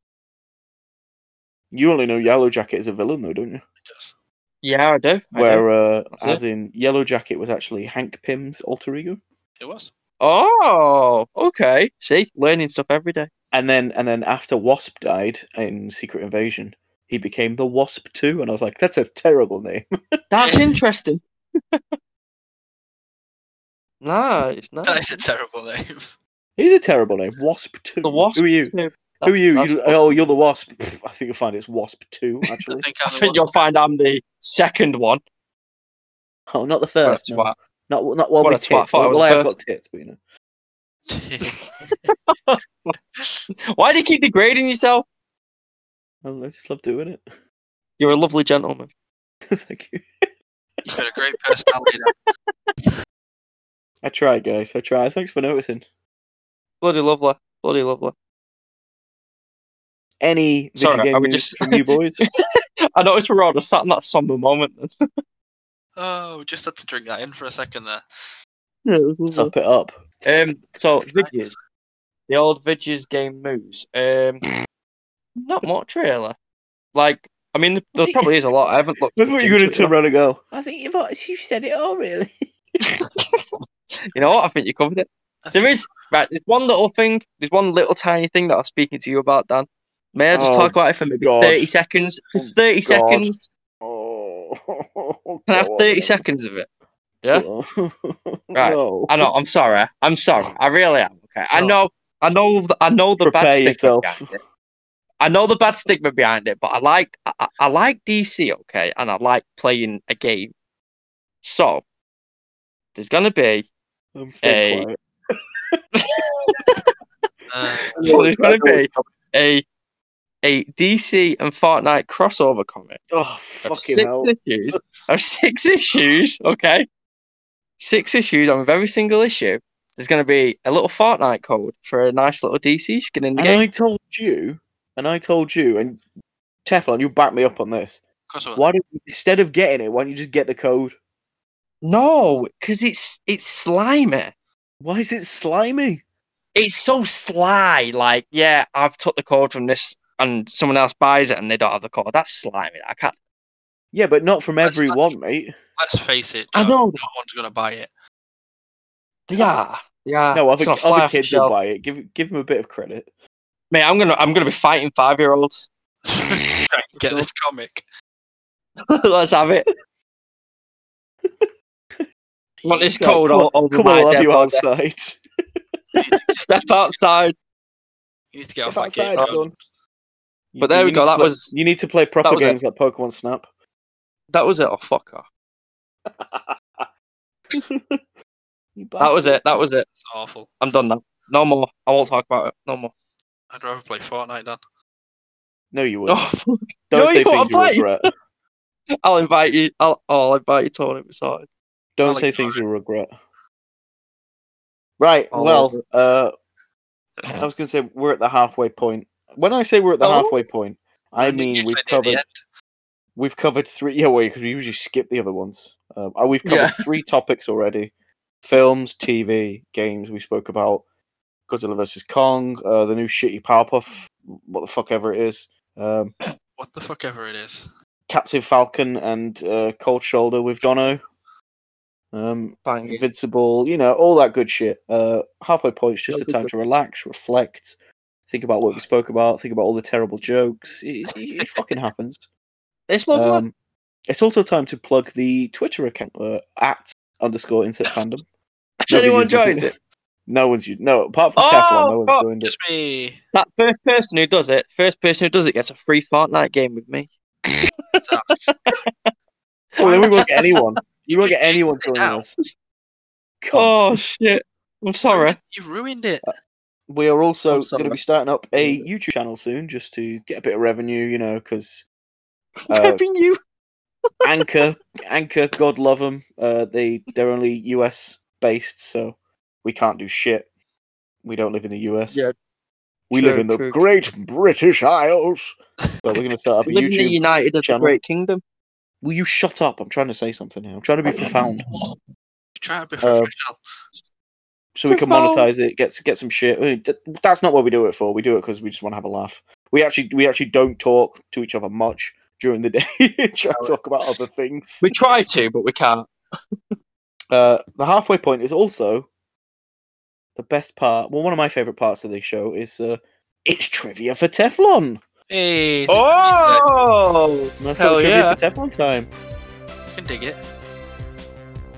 you only know Yellow Jacket is a villain though, don't you? Just- Yeah, I do. I do. Where, uh, That's it. as in Yellow Jacket was actually Hank Pym's alter ego, It was. Oh, okay. See, learning stuff every day. and then and then after Wasp died in Secret Invasion, he became the Wasp too, and I was like, that's a terrible name. That's interesting. nice, That nice. is a terrible name. He's a terrible name, Wasp two. The wasp. Who are you? Who Who are you? you oh, you're the Wasp. Pff, I think you'll find it's Wasp two I actually. think I I'm the think one. you'll find I'm the second one. oh, not the What a first. no. twat. Not not one What with a twat, tits. thought I Well, was well, I have first. got tits, but you know. Why do you keep degrading yourself? Oh, I just love doing it. You're a lovely gentleman. Thank you. You've got a great personality. Dan. I try, guys. I try. Thanks for noticing. Bloody lovely. Bloody lovely. Any video Sorry, I game would news just- from you boys? I noticed we're all just sat in that somber moment. Oh, we just had to drink that in for a second there. yeah, it was lovely. Top it up. Um, so, Vidges. The old Vidges game moves. Um, not much, really. Like, I mean, there probably is a lot. I haven't looked. I thought you were going to into it, turn around and go. I think you've got- you've said it all, really. You know what? I think you covered it. There is right. There's one little thing. There's one little tiny thing that I was speaking to you about, Dan. May I just Oh, talk about it for maybe God. Oh, thirty seconds? It's thirty God. seconds. Oh, Can I have thirty seconds of it? yeah? Right. No. I know. I'm sorry. I'm sorry. I really am. Okay. I Oh. know. I know. th- I know the Prepare bad stigma yourself. behind it. I know the bad stigma behind it, but I like. I, I- I like DC. Okay, and I like playing a game. So there's gonna be. I'm staying Hey. quiet. Uh, So there's gonna I know be a. A DC and Fortnite crossover comic. Oh of fucking six hell! issues of six issues. Okay, six issues on every single issue. There's going to be a little Fortnite code for a nice little DC skin in the And game. I told you, and I told you, and Teflon, you back me up on this. crossover. Why don't instead of getting it, why don't you just get the code? No, because it's it's slimy. Why is it slimy? It's so sly. Like, yeah, I've took the code from this, and someone else buys it, and they don't have the code. That's slimy. I can't. Yeah, but not from That's not- everyone, mate. Let's face it. I Joe, know. No one's going to buy it. Yeah, yeah. No, it's other, gonna fly other off the kids will shelf. buy it. Give give them a bit of credit. Mate, I'm gonna I'm gonna be fighting five year olds. Try and Get this comic. Let's have it. want this Like, cold come on- all over Come my on, have dead you body. outside. Step outside. You need to get off Step that game. outside, John. son. You- But there you we need go, to that play- was- you need to play proper was it. games like Pokemon Snap. That was it. Oh fuck off. You That was it. That was it. It's awful. I'm done now. No more. I won't talk about it. No more. I'd rather play Fortnite, Dan. No, you wouldn't. Oh, fuck. Don't No, say you things won't you play. regret. I'll invite you. I'll, oh, I'll invite you, Tony. It's sorry. Don't Alex say things you regret. Right. All well, over. uh, I was going to say we're at the halfway point. When I say we're at the Oh. halfway point, I And you- mean you we've said at the covered end. we've covered three. Yeah, well, because we usually skip the other ones. Um, uh, we've covered Yeah. three topics already: films, TV, games. We spoke about Godzilla versus Kong, uh, the new shitty Powerpuff, what the fuck ever it is, um, What the fuck ever it is. Captain Falcon, and uh, Cold Shoulder with Dono. Um, Bang. invincible, you know, all that good shit. Uh, halfway points just Yeah, a good, time good. to relax, reflect, think about what we spoke about, think about all the terrible jokes. It, it, it fucking happens. It's lovely. Um, it's also time to plug the Twitter account uh, at underscore insert fandom. Has Nobody anyone uses it. joined it? No one's u- no apart from Oh, Teflon. No one's fuck, joined it. Just me. That first person who does it, first person who does it gets a free Fortnite game with me. That's- Well, then we won't get anyone. You won't Just get anyone jinxed it joining now. us. Cunt. Oh shit! I'm sorry. You ruined Uh, it. we are also I'm sorry. going to be starting up a YouTube channel soon, just to get a bit of revenue, you know, because Uh, Having you. Anchor, Anchor, God love them. Uh, they they're only US based, so we can't do shit. We don't live in the US. Yeah, we true, live in the true. Great British Isles. So we're gonna start up a Living in the YouTube. United of the channel. Great Kingdom. Will you shut up? I'm trying to say something here. I'm trying to be profound, Try to be Uh, professional. so we can Profound. monetize it. Get s- get some shit. I mean, th- That's not what we do it for. We do it because we just want to have a laugh. We actually we actually don't talk to each other much during the day. Try to talk about other things. We try to, but we can't. Uh, the halfway point is also the best part. Well, one of my favorite parts of the show is uh, it's trivia for Teflon. Hey, it's a- Oh! Nice Hell little trivia yeah. for Teflon time. you can dig it.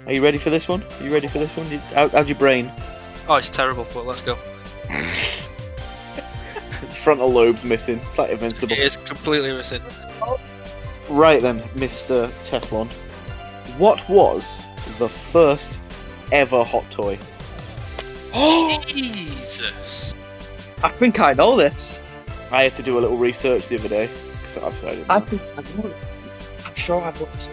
Are you ready for this one? Are you ready for this one? Did, how, how's your brain? Oh, it's terrible, but let's go. Frontal lobe's missing. It's like invincible. It is completely missing. Right then, Mr. Teflon. What was the first ever hot toy? Jesus. I think I know this. I had to do a little research the other day because I'm sorry. I didn't I know. think I know this. I'm sure I know this.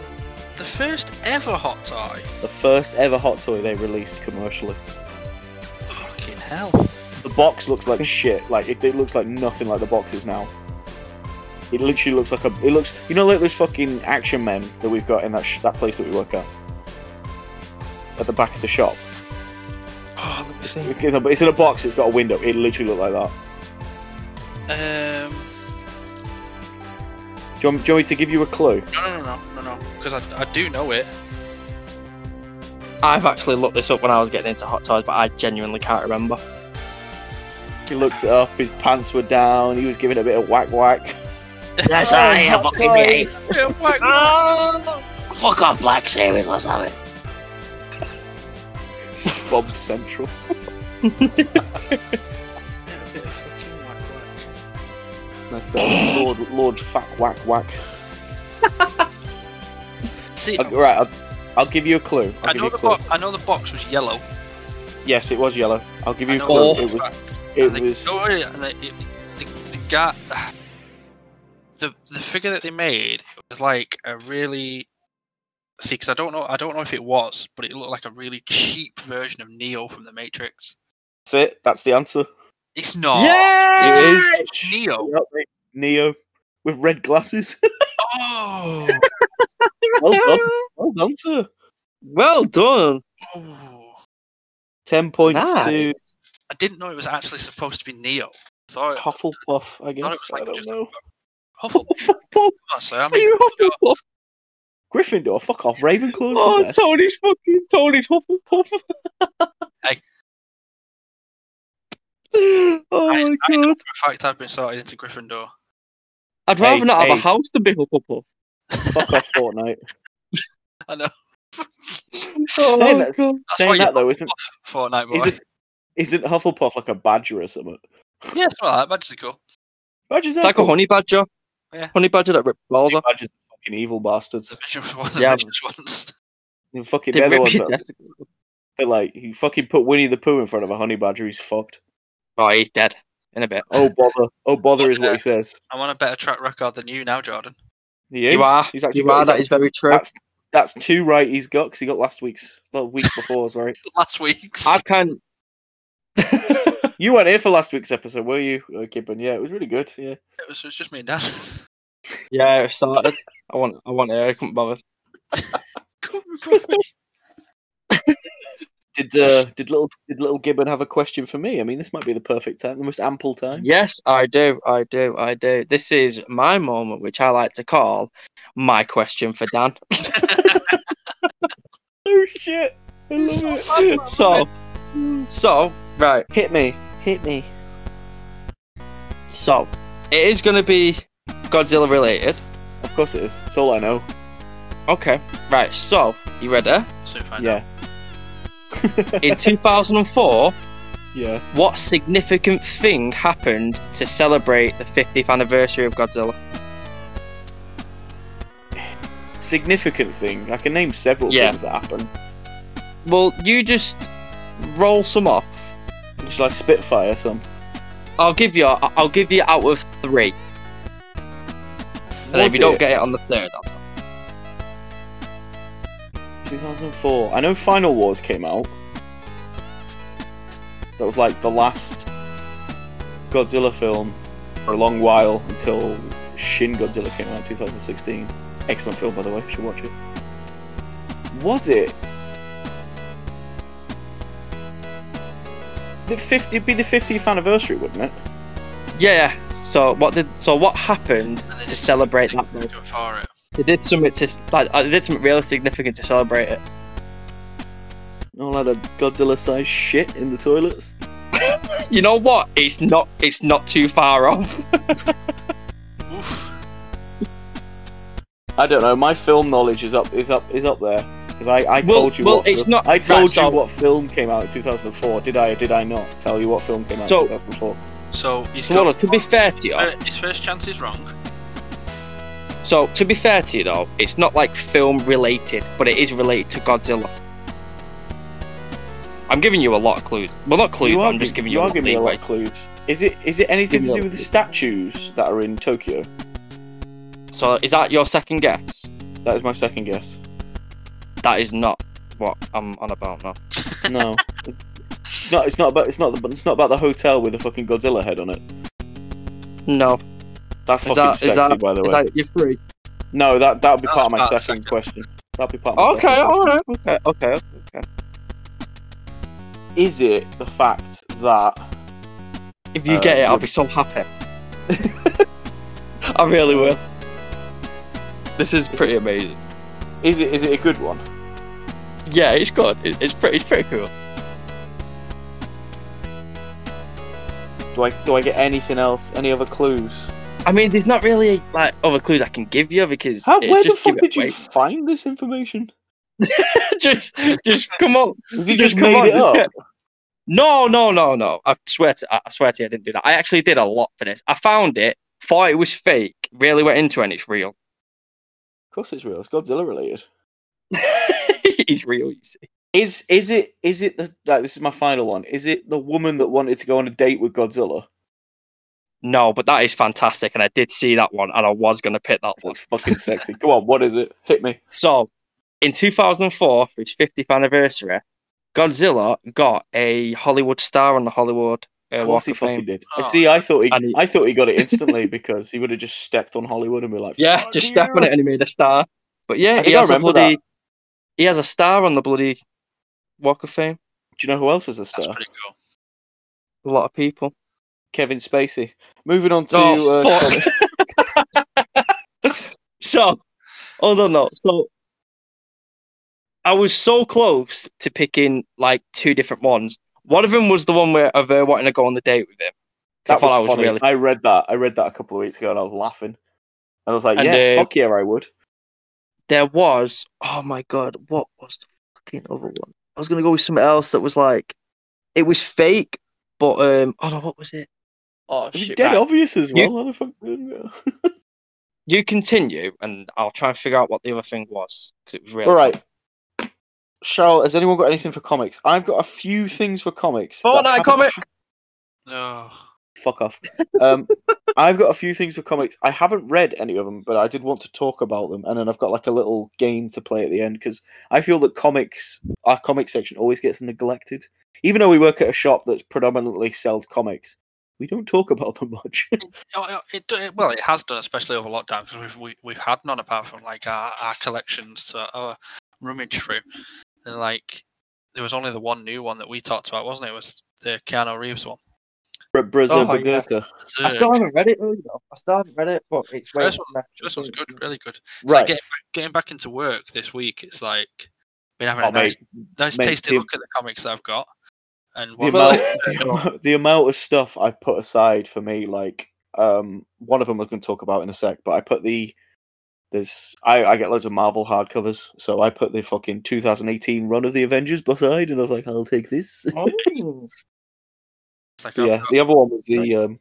The first ever hot tie. The first ever hot toy they released commercially. Fucking hell. The box looks like shit. Like it, it looks like nothing like the boxes now. It literally looks like a. It looks. You know, like those fucking action men that we've got in that sh- that place that we work at. At the back of the shop. Oh, let me It's, think. in a- it's in a box. It's got a window. It literally looked like that. Um, Do you, want, do you want me to give you a clue? no, no, no, no, no, no. Because I, I do know it. I've actually looked this up when I was getting into hot toys, but I genuinely can't remember. He looked it up. His pants were down. He was giving it a bit of whack whack. Yes, Oh, I am hot fucking me. Yeah, wait, Fuck off, Black Series. Let's have it. Bob Central. bit of fucking whack, whack. Nice bit. of Lord Lord Fat Whack Whack. See, Okay, right. I'll, I'll give you a clue. I'll I give know you a the clue. box. I know the box was yellow. Yes, it was yellow. I'll give I you a clue. know that It for a was. fact. It and they, was. don't worry, and they, it, the, the guy, the the figure that they made was like a really see because I don't know I don't know if it was, but it looked like a really cheap version of Neo from the Matrix. That's it. That's the answer. It's Oh, not. It Yeah! is Neo. Yep, mate. Neo with red glasses. Oh. well done. Well done, sir. Well done. Oh. Ten points to Nice. I didn't know it was actually supposed to be Neo. Thought it, Hufflepuff, I guess. thought it was I like don't just know. Hufflepuff. Are Honestly, I mean, you Hufflepuff? Gryffindor, fuck off. Ravenclaw's the Oh, best. Tony's fucking Tony's Hufflepuff. Hey. Oh I, my I know for god. a fact I've been sorted into Gryffindor. I'd rather Hey, not have hey. a house than be Hufflepuff. Fuck off Fortnite. I know. saying that, Oh, God. saying what you that though, isn't Fortnite boy. isn't isn't Hufflepuff like a badger or something? Yeah, it's all right. Badger's cool. Badgers It's are like a cool. honey badger. Yeah. Honey badger that ripped balls off. Badgers are fucking evil bastards. The vicious one, the Yeah. vicious ones. They're fucking They they're the rip ones your that, testicles. they're like you fucking put Winnie the Pooh in front of a honey badger, he's fucked. Oh, he's dead in a bit. Oh bother, oh bother is what he says. I'm on a better track record than you now, Jordan. He is. You are. He's actually you got- are. he's That is very true. That's that's two right he's got because he got last week's well week before, sorry. Last week's. I can. not You weren't here for last week's episode, were you, uh, Gibbon? Yeah, it was really good. Yeah, It was, it was just me and Dan. yeah, it started. I want. I want air. I couldn't bother. Come on, did uh, did little did little Gibbon have a question for me? I mean, this might be the perfect time, the most ample time. Yes, I do. I do. I do. This is my moment, which I like to call my question for Dan. Oh shit! I love it. So, so right. Hit me, hit me. So it is going to be Godzilla related. Of course it is. That's all I know. Okay. Right. So you ready? Soon find out. Yeah, In 2004, yeah. what significant thing happened to celebrate the 50th anniversary of Godzilla? Significant thing. I can name several Yeah. things that happen. Well, you just roll some off. Shall I spitfire some? I'll give you. I'll give you out of three. And Was if you don't it get it on the third, I'll tell. 2004. I know Final Wars came out. That was like the last Godzilla film for a long while until Shin Godzilla came out in 2016. Excellent film, by the way. You should watch it. Was it? The 50, it'd be the 50th anniversary, wouldn't it? Yeah. So what did? So what happened And to celebrate Go that? Though? for it. They did something to. Like, uh, they did something really significant to celebrate it. All that a Godzilla-sized shit in the toilets. You know what? It's not. It's not too far off. Oof. I don't know. My film knowledge is up is up is up there because I, I Well- told you. well, what it's film- not- I told right, so- you what film came out in 2004. Did I? or Did I not tell you what film came out So- in 2004? So he's Well, got to be fair to you, his first chance is wrong. so to be fair to you though, it's not like film related, but it is related to Godzilla. I'm giving you a lot of clues. Well, not clues. you but are I'm just gi- giving you you, are a lot of giving me a lot leeway. of clues. Is it is it anything Give to me do a with the clue. statues that are in Tokyo? So is that your second guess? That is my second guess. That is not what I'm on about now. No, it's not. It's not about. It's not. The, it's not about the hotel with the fucking Godzilla head on it. No. That's Is fucking that- is sexy, that- by the way. Is that your three? No, that that would be No, part of that's my part of the second, question. That'd be part. Of my second Okay, question. alright, okay, okay. Is it the fact that? If you Uh, get it, I'll would- be so happy. I really will. This is pretty amazing. Is it is it a good one? Yeah, it's good. It- It's pretty, it's pretty cool. Do I do I get anything else? Any other clues? I mean, there's not really like other clues I can give you because How, it where the just fuck give did it you away. find this information? just, just come on. Did you Just just come made on, it up? yeah. No, no, no, no. I swear to, I swear to you, I didn't do that. I actually did a lot for this. I found it, thought it was fake, really went into it, and it's real. Of course it's real. It's Godzilla related. it's real. You see. Is is it is it the like, this is my final one? Is it the woman that wanted to go on a date with Godzilla? No, but that is fantastic, and I did see that one, and I was going to pick that one. That's fucking sexy. Come on, what is it? Hit me. So, in 2004, for its 50th anniversary, Godzilla got a Hollywood star on the Hollywood uh, of course Walk he of fucking Fame. did. Oh. See, I thought he, And he- I thought he got it instantly because he would have just stepped on Hollywood and be like, Yeah, "Fuck just step on you." it, and he made a star. But yeah, think he I has a remember bloody, he has a star on the bloody Walk of Fame. Do you know who else is a That's star? pretty cool. A lot of people. Kevin Spacey. Moving on to Oh, uh, fuck. Sonic. so, hold on, no. So, I was so close to picking like two different ones. One of them was the one where of her wanting to go on the date with him. 'Cause That I thought I was funny. really. I read that. I read that a couple of weeks ago, and I was laughing. And I was like, And, "Yeah, uh, fuck yeah, I would." there was oh my god, what was the fucking other one? I was gonna go with something else that was like it was fake, but um oh no, what was it? Oh It's shit! dead right. obvious as well. You- How the fuck didn't know? You continue, and I'll try and figure out what the other thing was because it was really All right. Charlotte, has anyone got anything for comics? I've got a few things for comics. that Fortnite haven't- comic. Oh, Fuck off. Um, I've got a few things for comics. I haven't read any of them, but I did want to talk about them. And then I've got like a little game to play at the end because I feel that comics, our comic section always gets neglected. Even though we work at a shop that's predominantly sells comics, we don't talk about them much. Oh, it, it, do- it- well, it has done, especially over lockdown, because we've we, we've had none apart from like our, our collections to our rummage through, and like there was only the one new one that we talked about, wasn't it? It was the Keanu Reeves one. Bra- Brazil Oh, yeah. Bagurka. I Berserk. still haven't read it really though. I still haven't read it, but it's way First better. This one's good, really good. It's like Right. getting back, getting back into work this week. It's like been having Oh, a nice, nice mate, tasty the- look at the comics that I've got, and the one. amount, Well- the amount- the amount of stuff I've put aside for me, like um, one of them I can talk about in a sec, but I put the there's I, I get loads of Marvel hardcovers, so I put the fucking 2018 run of the Avengers aside, and I was like, I'll take this. Oh. It's like, But I've yeah, got- the other one was the um,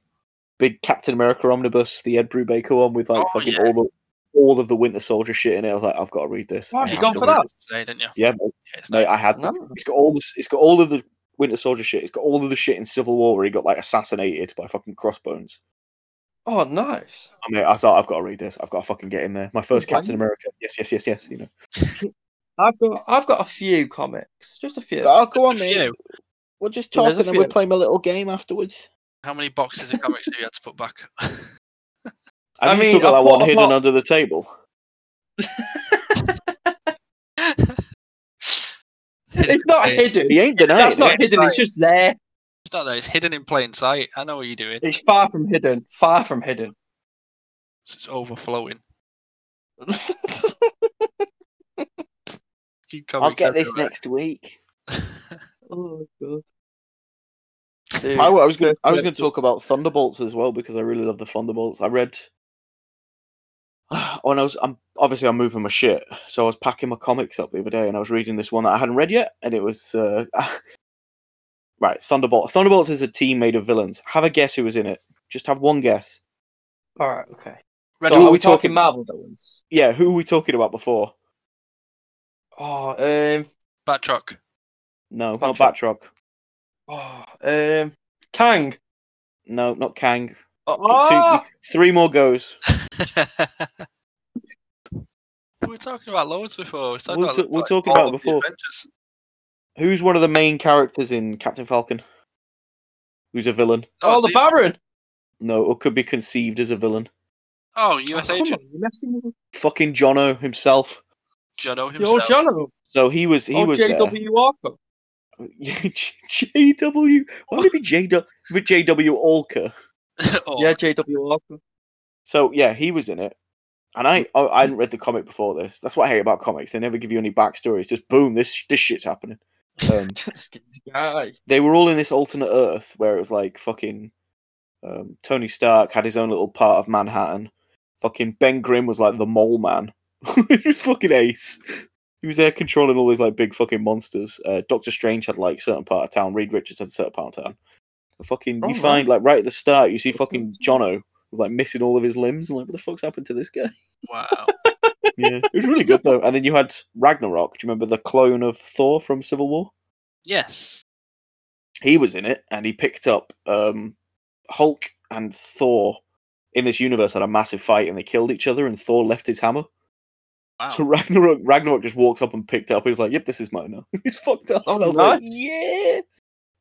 big Captain America omnibus, the Ed Brubaker one with like Oh, fucking yeah. all the all of the Winter Soldier shit in it. I was like, I've got to read this. Oh, I you have gone to for read that? this. today, didn't you? Yeah, mate, Yeah, it's mate, nice. I had No. It's got all this. It's got all of the Winter Soldier shit. It's got all of the shit in Civil War where he got like assassinated by fucking crossbones. oh, nice. I mean, I thought I've got to read this. I've got to fucking get in there. My first Fine. Captain America. Yes, yes, yes, yes. You know. I've got I've got a few comics, just a few. Oh, go on, a mate. few. We'll just Yeah, talk there's a and then we'll few. play my little game afterwards. How many boxes of comics have you had to put back? Have I you mean, still got I've that got- one I've hidden got- under the table? It's not hidden. hidden. He ain't denying That's it. not hidden. It's just there. It's not there. It's hidden in plain sight. I know what you're doing. It's far from hidden. Far from hidden. It's it's overflowing. You I'll comics get this everywhere. next week. oh god. I, wa- I was going. Dude, I was going to collectors. talk about Thunderbolts as well because I really love the Thunderbolts. I read. When I was, I'm obviously I'm moving my shit, so I was packing my comics up the other day, and I was reading this one that I hadn't read yet, and it was uh, right. Thunderbolt. Thunderbolts is a team made of villains. Have a guess who was in it. Just have one guess. All right. Okay. Red So so are are we we talking, talking- Marvel villains? Yeah, who were we talking about before? Oh, um, Batroc. No, not Batroc. Batroc. oh, um, Kang. No, not Kang. Oh, Two, three more goes. we were talking about loads before. We were talking We're about, ta- we're like, talking all about of the before. Avengers. Who's one of the main characters in Captain Falcon? Who's a villain? Oh, oh, the so- Baron. No, or could be conceived as a villain. oh, US Oh, come agent on, you're messing with Fucking Jono himself. Jono the himself. old Jono. So he was. He Oh, was. there. J.W. Walker. JW. Why would it be JW? With JW Alker. Or- Yeah, J.W. Walker. So yeah, he was in it. And I, I, I hadn't read the comic before this. That's what I hate about comics. They never give you any backstory. It's just boom, this this shit's happening. Um, This guy. they were all in this alternate Earth where it was like fucking um, Tony Stark had his own little part of Manhattan. Fucking Ben Grimm was like the mole man. he was fucking ace. He was there controlling all these like big fucking monsters. Uh, Doctor Strange had like certain part of town. Reed Richards had certain part of town. And fucking, Oh, you right. find like right at the start, you see That's fucking cool. Jono like missing all of his limbs. and like, what the fuck's happened to this guy? Wow. yeah, it was really good though. And then you had Ragnarok. Do you remember the clone of Thor from Civil War? Yes. he was in it and he picked up um, Hulk and Thor in this universe had a massive fight and they killed each other and Thor left his hammer. Wow. So Ragnarok Ragnarok just walked up and picked it up. He was like, Yep, this is mine now. He's fucked up. Oh, and I was like, nice. Yeah.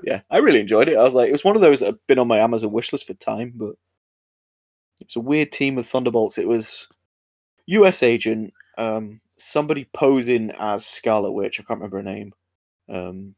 Yeah. I really enjoyed it. I was like, it was one of those that have been on my Amazon wish list for time, but it was a weird team of Thunderbolts. It was US agent, um, somebody posing as Scarlet Witch, I can't remember her name. Um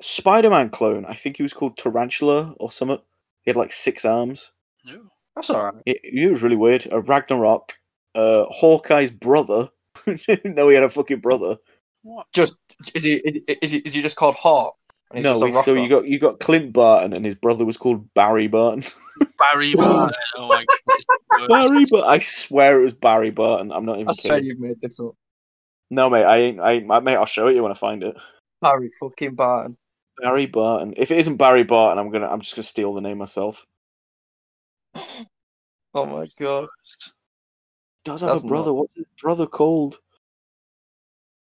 Spider Man clone, I think he was called Tarantula or something. He had like six arms. No. That's all right. It, it was really weird. A Ragnarok, uh, Hawkeye's brother. no, he had a fucking brother. What? Just is he is he is he just called Hawk? And he's No, just a we- so rocker? you got you got Clint Barton, and his brother was called Barry Barton. Barry. Barton. oh my god. Barry, but I swear it was Barry Burton. I'm not even I swear kidding. you've made this up. No, mate, I ain't. I, ain't- mate, I'll show it you when I find it. Harry fucking Barton. Barry Barton. If it isn't Barry Barton, I'm gonna. I'm just gonna steal the name myself. Oh my god. Does have That's a brother? What's his brother called?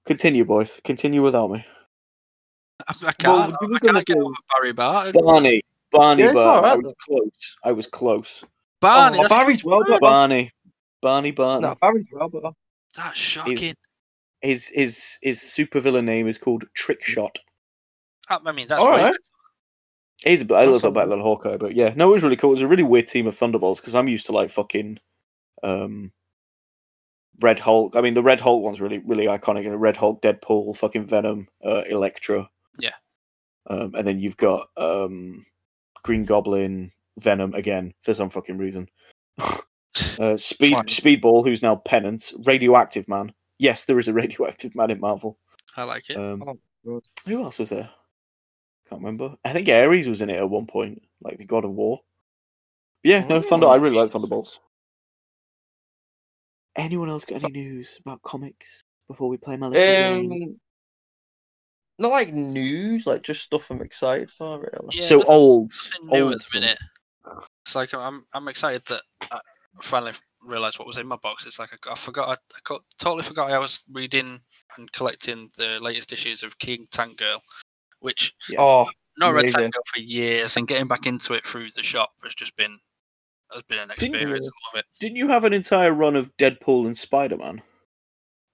Continue, boys. Continue without me. I, I can't. Well, you were I gonna can't get do- over Barry Barton. Barney. Barney Yeah, it's Barton. I alright. was close. I was close. Barney, oh, that's, Barry's well, but Barney. Barney Barton. no, Barry's well, but that's shocking. He's- His his his supervillain name is called Mm. Trickshot. I, I mean, that's All way right. better. He's a bit- I That's love that alright. better than Hawkeye, but yeah, no, it was really cool. It was a really weird team of Thunderbolts because I'm used to like fucking um, Red Hulk. I mean, the Red Hulk one's really really iconic. And Red Hulk, Deadpool, fucking Venom, uh, Electra. Yeah. Um, and then you've got um, Green Goblin, Venom again for some fucking reason. uh, Speed Fine. Speedball, who's now Penance, Radioactive Man. Yes, there is a Radioactive Man in Marvel. I like it. Um, Oh, God. who else was there? Can't remember. I think Ares was in it at one point, like the God of War. But yeah, Oh, no Thunder. I really like Thunderbolts. Anyone else got any news about comics before we play my little game? Um, not like news, like just stuff I'm excited for, really. Yeah, so nothing- old, nothing new old at the minute. It's like I'm I'm excited that I finally realised what was in my box. It's like I, I forgot I, I co- totally forgot I was reading and collecting the latest issues of King Tank Girl, which Yes. Oh, not read Amazing. Tank Girl for years, and getting back into it through the shop has just been has been an Didn't you experience. I love it. Didn't you have an entire run of Deadpool and Spider Man? Oh,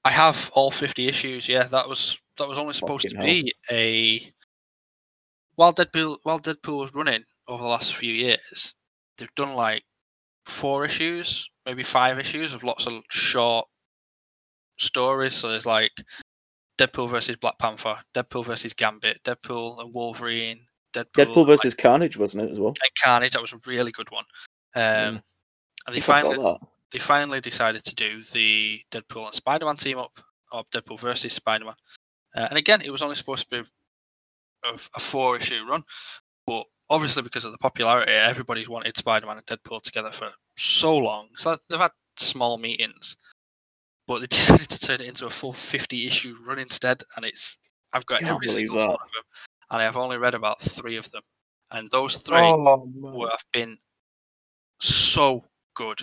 I have all fifty issues. Yeah, that was that was only supposed to Fucking be a while Deadpool while Deadpool was running over the last few years. They've done like four issues, maybe five issues of lots of short stories. So there's like Deadpool versus Black Panther, Deadpool versus Gambit, Deadpool and Wolverine, Deadpool, Deadpool versus Carnage, wasn't it as well? like, and Carnage. That was a really good one. Um, Mm. And I they think I got finally that. they finally decided to do the Deadpool and Spider Man team up, or Deadpool versus Spider Man. Uh, and again, it was only supposed to be a, a four issue run, but obviously because of the popularity, everybody's wanted Spider Man and Deadpool together for so long. So they've had small meetings, but they decided to turn it into a full 50 issue run instead. And it's I've got Can't every believe single that. one of them, and I've only read about three of them. And those three oh were- man. have been so good.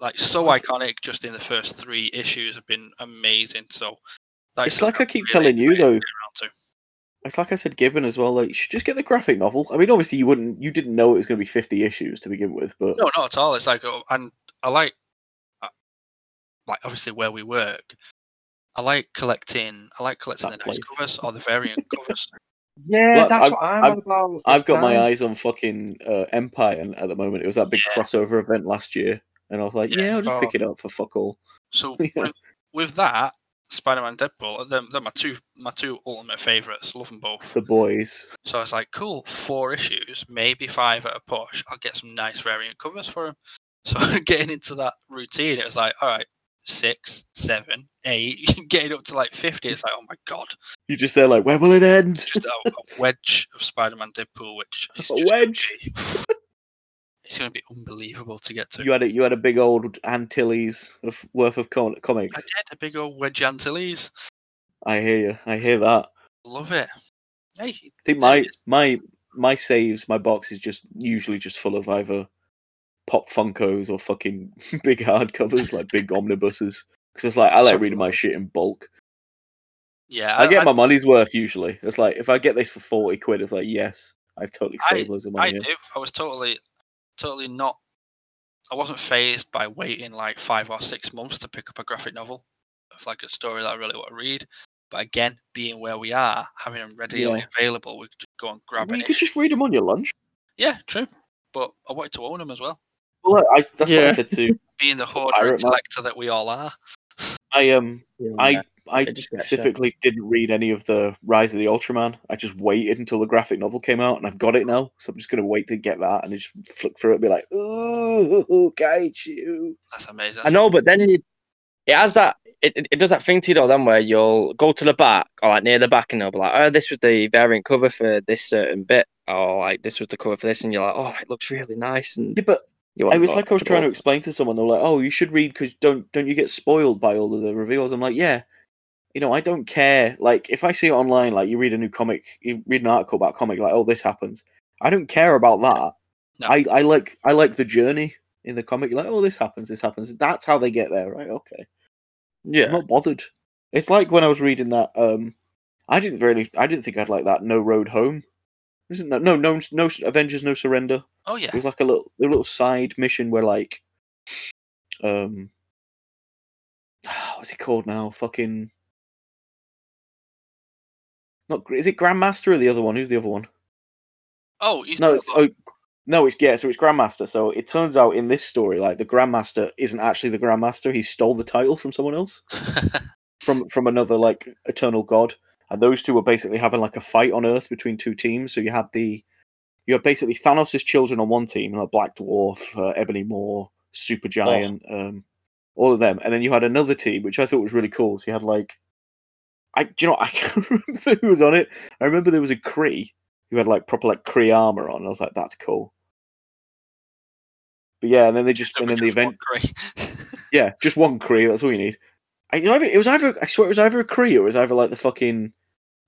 Like so iconic just in the first three issues have been amazing. So that is It's like something I keep I'm telling you, excited to though. get around to. It's like I said, Gibbon as well. Like, you should just get the graphic novel. I mean, obviously you wouldn't, you didn't know it was going to be fifty issues to begin with, but No, not at all. It's like oh, and I like I- like obviously where we work. I like collecting I like collecting That the nice place. covers or the variant covers. Yeah, Well, that's I've- what I'm I've- about. I've It's got my eyes nice. on fucking uh, Empire and- at the moment. It was that big Yeah. crossover event last year, and I was like, Yeah. yeah, I'll just Oh. pick it up for fuck all. So Yeah. with, with that, Spider Man Deadpool, they're, they're my two my two ultimate favourites. Love them both. The boys. So I was like, cool, four issues, maybe five at a push. I'll get some nice variant covers for him. So getting into that routine, it was like, all right, six, seven, eight, getting up to like 50. It's like, oh my God, You just there like, when will it end? just a, a wedge of Spider Man Deadpool, which is A just gonna wedge. be- it's going to be unbelievable to get to. You had a, you had a big old Antilles of worth of com- I comics. did a big old wedge Antilles. I hear you. I hear that. Love it. Hey, I think There my it is. my my saves, my box is just usually just full of either pop Funkos or fucking big hardcovers like big omnibuses. Because it's like I like reading my shit in bulk. yeah, I get my money's worth usually. It's like if I get this for forty quid, it's like yes, I've totally I- saved loads of I money. here. do. I was totally, totally not. I wasn't phased by waiting like five or six months to pick up a graphic novel of like a story that I really want to read. But again, being where we are, having them readily Yeah. available, we could just go and grab Well, an you could issue. just read them on your lunch. Yeah, true. But I wanted to own them as well. Well, I, that's what I Yeah. said to Being the hoarder pirate and man. collector that we all are. I um I I It just gets you. specifically didn't read any of the Rise of the Ultraman. I just waited until the graphic novel came out, and I've got it now. So I'm just gonna wait to get that and just flick through it, and be like, ooh, Gaichu. That's amazing. I know, but then you, it has that. It, it, it does that thing to you though, then where you'll go to the back or like near the back and they'll be like, oh, this was the variant cover for this certain bit, or like this was the cover for this, and you're like, oh, it looks really nice. And Yeah, but You I ain't was got like, I was it trying to all. explain to someone. They were like, "Oh, you should read because don't don't you get spoiled by all of the reveals?" I'm like, "Yeah, you know, I don't care. Like, if I see it online, like you read a new comic, you read an article about a comic, like, oh, this happens. I don't care about that. No. I I like I like the journey in the comic. Like, oh, this happens, this happens. That's how they get there, right? Okay, I'm Yeah. not bothered. It's like when I was reading that. Um, I didn't really, I didn't think I'd like that. No road home. Isn't that no no no Avengers No Surrender? Oh yeah, It was like a little a little side mission where like um what's it called now? Fucking not Gr- is it Grandmaster or the other one? Who's the other one? Oh, he's No, it's, oh, no, it's yeah. So it's Grandmaster. So it turns out in this story, like the Grandmaster isn't actually the Grandmaster. He stole the title from someone else, from from another like Eternal God. And those two were basically having like a fight on Earth between two teams. So you had the you had basically Thanos' children on one team, like Black Dwarf, uh, Ebony Maw, Supergiant, um, all of them, and then you had another team which I thought was really cool. So you had like, I do you know I can't remember who was on it. I remember there was a Cree who had like proper like Kree armor on. And I was like, that's cool. But yeah, and then they just and then the event, yeah, just one Kree. That's all you need. I, it was either- it was either I swear it was either a Kree or it was either like the fucking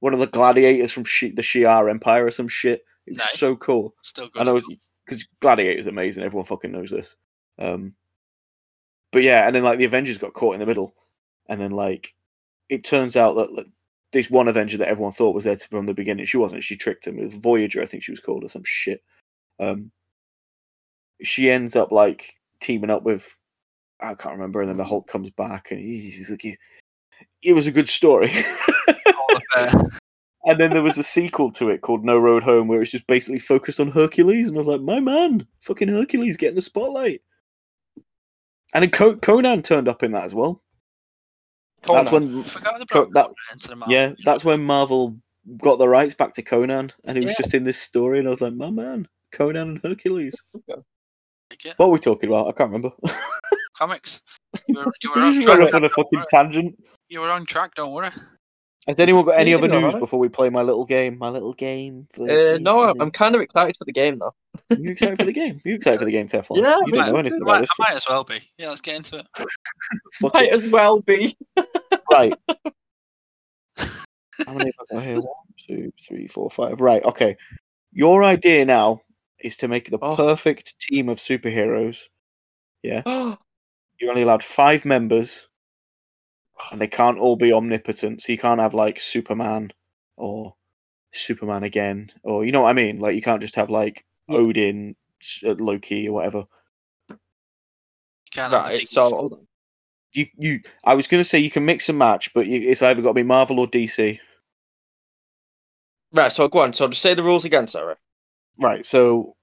one of the gladiators from Shi the Shi'ar Empire or some shit. It was Nice. so cool. Still good. I know because Gladiator's amazing. Everyone fucking knows this. Um, but yeah, and then like the Avengers got caught in the middle, and then like it turns out that like, this one Avenger that everyone thought was there to- from the beginning, she wasn't. She tricked him. It was Voyager, I think she was called, or some shit. Um, she ends up like teaming up with I can't remember, and then the Hulk comes back, and he's like, it was a good story. All of, uh, and then there was a sequel to it called No Road Home, where it's just basically focused on Hercules, and I was like, my man, fucking Hercules getting the spotlight. And then Co- Conan turned up in that as well. That's Conan. when, I forgot the Co- brown that- into the mouth. yeah, that's when Marvel got the rights back to Conan, and he was Yeah. just in this story, and I was like, my man, Conan and Hercules. Like, yeah, What were we talking about? I can't remember. comics. You were, you were We on just went track. off on a don't fucking worry. tangent. You were on track. Don't worry. Has anyone got any Yeah, other you're news alright. before we play my little game? My little game. For Uh, no, internet. I'm kind of excited for the game though. You excited for the game? You excited for the game, Teflon? Yeah, you don't might- know anything I about might, this. I might as well be. Yeah, let's get into it. Fuck Might it. as well be. Right. How many have I got here? One, two, three, four, five. Right. Okay. Your idea now is to make the Oh. perfect team of superheroes. oh, You're only allowed five members, and they can't all be omnipotent. So you can't have like Superman or Superman again, or you know what I mean. Like you can't just have like Odin, S- uh, Loki, or whatever. You can't have the right, biggest- so hold on. You, you. I was gonna say you can mix and match, but you, it's either got to be Marvel or DC. Right, so go on. So just say the rules again, Sarah. Right, so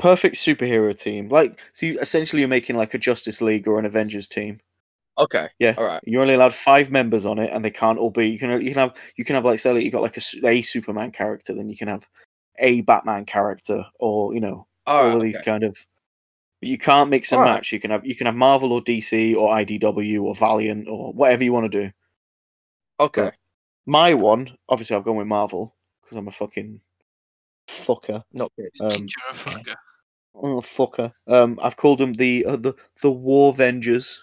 perfect superhero team. Like, so you, essentially, you're making like a Justice League or an Avengers team. Okay. Yeah. All right. You're only allowed five members on it, and they can't all be. You can you can have you can have like say like, you got like a, su- a Superman character, then you can have a Batman character, or you know All all right. of these okay. kind of. But you can't mix and All right. match. You can have you can have Marvel or DC or IDW or Valiant or whatever you want to do. Okay. My one, obviously, I've gone with Marvel because I'm a fucking fucker. Not based. Um, You're a fucker. Oh fucker! Um, I've called them the uh, the the War Vengers.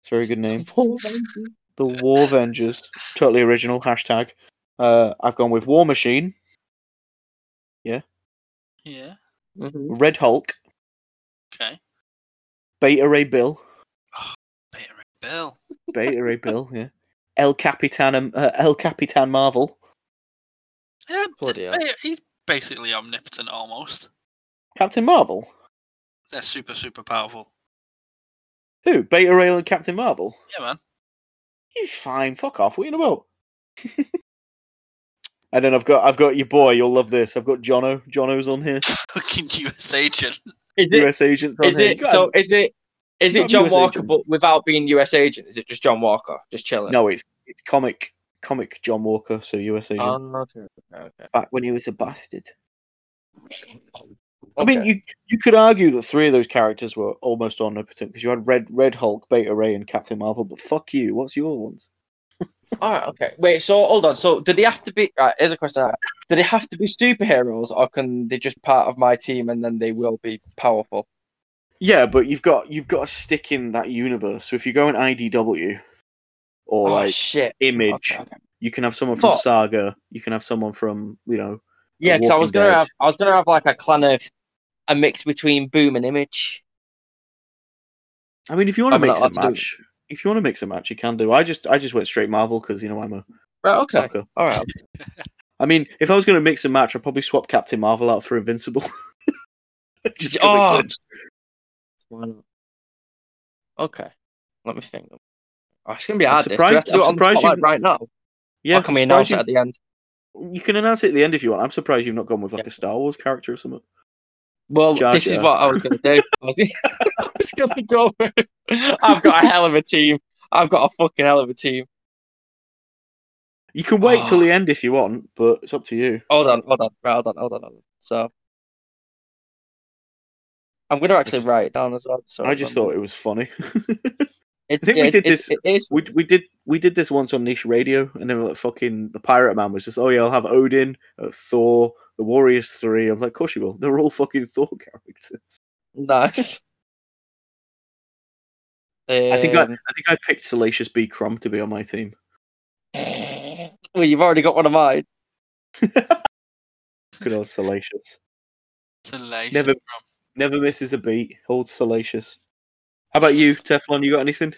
It's a very good name. The War Vengers, totally original hashtag. Uh, I've gone with War Machine, Yeah. Mhm. Red Hulk, Okay. Beta Ray Bill, Peter and Bill. Beta Ray Bill, yeah. El Capitan, um, uh, El Capitan Marvel, Yeah, Bloody hell. Peter- he's basically omnipotent almost. Captain Marvel. They're super super powerful. Who? Beta Ray and Captain Marvel. Yeah, man. You fine? Fuck off. What are you on about? and then I've got I've got your boy. You'll love this. I've got Jono. Jono's on here. Fucking US agent. Is it? US agents on Is here. it? You gotta- So is it? Is You got it a John US Walker, agent. but without being US agent? Is it just John Walker, just chilling? No, it's it's comic comic John Walker, so US agent. Oh, okay. Okay. back when he was a bastard. I Okay. mean, you you could argue that three of those characters were almost omnipotent because you had Red Red Hulk, Beta Ray, and Captain Marvel. But fuck you, what's your ones? All right, okay. Wait, so hold on. So do they have to be? Right, here's a question. I have. Do they have to be superheroes, or can they just part of my team and then they will be powerful? Yeah, but you've got you've got to stick in that universe. So if you go in IDW or oh like shit! Image, Okay, okay. you can have someone from But- Saga. You can have someone from you know. Yeah, because I Walking was gonna Dead. have I was gonna have like a clan of a mix between Boom and Image. I mean, if you want to I'm not mix a allowed to do it. match, if you want to mix a match, you can do. I just I just went straight Marvel because you know I'm a Right. Okay. sucker. All right. I mean, if I was going to mix a match, I'd probably swap Captain Marvel out for Invincible. Just 'cause I Oh. could. Why not? Okay. Let me think. Oh, it's gonna be I'm hard. this. Do we surprised- have to do I'm it on the surprised you spotlight didn't- right now. yeah, or can we I'm announce surprised it at the end? you, you can announce it at the end if you want. I'm surprised you've not gone with like a Star Wars character or something. Well, Jar this is Jar. what I was going to do. I was, I was going to go with. I've got a hell of a team. I've got a fucking hell of a team. You can wait till Ah. the end if you want, but it's up to you. Hold on, hold on, right, hold on, hold on, hold on. So, I'm going to actually just- write it down as well. So I just thought it was funny. It's, I think we it- did it- this- It is. we we did we did this once on niche radio, and then like fucking the pirate man was just, oh yeah, I'll have Odin, uh, Thor, the Warriors three. I'm like, of course you will. They're all fucking Thor characters. Nice. I think I, I Um, think I picked Salacious B Crumb to be on my team. Um, Well, you've already got one of mine. Good old Salacious. Salacious, Never- bro. Never misses a beat. Old Salacious. How about you, Teflon? You got anything?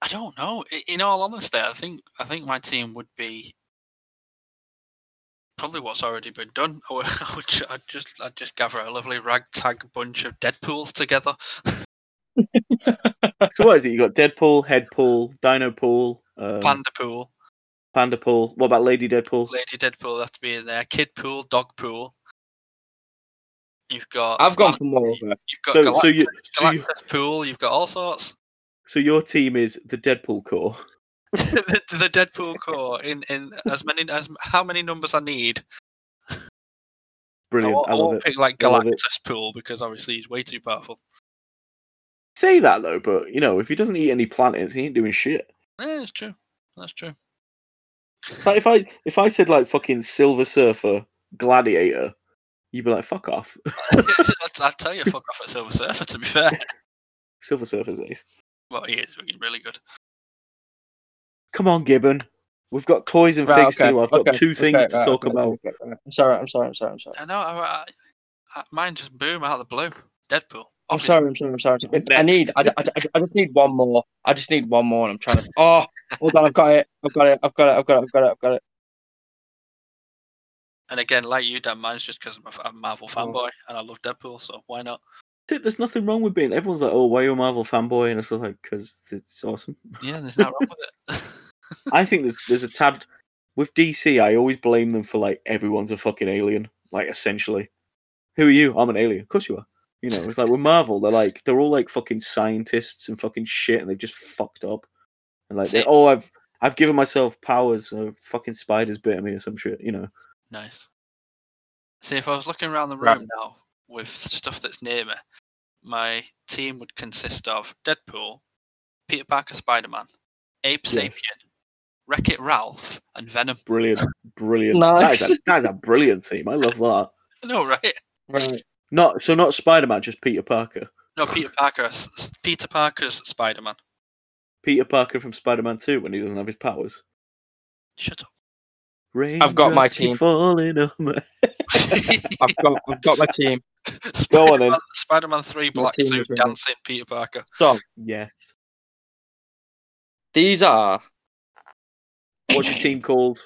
I don't know. I- In all honesty, I think I think my team would be probably what's already been done. I would, I would ju- I'd just I'd just gather a lovely ragtag bunch of Deadpool's together. Um. So what is it? You got Deadpool, Headpool, Dino Pool, um, Panda Pool, Panda Pool. What about Lady Deadpool? Lady Deadpool have to be in there. Kid Pool, Dog Pool. You've got I've gone Flash, for more. of it. You've got so, Galactus, so you, so you, Galactus Pool. You've got all sorts. so your team is the Deadpool core. the, the Deadpool core in, in as many as how many numbers I need. I Brilliant. won't, I I love won't it. pick like I love it. Galactus Pool because obviously he's way too powerful. Say that though, but you know, if he doesn't eat any planets, he ain't doing shit. Yeah, it's true. That's true. Like if I if I said like fucking Silver Surfer, Gladiator, you'd be like, fuck off. I'd, I'd tell you, fuck off at Silver Surfer. To be fair, Silver Surfer's ace. well, he is fucking really good. Come on, Gibbon. We've got toys and Right, figs okay, too. I've got okay, two things okay, to right, talk okay, about. okay, okay. I'm sorry. I'm sorry. I'm sorry. I'm sorry. I know. I, I, I, mine just boom out of the blue. Deadpool. I'm obviously. sorry, I'm sorry, I'm sorry. I'm sorry. I, I Next. need, I, I, I I just need one more. I just need one more, and I'm trying to. Oh, hold on, I've got it, I've got it, I've got it, I've got it, I've got it, I've got it. And again, like you, Dan, mine's just because I'm a f- a Marvel fanboy and I love Deadpool, so why not? That's it, There's nothing wrong with being. Everyone's like, "Oh, why are you a Marvel fanboy?" And it's just like, "Cause it's awesome." Yeah, there's nothing wrong with I think there's there's a tad with DC. I always blame them for like everyone's a fucking alien. Like essentially, who are you? I'm an alien. Of course you are. You know, it's like with Marvel, they're like they're all like fucking scientists and fucking shit, and they've just fucked up. And like, they, See- oh, I've I've given myself powers. Uh, fucking spiders bit me or some shit. You know, it. nice. See, if I was looking around the room Right. now with stuff that's near me, my team would consist of Deadpool, Peter Parker, Spider Man, Ape Yes. Sapien, Wreck It Ralph, and Venom. brilliant, brilliant. That is Nice. a that is a brilliant team. I love that. I know, right? Right. Not so not Spider Man, just Peter Parker. No, Peter Parker. s- s- Peter Parker's Spider Man. Peter Parker from Spider Man Two when he doesn't have his powers. Shut up. got my Raindrops keep team. Falling on my... I've got, I've got my team. Go on then. Spider-Man, Spider-Man 3 Black team Suit is ready. dancing Peter Parker. So Yes. these are What's your team called?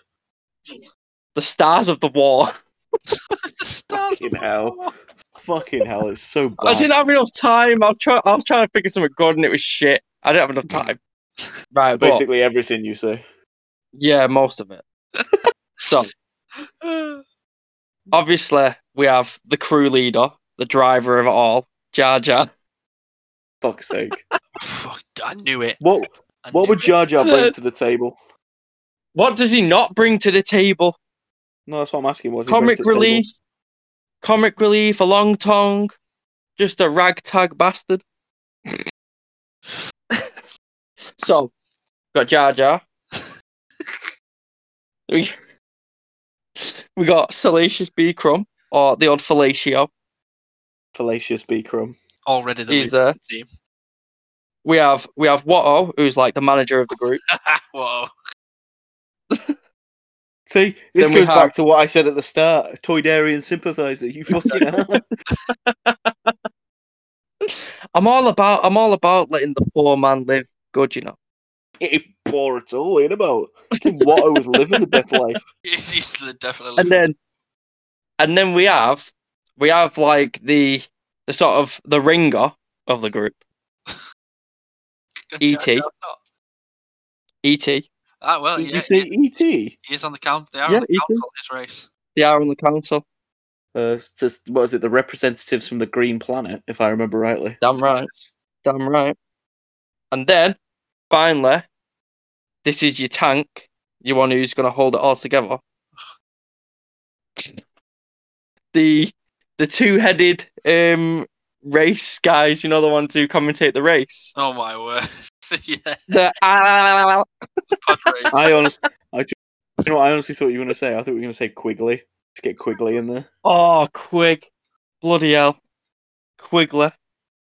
the stars of the war. the stars Fucking of the hell. war. Fucking hell, it's so I bad. didn't have enough time. I'll try. I'll try to figure something good, and it was shit. I didn't have enough time. Right, Hmm. It's but basically everything you say. yeah, most of it. so Uh, obviously we have the crew leader, the driver of it all, Jar Jar. Fuck's sake. Fuck, I knew it. What I what knew would it. Jar Jar bring to the table? What does he not bring to the table? No, that's what I'm asking. What's he bring comic to the table? relief, comic relief, a long tongue, just a ragtag bastard. so, got Jar Jar. we, we got Salacious B Crumb or the odd Fellatio. Fallacious B crumb. Already the He's losing uh, team. we have we have Watto, who's like the manager of the group. Whoa. See, this Then we goes have- back to what I said at the start. Toydarian sympathizer, you fucking are. I'm all about I'm all about letting the poor man live good, you know. You poor at all, ain't about. What I was living the best life. He's he's li- definitely. And then and then we have we have like the the sort of the ringer of the group, E Jack E.T.. Chalmers. ET. Ah well, Did yeah, you E say E.T.? he is on the count. They are Yeah, on the E.T.. count for this race. They are on the council. Uh, just, what is it? The representatives from the Green Planet, if I remember rightly. Damn right. Damn right. And then, finally, this is your tank, your one who's going to hold it all together. The the two headed um race guys, you know the ones who commentate the race. Oh my word! yeah, The ah, pod race. I honestly, I ju- you know, what I honestly thought you were gonna say. I thought you were gonna say Quigley. Let's get Quigley in there. oh Quig, bloody hell, Quiggler.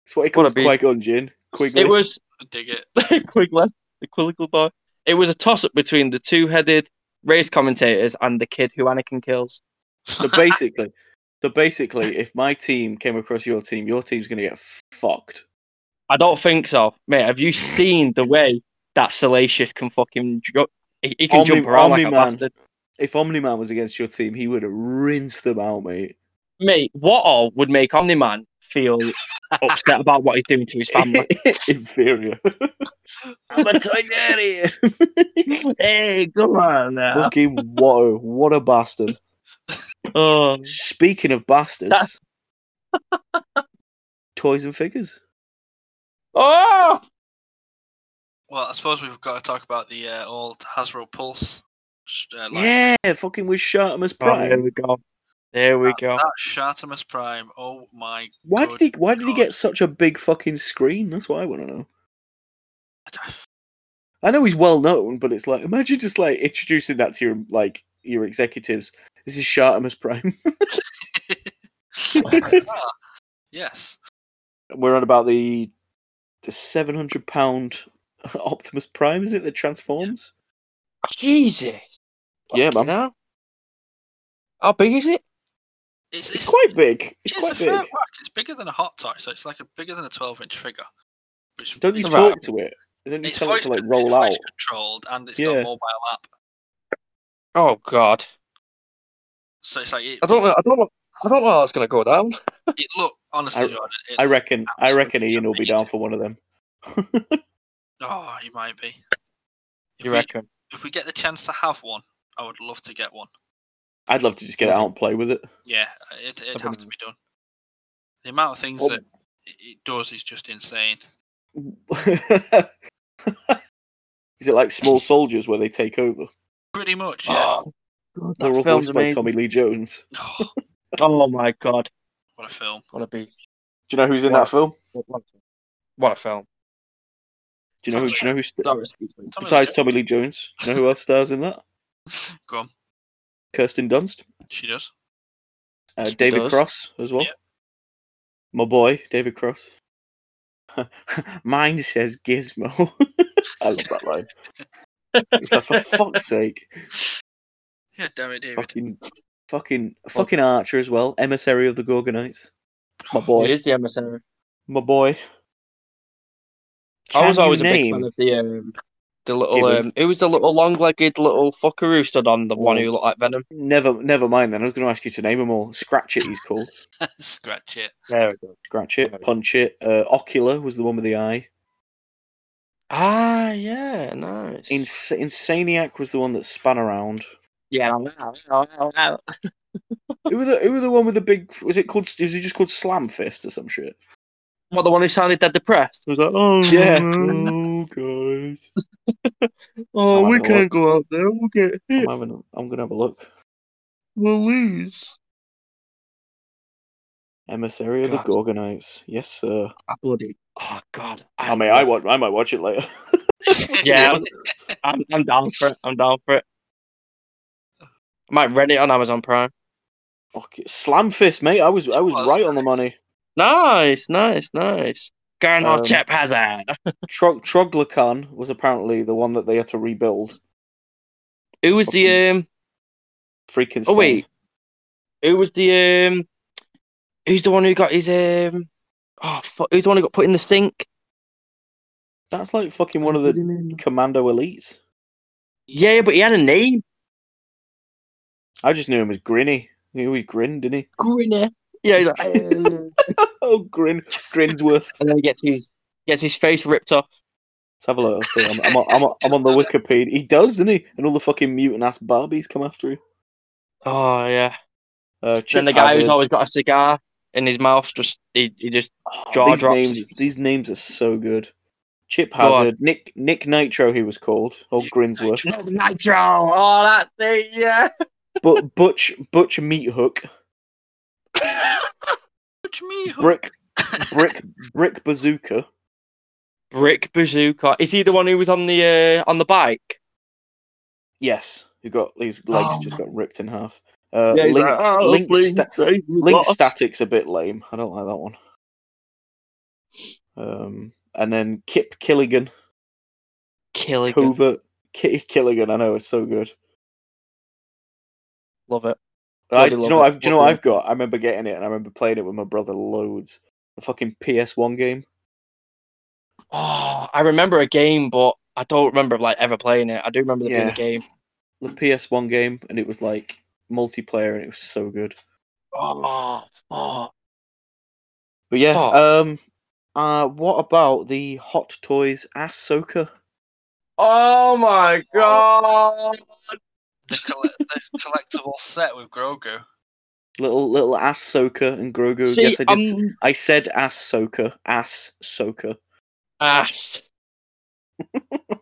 It's what he Wanna calls be- Qui Gon Jinn. Quigley. It was I dig it. Quiggler, the Quiggle boy. It was a toss up between the two headed race commentators and the kid who Anakin kills. So basically, so basically, if my team came across your team, your team's gonna get fucked. I don't think so, mate. Have you seen the way that Salacious can fucking jump? He, he can Omni- jump around like a Omni-Man. bastard, If Omni Man was against your team, he would have rinsed them out, mate. mate. What all would make Omni Man feel upset about what he's doing to his family? Inferior. I'm a Targaryen. hey, come on now. Fucking Watto, what a bastard. Oh, Speaking of bastards, toys and figures. oh! Well, I suppose we've got to talk about the uh, old Hasbro Pulse. sh- Uh, like, Yeah, fucking with Shartimus Oh, there Prime. we go. There we go. That Shartimus Prime. Oh my! Oh. Why good did he? Why did he God. get such a big fucking screen? That's what I want to know. I I know he's well known, but it's like imagine just like introducing that to your like your executives. This is Shartimus Prime. don't- yes. We're on about the the seven hundred pound Optimus Prime. Is it that transforms? Jesus. Yeah, Fucking man. hell. How big is it? It's, It's it's, quite big. It's it's quite a big. fair whack. It's bigger than a hot toy, so it's like a bigger than a 12 inch figure. Which Don't you it's- talk to it? Don't you It's tell it voice, to like con- it's roll voice out? controlled and it's got Yeah. a mobile app, Oh God. so it's like it, I don't know. I don't know. I don't know how it's gonna go down. it, it look honestly. I- Jordan, it I look- reckon. I reckon absolutely Ian will be amazing. down for one of them. Oh, he might be. If You we, reckon? if we get the chance to have one, I would love to get one. I'd love to just get it out and play with it. Yeah, it, it'd have to Amazing. be done. The amount of things Well- that it- it does is just insane. Is it like Small Soldiers where they take over? Pretty much, Ah. yeah. Oh, God, They're all that voiced film's by amazing. Tommy Lee Jones. Oh my God. what a film. What a beast. Do you know who's in Wow. that film? What a film. Do you know who? Do you know who? st- Sorry, excuse me. Tommy Lee besides Tommy Lee Jones, do you know who else stars in that? Jones. Go on. Kirsten Dunst, She does. uh, She David does. Cross as well. Yeah. My boy, David Cross. Mine says Gizmo. I love that line. It's like, for fuck's sake, Yeah, damn it, David. fucking, fucking, fucking Archer as well, emissary of the Gorgonites. My boy. It is the emissary. my boy. I Can was you always a big name fan of the um, the little Gibbon? um, it was the little long-legged little fucker who stood on the one who looked like Venom. Never, never mind. Then I was going to ask you to name them all. Scratch it, he's called. Scratch it. There we go. Scratch it, Okay. punch it. Uh, Ocular was the one with the eye. Ah, yeah, nice. Ins- Insaniac was the one that span around. yeah, wow, wow, wow, wow. who were the who were the one with the big? Was it called? Is it just called Slam Fist or some shit? what the one who sounded dead depressed was like, oh Yeah. no, oh, guys. oh I'm we having a can't look. go out there, we'll get I'm hit, having. a- I'm gonna have a look. we'll lose. Emissary of the God. Gorgonites. Yes, sir. I bloody oh god. I mean, I love- wa- I might watch it later. Yeah, I'm- I'm, I'm down for it. I'm down for it. I might rent it on Amazon Prime. Okay. Slam Fist, mate. I was I was was right on the nice. money. Nice, nice, nice. Gernot Um, Chep Hazard. Trog- Troglocan was apparently the one that they had to rebuild. Who was the um? Freaking Oh wait, who was the um? Who's the one who got his um? Oh, fuck, who's the one who got put in the sink? that's like fucking one of the commando elites. Yeah, but he had a name. I just knew him as Grinny. I knew he grinned, didn't he? Grinner. Yeah, he's like, "Eh," and Oh, Grin, Grinsworth. then he gets his gets his face ripped off. Let's have a look. Let's see. I'm, I'm, on- I'm, on- I'm on the Wikipedia. He does, doesn't he? And all the fucking mutant ass Barbies come after him. Oh yeah. Uh, then Chip the guy who's Hazard. always got a cigar in his mouth just he, he just Oh, jaw these drops. Names, these names are so good. Chip Go on. Hazard, Nick Nick Nitro, he was called, or Grinsworth, Nitro. nitro. Oh, that's it. Yeah. but Butch Butch Meat Hook, Touch me, hook. Brick Brick Brick Bazooka. Brick Bazooka. Is he the one who was on the uh, on the bike? Yes, who got these legs Oh, just got ripped in half. Uh, Link, Link, Sta- Link Static's a bit lame. I don't like that one. Um, and then Kip Killigan, Killing. Covert Kip Killigan. I know it's so good. Love it. I, Bloody do you love know, it. what I've, do you know Love what it. I've got? I remember getting it, and I remember playing it with my brother loads. The fucking PS1 game. Oh, I remember a game, but I don't remember like ever playing it. I do remember there being Yeah. a game. The PS1 game, and it was like multiplayer, and it was so good. Oh, oh. But yeah, um, uh, what about the Hot Toys ass soaker? oh my god! The, colle- the collectible set with Grogu. Little little ass soaker and Grogu. See, yes, I did. s- um, I said ass soaker, ass soaker. ass.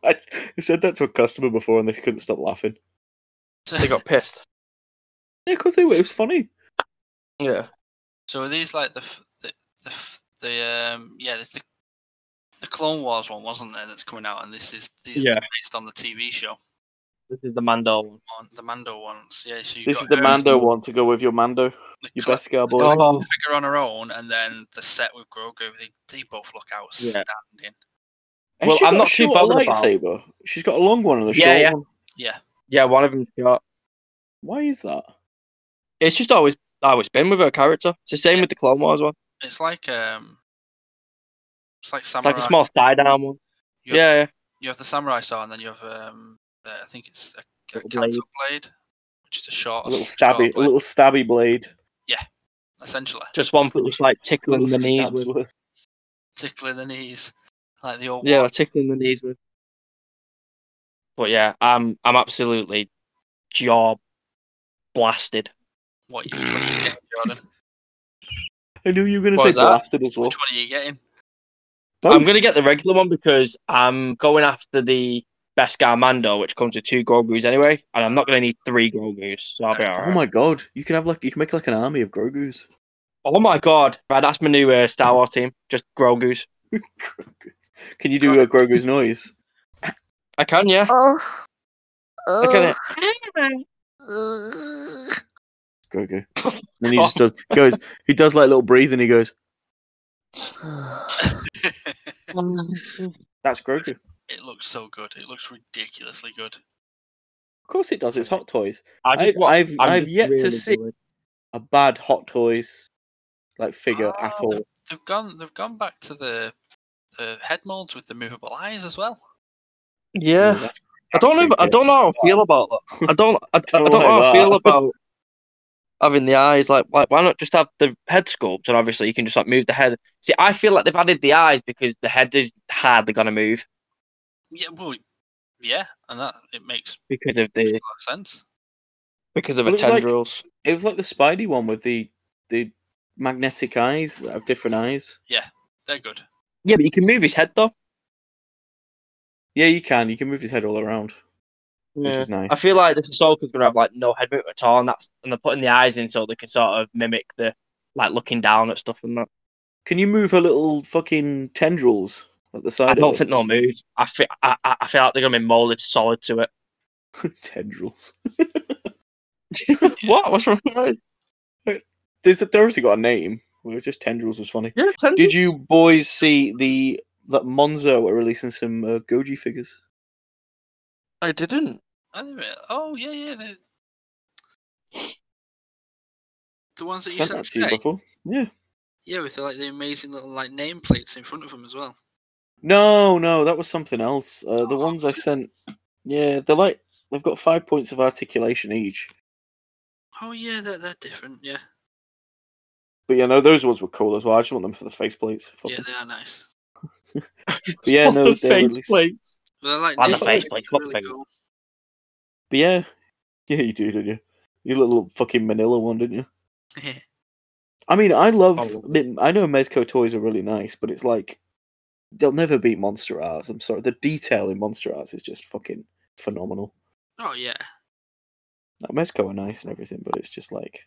I s- I said that to a customer before, and they couldn't stop laughing. They got pissed. Yeah, because they were. It was funny. Yeah. So are these like the f- the the, f- the um yeah the, the the Clone Wars one wasn't there that's coming out and this is these are Yeah. based on the TV show This is the Mando one. on the Mando ones yeah so you This is the Mando one to go with your Mando, the your cla- Beskar the boy. collectible figure on her own and then the set with Grogu they, they both look outstanding Has Well, she I'm got a not too short bothered about- lightsaber. She's got a long one and a Yeah, short yeah. one. Yeah, one of them's got. Why is that? It's just always always been with her character. It's the same Yeah. with the Clone Wars one. it's like um it's like It's samurai like a small side arm one. You Yeah. have- yeah. you have the samurai sword and then you have um uh, I think it's a, a Little canto blade. blade which is a short A little short stabby, a blade, little stabby blade. essentially Just one for just like tickling the little knees stabs with. with. tickling the knees like the old Yeah, tickling the knees with. But yeah, I'm I'm absolutely jaw blasted. What you, what you getting, Jordan? I knew you were going to What say is that? blasted as well. Which one are you getting? I'm gonna get the regular one because I'm going after the Beskar Mando, which comes with two Grogu's anyway, and I'm not gonna need three Grogu's, so I'll be alright. Oh my god! You can have like you can make like an army of Grogu's. Oh my god! Right, that's my new uh, Star Wars team. Just Grogu's. Grogu's. Can you do a Grogu's noise? I can, yeah. Oh. I can. Grogu. And then he just does goes. He does like a little breathing. He goes. That's Grogu. Of It looks so good. It looks ridiculously good. course it does. It's Hot Toys. I I've just want- I've, I'm I've just yet to really see good. a bad Hot Toys like figure at Ah, all. They've gone. They've gone back to the the head molds with the movable eyes as well. Yeah. That's- I don't that's know. I pretty don't know how I feel about that. I don't. I, I Don't don't know how like I that. feel about having the eyes. Like, like, why not just have the head sculpt? And obviously, you can just like move the head. See, I feel like they've added the eyes because the head is hardly gonna move Yeah. Well. Yeah. And that it makes because of the a lot of sense. because of Well, it the was like- tendrils. It was like the Spidey one with the the magnetic eyes that have different eyes. They're good. Yeah, but you can move his head though. Yeah, you can. You can move his head all around, which is nice. I feel like this Ahsoka's gonna have like no head movement at all, and that's and they're putting the eyes in so they can sort of mimic the like looking down at stuff and that. Can you move her little fucking tendrils at the side? I don't of think they'll move. I feel I, I I feel like they're gonna be molded solid to it. think tendrils. what? What's wrong? with it? There's, they've obviously got a name. We were just tendrils was funny. Yeah, Did you boys see the that Monzo were releasing some uh, Goji figures? I didn't. I didn't rea- Oh yeah, yeah. The, the ones that you Sent sent that to you today. before? Yeah. Yeah, with the, like the amazing little like nameplates in front of them as well. No, no, that was something else. Uh, the Oh. ones I sent, yeah, they're like they've got five points of articulation each. Oh yeah, they're they're different. Yeah, But yeah, no, those ones were cool as well. I just want them for the faceplates. Fuck yeah, 'em. they are nice. But yeah, What no, the they're face released- plates. They're like On the nameplates, faceplates, they're what things? cool. But yeah, yeah, you do, don't you? You little fucking Manila one, didn't you? Yeah. I mean, I love. Oh. I mean, I know Mezco toys are really nice, but it's like they'll never beat Monster Arts. I'm sorry, the detail in Monster Arts is just fucking phenomenal. Oh yeah, Now, Mezco are nice and everything, but it's just like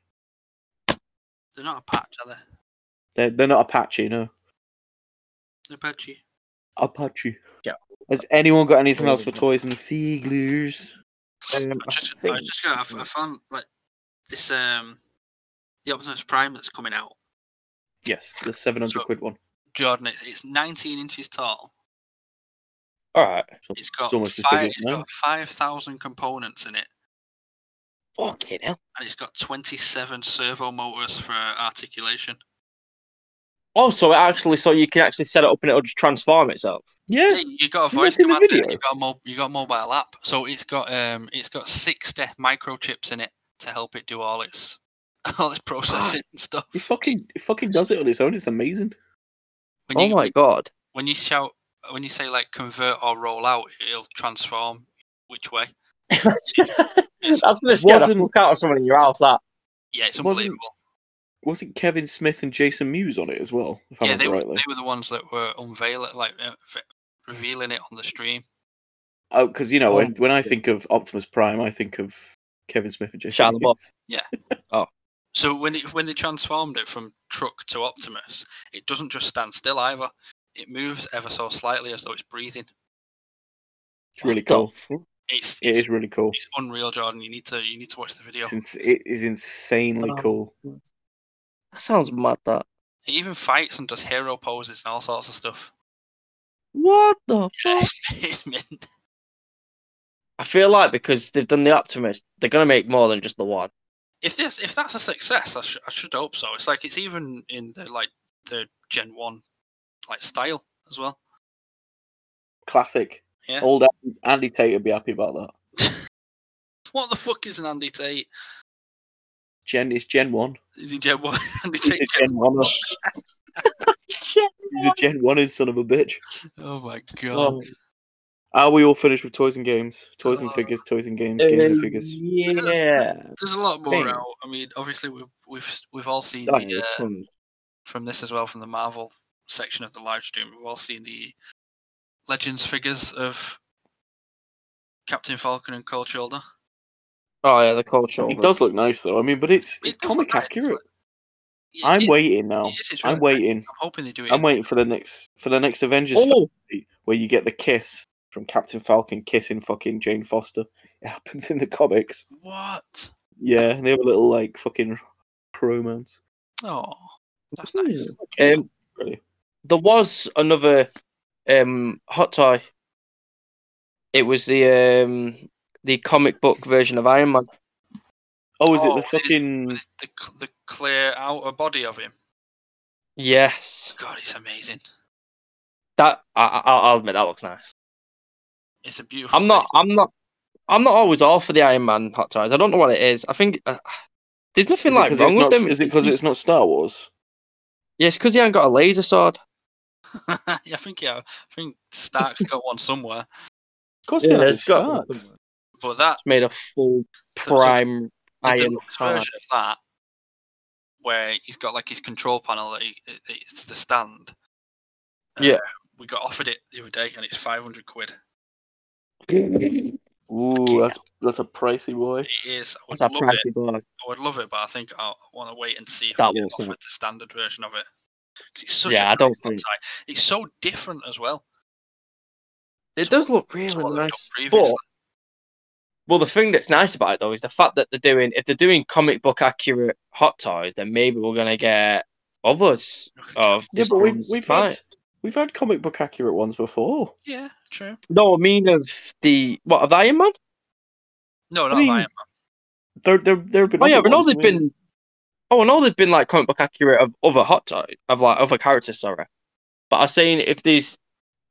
they're not a patch, are they? they're they're not Apache, no They're patchy. Apache. Yeah. Has anyone got anything else for Mm. toys and figures? Um, Mm, I just, I think- was just gonna, I, f- I found like this um, the Optimus Prime that's coming out. Yes, the seven hundred So- quid one. Jordan, it's, it's 19 inches tall. All right. It's got almost as big five. as It's mine. got 5,000 components in it, Fucking hell. and it's got 27 servo motors for articulation. Oh, so it actually, so you can actually set it up and it'll just transform itself. Yeah, Hey, you got a You voice reckon the command. video? You got a mo- you got a mobile app. So it's got um, it's got 60 microchips in it to help it do all its all its processing and stuff. it fucking it fucking does it on its own. It's amazing. When Oh you my god. when you shout when you say like convert or roll out, it'll transform which way. That's gonna scare the Wasn't- fuck out of someone in your house. That Yeah, it's Wasn't- unbelievable. Wasn't Kevin Smith and Jason Mewes on it as well? If I Yeah, they remember were, rightly. they were the ones that were unveiling like uh, v- revealing it on the stream. Oh, because you know, Oh, when, when I yeah. think of Optimus Prime, I think of Kevin Smith and Jason. Shia Mewes. LaBeouf. So when it, when they transformed it from truck to Optimus, it doesn't just stand still either. It moves ever so slightly as though it's breathing. It's really What the cool. fu- It's It it's, is really cool. it's unreal, Jordan. You need to you need to watch the video. It's ins- it is insanely Oh. Um, cool. That sounds mad. That. It even fights and does hero poses and all sorts of stuff. What the Yeah, fuck? it's mint. I feel like because they've done the Optimist, they're gonna make more than just the one. If this if that's a success, I, sh- I should hope so. It's like it's even in the like the Gen One like style as well. Classic. Yeah. Old Andy- Andy Tate would be happy about that. What the fuck is an Andy Tate? Gen is Gen One. Is he Gen One? Andy He's Tate. a Gen- Gen One. He's a Gen One son of a bitch. oh my god. Oh. Are we all finished with toys and games? Toys and Oh. figures. Toys and games. Uh, Games and figures. yeah. There's a lot more Damn. out. I mean, obviously we've we've we've all seen Oh, the, uh, um, from this as well from the Marvel section of the live stream. We've all seen the Legends figures of Captain Falcon and Cold Shoulder. oh yeah, the cold shoulder. It does look nice though. I mean, but it's, It it's does look comic nice, accurate. Yeah, I'm it- waiting now. it is, it's I'm really nice. waiting. I'm hoping they do it. I'm waiting for the next for the next Avengers film Oh, where you get the kiss from Captain Falcon kissing fucking Jane Foster. It happens in the comics. What? Yeah, and they have a little like fucking romance. Oh, that's nice. um, Really. there was another um hot toy. It was the um the comic book version of Iron Man. Oh, is Oh, it the they did- fucking? With the, cl- the clear outer body of him. Yes, God, it's amazing. that I, I, I'll admit that looks nice. It's a beautiful. I'm not. I'm not. I'm not always all for the Iron Man hot toys. I don't know what it is. I think uh, there's nothing Is it like 'cause wrong it's with not, them. Is it because it's not Star Wars? Yes, because he ain't got a laser sword. Thing. I think yeah. I think Stark's got one somewhere. Of course, yeah, it's Stark. it's But that made a full so prime the iron deluxe hard. version of that, where he's got like his control panel that he, it- it's the stand. Um, Yeah. we got offered it the other day, and it's five hundred quid. Ooh, that's that's a pricey boy. It is. I would That's a love it. pricey boy. I would love it, but I think I want to wait and see if That we get won't sell. offered the standard version of it. 'Cause it's such Yeah, a I don't nice think- tie. it's so different as well. It does look to really what they've done nice. previously. But well, the thing that's nice about it though is the fact that they're doing if they're doing comic book accurate hot toys, then maybe we're gonna get of us. Of Yeah, but we've Discord's we've site. had, we've had comic book accurate ones before. Yeah, true. No, I mean of the what of Iron Man? Oh, No, not mean, Iron Man. There there there have been. Oh yeah, other I know ones, they've I mean, been. Oh, I know they've been like comic book accurate of other hot to- of like other characters, sorry. But I'm saying if these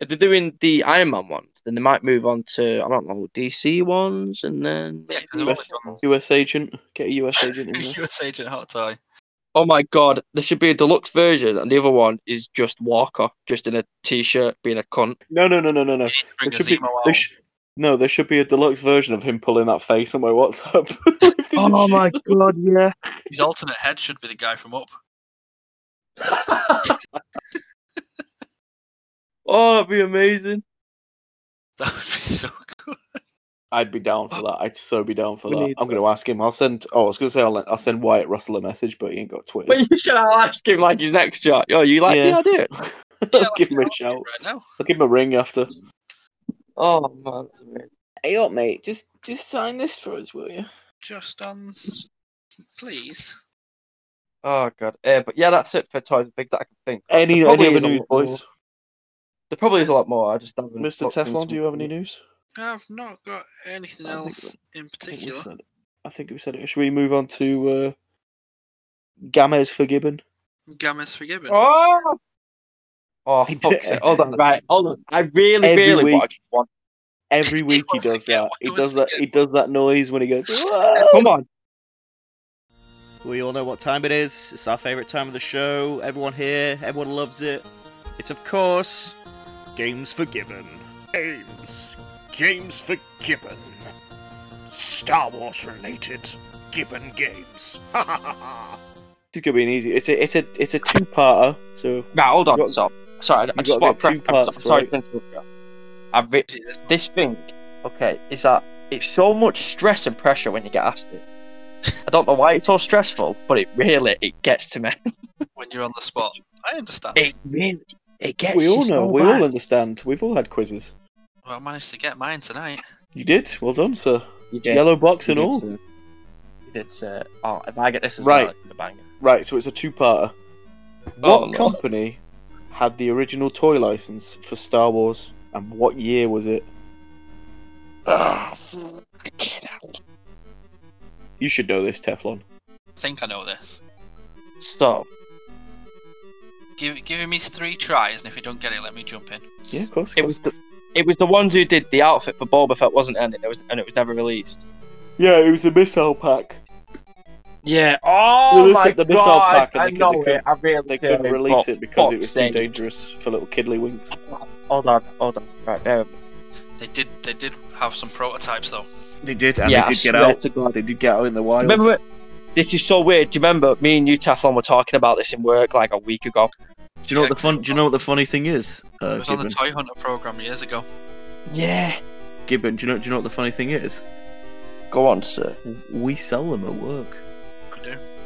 if they're doing the Iron Man ones, then they might move on to I don't know DC ones, and then Yeah, because US, US agent. Get a US agent in there. US Agent Hot Toy. oh my god, there should be a deluxe version, and the other one is just Walker, just in a t-shirt, being a cunt. No no no no no no. You need to bring There a should be, Zemo there out. sh- no, there should be a deluxe version of him pulling that face on my WhatsApp. Lifting the Oh shit. my god, yeah. His alternate head should be the guy from Up. Oh, it'd be amazing. That would be so good. I'd be down for that. I'd so be down for We that. need I'm going to ask him. I'll send. Oh, I was going to say I'll, I'll send Wyatt Russell a message, but he ain't got Twitter. But you should ask him like his next shot. Oh, you like Yeah. the idea? Yeah, Give let's him a go shout. Right now. I'll give him a ring after. Oh man, that's amazing. Hey up, mate. Just just sign this for us, will you? Just on. Please. Oh god. Uh, but yeah, that's it for toys and things that I can think. Any There any probably other is a news, lot more. boys? There probably is a lot more. I just haven't. Mr. looked Teflon, into do you it. have any news? I've not got anything I think else in I think we particular. said- I think we said it. Should we move on to uh, Gamez for Gibbon? Gamma's forgiven. Oh. Oh He fuck's did- sake. Hold on, right? Hold on. I really, Every really week. want one. Every week he wants to does get that. one, he He wants does to that. get He does that noise when he goes. Come on. We all know what time it is. It's our favourite time of the show. Everyone here, everyone loves it. It's, of course, Games for Gibbon. Games. Games for Gibbon. Star Wars related Gibbon games. Ha ha ha ha. This is gonna be an easy. It's a it's a it's a two-parter. So Right, hold on. You got- so, sorry, I you just gotta want get to two prep. I'm parts, sorry right? to interrupt you. I've re- this thing, okay, is that it's so much stress and pressure when you get asked it. I don't know why it's so stressful, but it really it gets to me. When you're on the spot. I understand. It really it gets. we you all know. so We bad. all understand. We've all had quizzes. Well, I managed to get mine tonight. You did. Well done, sir. You did. Yellow box and you all. Did, sir. you did, sir. Oh, if I get this as Right. well, it's gonna bang it. Right. So it's a two-parter. Oh, What Lord. company had the original toy license for Star Wars, and what year was it? Ah, fucking hell. You should know this, Teflon. I think I know this. So, Give, give him his three tries, and if you don't get it, let me jump in. Yeah, of course. Of it course. was the it was the ones who did the outfit for Boba Fett, wasn't it? And it was and it was never released. Yeah, it was the missile pack. Yeah. Oh Released my it, the missile god! pack, and I they know could- they it. I really They do, couldn't release but- it because it was fuck's too sake. dangerous for little kiddly winks. Hold on, hold on. Right there. They did they did have some prototypes though. They did, and they yeah, I did get swear out. to God. They did get out in the wild. Remember it? This is so weird. Do you remember me and you, Teflon, were talking about this in work like a week ago? Do you know what the fun? Do you know what the funny thing is, It uh, was on the Gibbon? Toy Hunter program years ago. Yeah. Gibbon, do you know? Do you know what the funny thing is? Go on, sir. We sell them at work.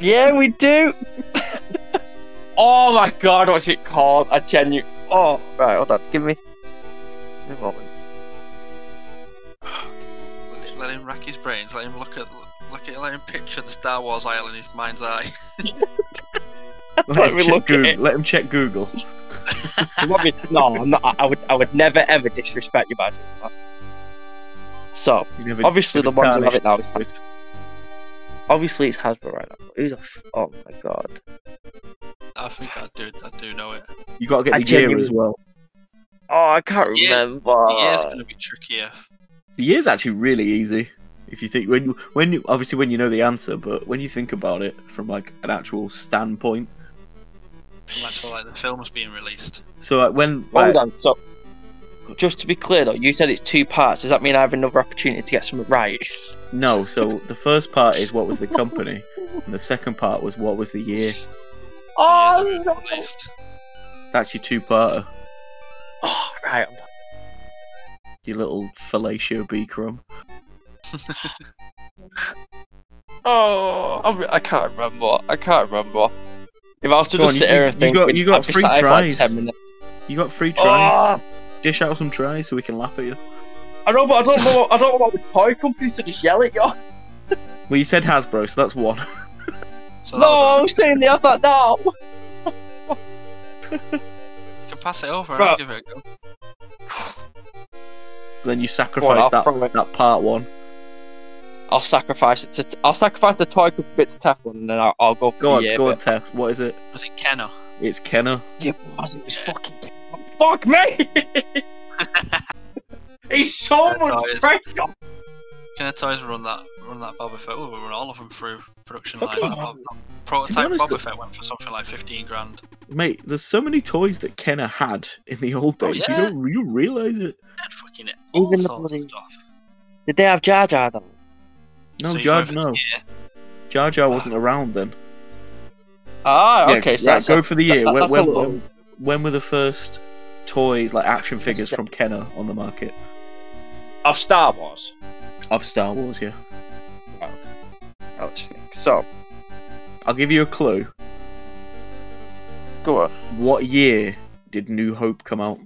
Yeah, we do. oh my god, what's it called? A genu. Oh, right, hold on. Give me. give me a moment. Let him- Let him rack his brains. Let him look at look at let him picture the Star Wars aisle in his mind's eye. Let, me him check look at Google. it. Let him check Google. You want me- no, I'm not, I would. I would never ever disrespect you by doing that. So You never- obviously the never ones who have it now is tarnished obviously it's Hasbro right now. Who's the f- oh my god? I think I do I do know it. You gotta get I the year as genuinely- well. Oh, I can't Yeah, remember. The Uh. year's gonna be trickier. The year's actually really easy if you think when you when you obviously when you know the answer, but when you think about it from like an actual standpoint. from actual like the film's being released. So like, when Hold right, on. So, just to be clear though, you said it's two parts. Does that mean I have another opportunity to get some right? no, so the first part is what was the company, and the second part was what was the year. The year's Oh, being no. released. That's your two parter. oh right. I'm done. You little fellatio bee crumb. Oh, I'm, I can't remember. I can't remember. If I was to Go just on, sit you- here you- and you think, got- we'd- you got I'd be free sat here for like tries. ten minutes. You got three tries. Oh, Dish out some tries so we can laugh at you. I know, but I don't know. I don't know about the toy company, so just yell at you. Well, you said Hasbro, so that's one. So that was No, I'm saying they have that now. You can pass it over. Bro. I'll give it a go. Then you sacrifice I'll that, throw it. that part one. I'll sacrifice it. To, I'll sacrifice the toy to bit to Teflon, and then I'll, I'll go for Go the uh, on, year go bit. on, Tef. What is it? Was it Kenner? It's Kenner. Yeah, was it was fucking fuck me. He's so That's how it much is. pressure. Kenner Toys run that run that Boba Fett. Ooh, we run all of them through production lines. Fucking That Bob, prototype honest, Boba the- Fett went for something like fifteen grand. Mate, there's so many toys that Kenner had in the old Oh, days. yeah. You don't you realize it. Had fucking all Even the sorts of bloody- stuff. Did they have Jar Jar though? No, So you Jar, go for the no. year. Jar Jar wasn't around then. Ah, Yeah, okay. so right, that's go a, for the year. that- when, that's when, a lot. when- when were the first toys, like action figures from Kenner on the market? of Star Wars. Of Star Wars, yeah. Let's think. So I'll give you a clue. go on. What year did New Hope come out?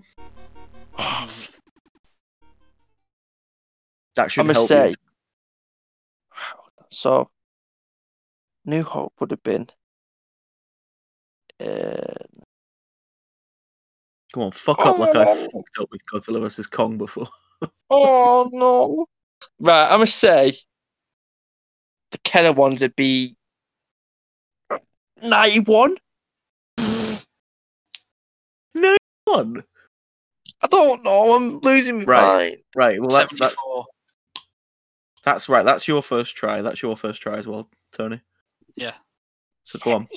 That should I'm gonna help say. you. So, New Hope would have been. Uh, Come on, fuck up like I Oh. fucked up with Godzilla vs Kong before. oh no! Right, I'm gonna say the Kenner ones would be Ninety-one. One. I don't know. I'm losing my Right. mind. Right. Well, that's that, Seventy-four. that's right. That's your first try. That's your first try as well, Tony. Yeah. So go on.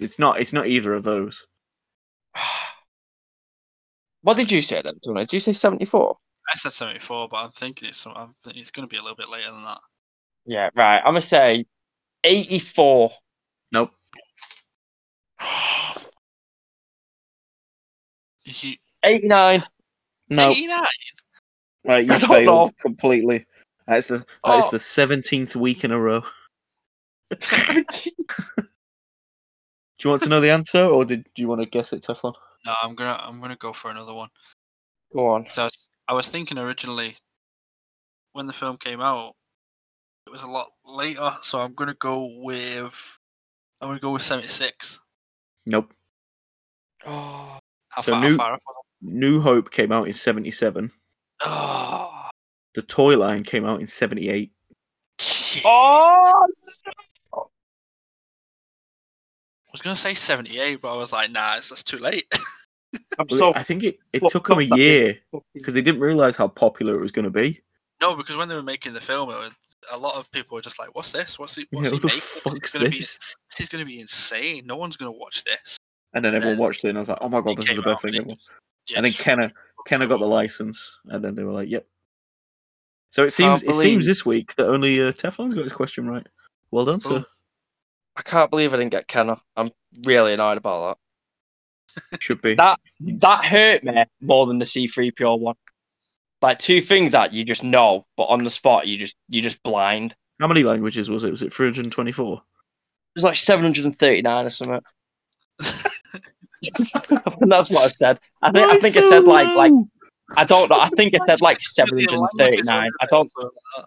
It's not. It's not either of those. What did you say then, Tony? Did you say 74? I said seventy-four, but I'm thinking it's some- I'm thinking it's going to be a little bit later than that. Yeah, right. I'm going to say 84. Nope. You 89. No. 89? Right. You I don't failed know. completely. That's the that's Oh. the seventeenth week in a row. 17. Do you want to know the answer, or did do you want to guess it, Teflon? No, I'm gonna I'm gonna go for another one. go on. So I was, I was thinking originally when the film came out, it was a lot later. So I'm gonna go with I'm gonna go with seventy six. Nope. Oh, How So far? how new- far up was it? New Hope came out in seventy-seven. Oh, The toy line came out in seventy-eight. shit. oh I was gonna say seventy eight, but I was like, nah, it's, that's too late. I'm Well, Oh! so I think it, it Well, took them a fuck it. year fucking- because they didn't realize how popular it was going to be. no, because when they were making the film, it was, a lot of people were just like, "What's this? What's he? You What's know, he the making? This is fuck's gonna be this? this is gonna be insane. No one's gonna watch this." And then And everyone then watched it, and I was like, "Oh my god, It this is came the best out thing it ever!" just- yeah, and then just Kenner, Kenner got the blew up. license, and then they were like, "Yep." So it seems it believe- seems this week that only uh, Teflon's got his question right. Well done, sir. I can't believe I didn't get Kenner. I'm really annoyed about Should be. That- that. That hurt me more than the C3PO one. Like two things that you just know, but on the spot you just you just blind. It How many languages was it? Was it 324? was like 739 or something. and that's what I said. I think I think I said like like I don't know. I think I said like Look at the languages 739. under I it, don't so that-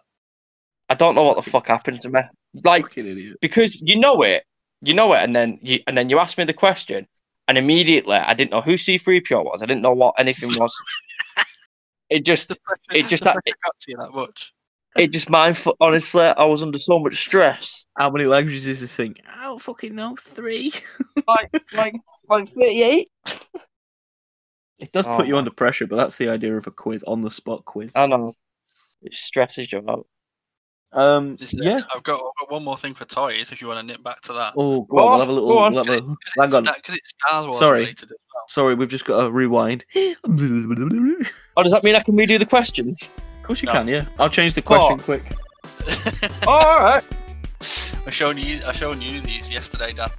I don't know what the fuck happened to me. Like Fucking idiot. because you know it, you know it, and then you and then you asked me the question, and immediately I didn't know who C3PO was. I didn't know what anything was. it just the pressure, It just- the pressure got to you that much. it just mindful. Honestly, I was under so much stress. How many languages is this thing? I don't fucking know. Three. Like like 38. It does Oh put you my- under pressure, but that's the idea of a quiz, on the spot quiz. I know. It stresses you out. Um, This- yeah. I've got, I've got one more thing for toys. If you want to nip back to that, Oh, go Go on. on, We'll have a little. go on. We'll have a, because hang it's, on. Star- 'cause it's Star Wars Sorry. related. as well. Sorry, we've just got to rewind. of Oh, does that mean I can redo the questions? course you No. can, yeah. I'll change the question quick. oh, all right. I shown you, I shown you these yesterday, Dad.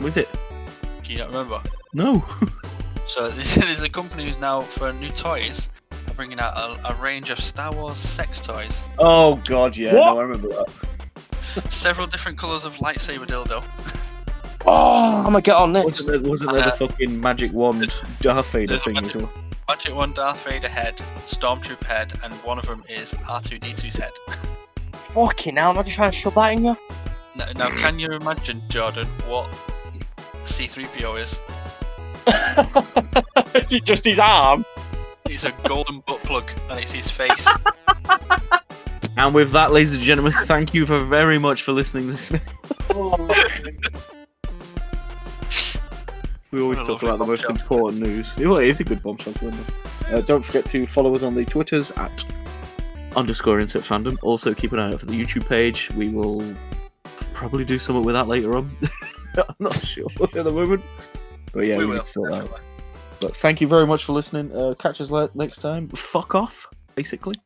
Was it? Can you not remember? No. So this, there's a company who's now for new toys, are bringing out a, a range of Star Wars sex toys, Oh god, yeah. What? No, I remember that. several different colours of lightsaber dildo. Oh, I'm gonna get on Wasn't next. there, wasn't there the Uh, fucking magic wand Darth Vader there's a thing as magic- well? Magic one Darth Vader head, Stormtrooper head, and one of them is R2D2's head. Fucking hell, am I just trying to shove that in you? Now, now can you imagine, Jordan, what C3PO is? Is it just his arm. He's a golden butt plug, and it's his face. And with that, ladies and gentlemen, thank you for very much for listening. this- Oh, we always What a talk lovely about the most bombshell. important news. Well, it is a good bombshell, isn't it? Uh, don't forget to follow us on the Twitters at underscore insert fandom. Also, keep an eye out for the YouTube page. We will probably do something with that later on. I'm not sure at the moment. But yeah, we we, need will. to sort that out. definitely. But thank you very much for listening. Uh, catch us le- next time. Fuck off, basically.